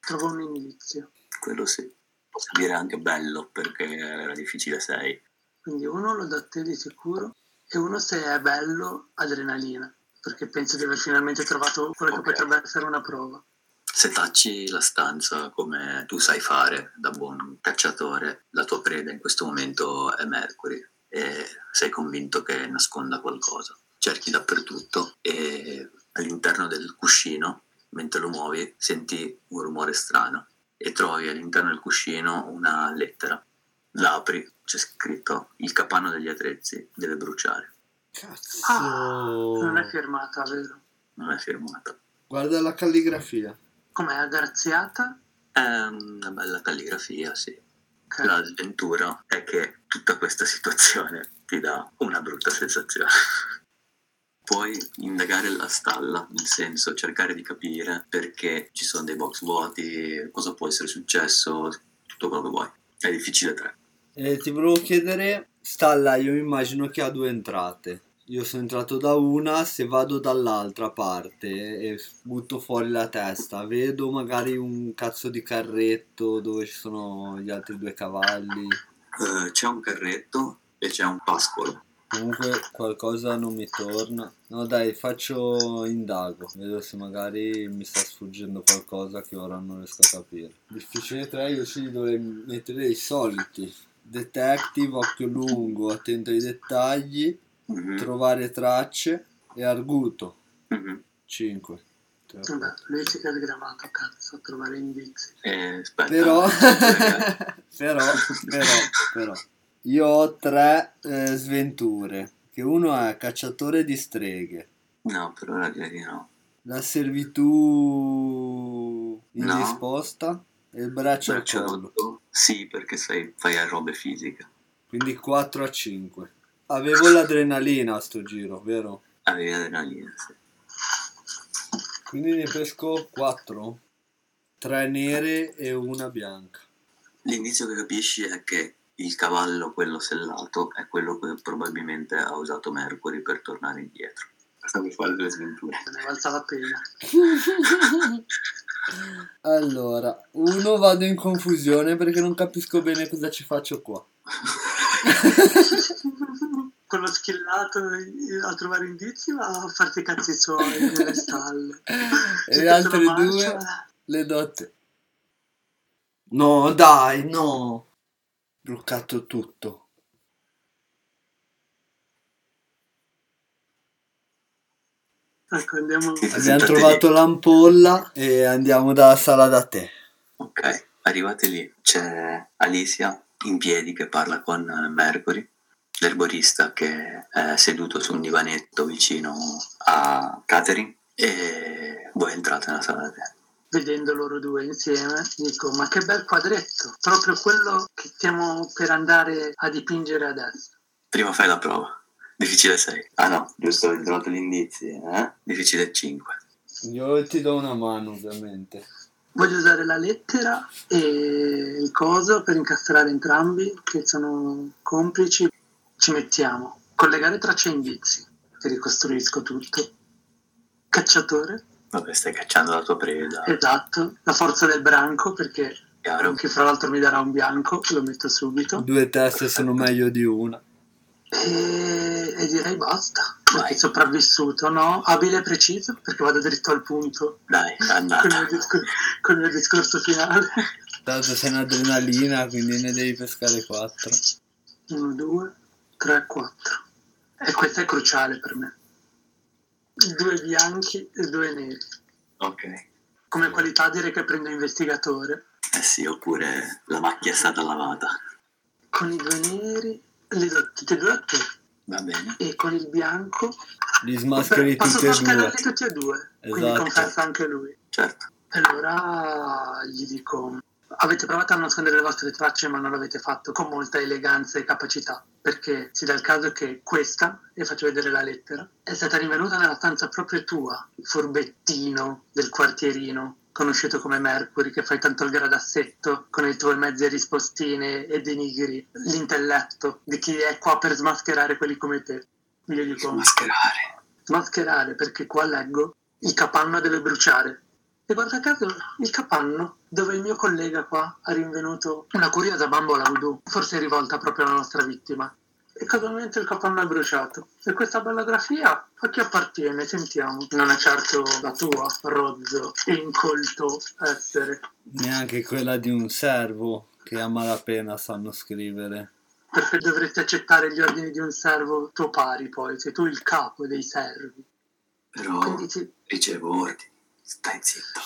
[SPEAKER 2] Trovo un indizio.
[SPEAKER 1] Quello sì. Posso dire anche bello perché era difficile 6.
[SPEAKER 2] Quindi uno lo do a te di sicuro e uno se è bello adrenalina, perché penso di aver finalmente trovato quello
[SPEAKER 1] Ok.
[SPEAKER 2] che potrebbe essere una prova.
[SPEAKER 1] Se tacci la stanza come tu sai fare da buon cacciatore, la tua preda in questo momento è Mercury e sei convinto che nasconda qualcosa. Cerchi dappertutto e all'interno del cuscino, mentre lo muovi, senti un rumore strano e trovi all'interno del cuscino una lettera. La apri, c'è scritto il capanno degli attrezzi deve bruciare.
[SPEAKER 4] Cazzo.
[SPEAKER 3] Ah!
[SPEAKER 2] Ah, Non è firmata, vero?
[SPEAKER 1] Non è firmata.
[SPEAKER 4] Guarda la calligrafia.
[SPEAKER 2] Com'è aggraziata?
[SPEAKER 1] È una bella calligrafia, sì.
[SPEAKER 2] Ok.
[SPEAKER 1] La sventura è che tutta questa situazione ti dà una brutta sensazione. Puoi indagare la stalla, nel senso cercare di capire perché ci sono dei box vuoti, cosa può essere successo, tutto quello che vuoi. È difficile tre.
[SPEAKER 3] E ti volevo chiedere, stalla, io immagino che ha due entrate. Io sono entrato da una, se vado dall'altra parte e butto fuori la testa, vedo magari un cazzo di carretto dove ci sono gli altri due cavalli.
[SPEAKER 1] Eh, c'è un carretto e c'è un pascolo.
[SPEAKER 3] Comunque qualcosa non mi torna. No dai, faccio indago. Vedo se magari mi sta sfuggendo qualcosa che ora non riesco a capire. Difficile 3, io ci dovrei mettere i soliti. Detective, occhio lungo, attento ai dettagli,
[SPEAKER 1] Mhm,
[SPEAKER 3] trovare tracce e arguto.
[SPEAKER 1] mhm.
[SPEAKER 3] 5.
[SPEAKER 4] certo.
[SPEAKER 2] Vabbè, lui ci ha sgravato, cazzo, a trovare indizi.
[SPEAKER 1] Eh, aspetta.
[SPEAKER 3] <laughs> Però,
[SPEAKER 1] Aspetta,
[SPEAKER 3] però, però, però, io ho tre eh, sventure. Che uno è cacciatore di streghe,
[SPEAKER 1] <laughs> No, per ora direi di no.
[SPEAKER 3] la servitù indisposta e il braccio al
[SPEAKER 1] Braccio
[SPEAKER 3] collo.
[SPEAKER 1] rotto? Sì, perché sai, fai a robe fisiche.
[SPEAKER 3] Quindi 4 a 5. Avevo l'adrenalina a sto giro, vero?
[SPEAKER 1] Avevi adrenalina, sì.
[SPEAKER 3] Quindi ne pesco 4. 3 nere e una bianca.
[SPEAKER 1] L'indizio che capisci è che il cavallo, quello sellato, è quello che probabilmente ha usato Mercury per tornare indietro. Sta per fare delle sventure.
[SPEAKER 2] Ne è valsa la
[SPEAKER 3] <laughs>
[SPEAKER 2] pena.
[SPEAKER 3] Allora, uno vado in confusione perché non capisco bene cosa ci faccio qua.
[SPEAKER 2] Quello schillato a trovare indizi va a farti i cazzi suoi
[SPEAKER 3] <laughs>
[SPEAKER 2] nelle stalle.
[SPEAKER 3] E
[SPEAKER 2] Se
[SPEAKER 3] le
[SPEAKER 2] te
[SPEAKER 3] altre
[SPEAKER 2] lo mangia,
[SPEAKER 3] due le do a te.
[SPEAKER 4] No, dai, no.
[SPEAKER 3] Truccato tutto.
[SPEAKER 2] Ecco, andiamo.
[SPEAKER 1] Sì.
[SPEAKER 3] Abbiamo
[SPEAKER 1] Presentate
[SPEAKER 3] trovato l'ampolla e andiamo dalla sala da te.
[SPEAKER 1] <laughs> Ok, arrivate lì. C'è Alicia in piedi che parla con eh, Mercury, l'erborista che è seduto su un divanetto vicino a Catherine e voi entrate nella sala da te.
[SPEAKER 2] Vedendo loro due insieme, dico: Ma che bel quadretto! Proprio quello che stiamo per andare a dipingere adesso.
[SPEAKER 1] Prima fai la prova. Difficile 6. Ah no, giusto, ho trovato gli indizi. Eh? Difficile 5.
[SPEAKER 3] Io ti do una mano, ovviamente.
[SPEAKER 2] Voglio usare la lettera e il coso per incastrare entrambi che sono complici. Ci mettiamo. Collegare tracce e indizi. Ti ricostruisco tutto. Cacciatore,
[SPEAKER 1] Vabbè, stai cacciando la tua preda.
[SPEAKER 2] esatto. La forza del branco perché
[SPEAKER 1] Chiaro.
[SPEAKER 2] che fra l'altro mi darà un bianco, lo metto subito.
[SPEAKER 3] Due teste sono meglio di una.
[SPEAKER 2] E, e direi basta.
[SPEAKER 1] Vai.
[SPEAKER 2] Perché sopravvissuto, no? Abile e preciso perché vado dritto al punto
[SPEAKER 1] Dai,
[SPEAKER 2] con il
[SPEAKER 1] andata.
[SPEAKER 2] mio, discor- col mio discorso finale.
[SPEAKER 3] Tanto sei in adrenalina, quindi ne devi pescare 4.
[SPEAKER 2] 1, 2, 3, 4. E questo è cruciale per me. Due bianchi e due neri.
[SPEAKER 1] Ok. Eh
[SPEAKER 2] Come qualità direi che prendo investigatore.
[SPEAKER 1] sì, oppure la macchia è stata lavata.
[SPEAKER 2] Con i due neri li do tutti e due a te.
[SPEAKER 1] Va bene.
[SPEAKER 2] E con il bianco
[SPEAKER 3] Li smascheri
[SPEAKER 2] Beh, posso
[SPEAKER 3] tutti e due.
[SPEAKER 2] smascherarli tutti e due. Quindi
[SPEAKER 3] Esatto.
[SPEAKER 2] confessa anche lui.
[SPEAKER 1] Certo.
[SPEAKER 2] E Allora gli dico, avete provato a nascondere le vostre tracce ma non l'avete fatto con molta eleganza e capacità, perché si dà il caso che questa, e faccio vedere la lettera, è stata rinvenuta nella stanza proprio tua, il furbettino del quartierino, conosciuto come Mercury, che fai tanto il gradassetto con le tue mezze rispostine e denigri l'intelletto di chi è qua per smascherare quelli come te. Io gli dico,
[SPEAKER 1] Mascherare.
[SPEAKER 2] smascherare perché qua leggo il capanno deve bruciare. E guarda caso il capanno dove il mio collega qua ha rinvenuto una curiosa bambola voodoo, forse rivolta proprio alla nostra vittima. E casualmente il capanno è bruciato. E questa bella grafia a chi appartiene? Sentiamo. Non è certo la tua, rozzo e incolto essere.
[SPEAKER 3] Neanche quella di un servo che a malapena sanno scrivere.
[SPEAKER 2] Perché dovresti accettare gli ordini di un servo tuo pari poi, sei tu il capo dei servi.
[SPEAKER 1] Però
[SPEAKER 2] Quindi ti
[SPEAKER 1] ricevo ordini. Stai zitto.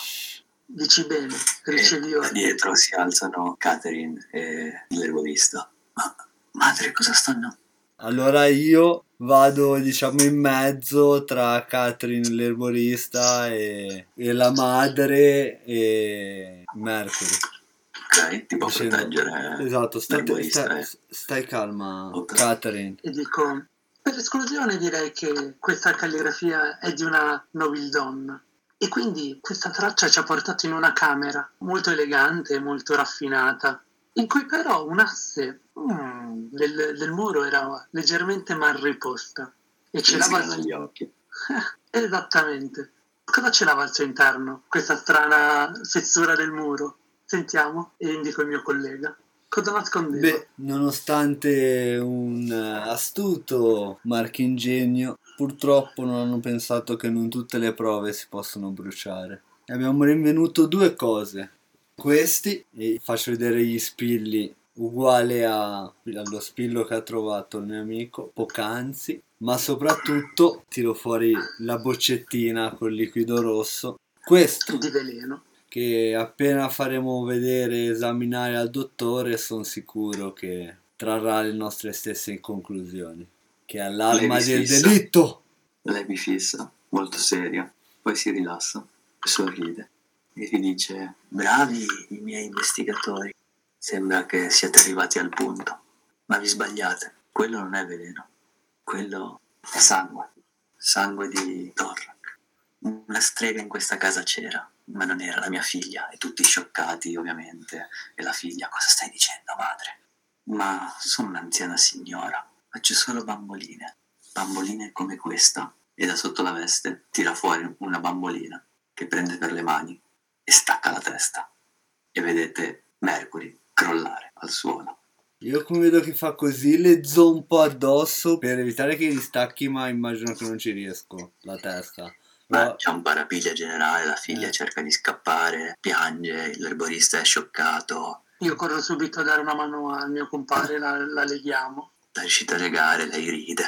[SPEAKER 2] dici bene, ricevi
[SPEAKER 1] E da
[SPEAKER 2] ordini.
[SPEAKER 1] dietro si alzano Catherine e l'erbolista. Ma madre, cosa stanno?
[SPEAKER 3] Allora io vado, diciamo, in mezzo tra Catherine l'erborista e, e la madre e Mercury.
[SPEAKER 1] Ok, ti può
[SPEAKER 3] Dicendo-
[SPEAKER 1] proteggere.
[SPEAKER 3] Esatto, stai,
[SPEAKER 1] l'erborista,
[SPEAKER 3] stai-
[SPEAKER 1] eh.
[SPEAKER 3] stai calma,
[SPEAKER 1] Ok.
[SPEAKER 3] Catherine.
[SPEAKER 2] e dico per esclusione direi che questa calligrafia è di una nobildonna e quindi questa traccia ci ha portato in una camera molto elegante, molto raffinata, in cui però un asse mm, del, del muro era leggermente mal riposta e ce
[SPEAKER 1] Mi
[SPEAKER 2] l'aveva
[SPEAKER 1] scalano gli occhi.
[SPEAKER 2] <laughs> Esattamente. Cosa ce l'aveva al suo interno, questa strana fessura del muro? Sentiamo, e indico il mio collega. Cosa nascondeva?
[SPEAKER 3] Beh, nonostante un eh, astuto marchingegno, purtroppo non hanno pensato che non tutte le prove si possono bruciare. E abbiamo rinvenuto due cose. Questi, e faccio vedere gli spilli uguale a- allo spillo che ha trovato il mio amico poc'anzi, ma soprattutto tiro fuori la boccettina col liquido rosso Questo
[SPEAKER 2] di veleno.
[SPEAKER 3] che appena faremo vedere e esaminare al dottore sono sicuro che trarrà le nostre stesse conclusioni. Che è l'arma
[SPEAKER 1] Lei mi
[SPEAKER 3] del
[SPEAKER 1] fissa.
[SPEAKER 3] delitto!
[SPEAKER 1] Lei mi fissa, molto seria, poi si rilassa e sorride e ti dice: Bravi i miei investigatori, sembra che siate arrivati al punto, ma vi sbagliate. Quello non è veleno, quello è sangue, sangue di Torrak. Una strega in questa casa c'era, ma non era la mia figlia, e tutti scioccati ovviamente. E la figlia, cosa stai dicendo, madre? Ma sono un'anziana signora, faccio solo bamboline bamboline come questa e da sotto la veste tira fuori una bambolina che prende per le mani e stacca la testa e vedete Mercury crollare al suolo.
[SPEAKER 3] Io come vedo che fa così le zompo addosso per evitare che gli stacchi, ma immagino che non ci riesco la testa.
[SPEAKER 1] Ma
[SPEAKER 3] Però-
[SPEAKER 1] c'è un parapiglia generale, la figlia
[SPEAKER 3] Eh.
[SPEAKER 1] cerca di scappare, piange, l'erborista è scioccato,
[SPEAKER 2] Io corro subito a dare una mano al mio compare, la, la leghiamo.
[SPEAKER 1] la riuscite a legare, lei
[SPEAKER 3] <laughs>
[SPEAKER 1] ride.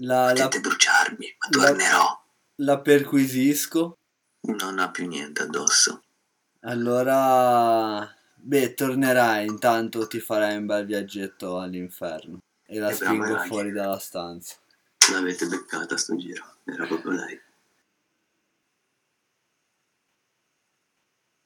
[SPEAKER 3] La, la-
[SPEAKER 1] Potete bruciarmi, ma
[SPEAKER 3] la-
[SPEAKER 1] tornerò.
[SPEAKER 3] la perquisisco.
[SPEAKER 1] Non ha più niente addosso.
[SPEAKER 3] Allora, beh, tornerai. Intanto ti farai un bel viaggetto all'inferno. E la
[SPEAKER 1] E bravo,
[SPEAKER 3] spingo
[SPEAKER 1] Raghi.
[SPEAKER 3] fuori dalla stanza.
[SPEAKER 1] L'avete beccata sto giro, era proprio lei.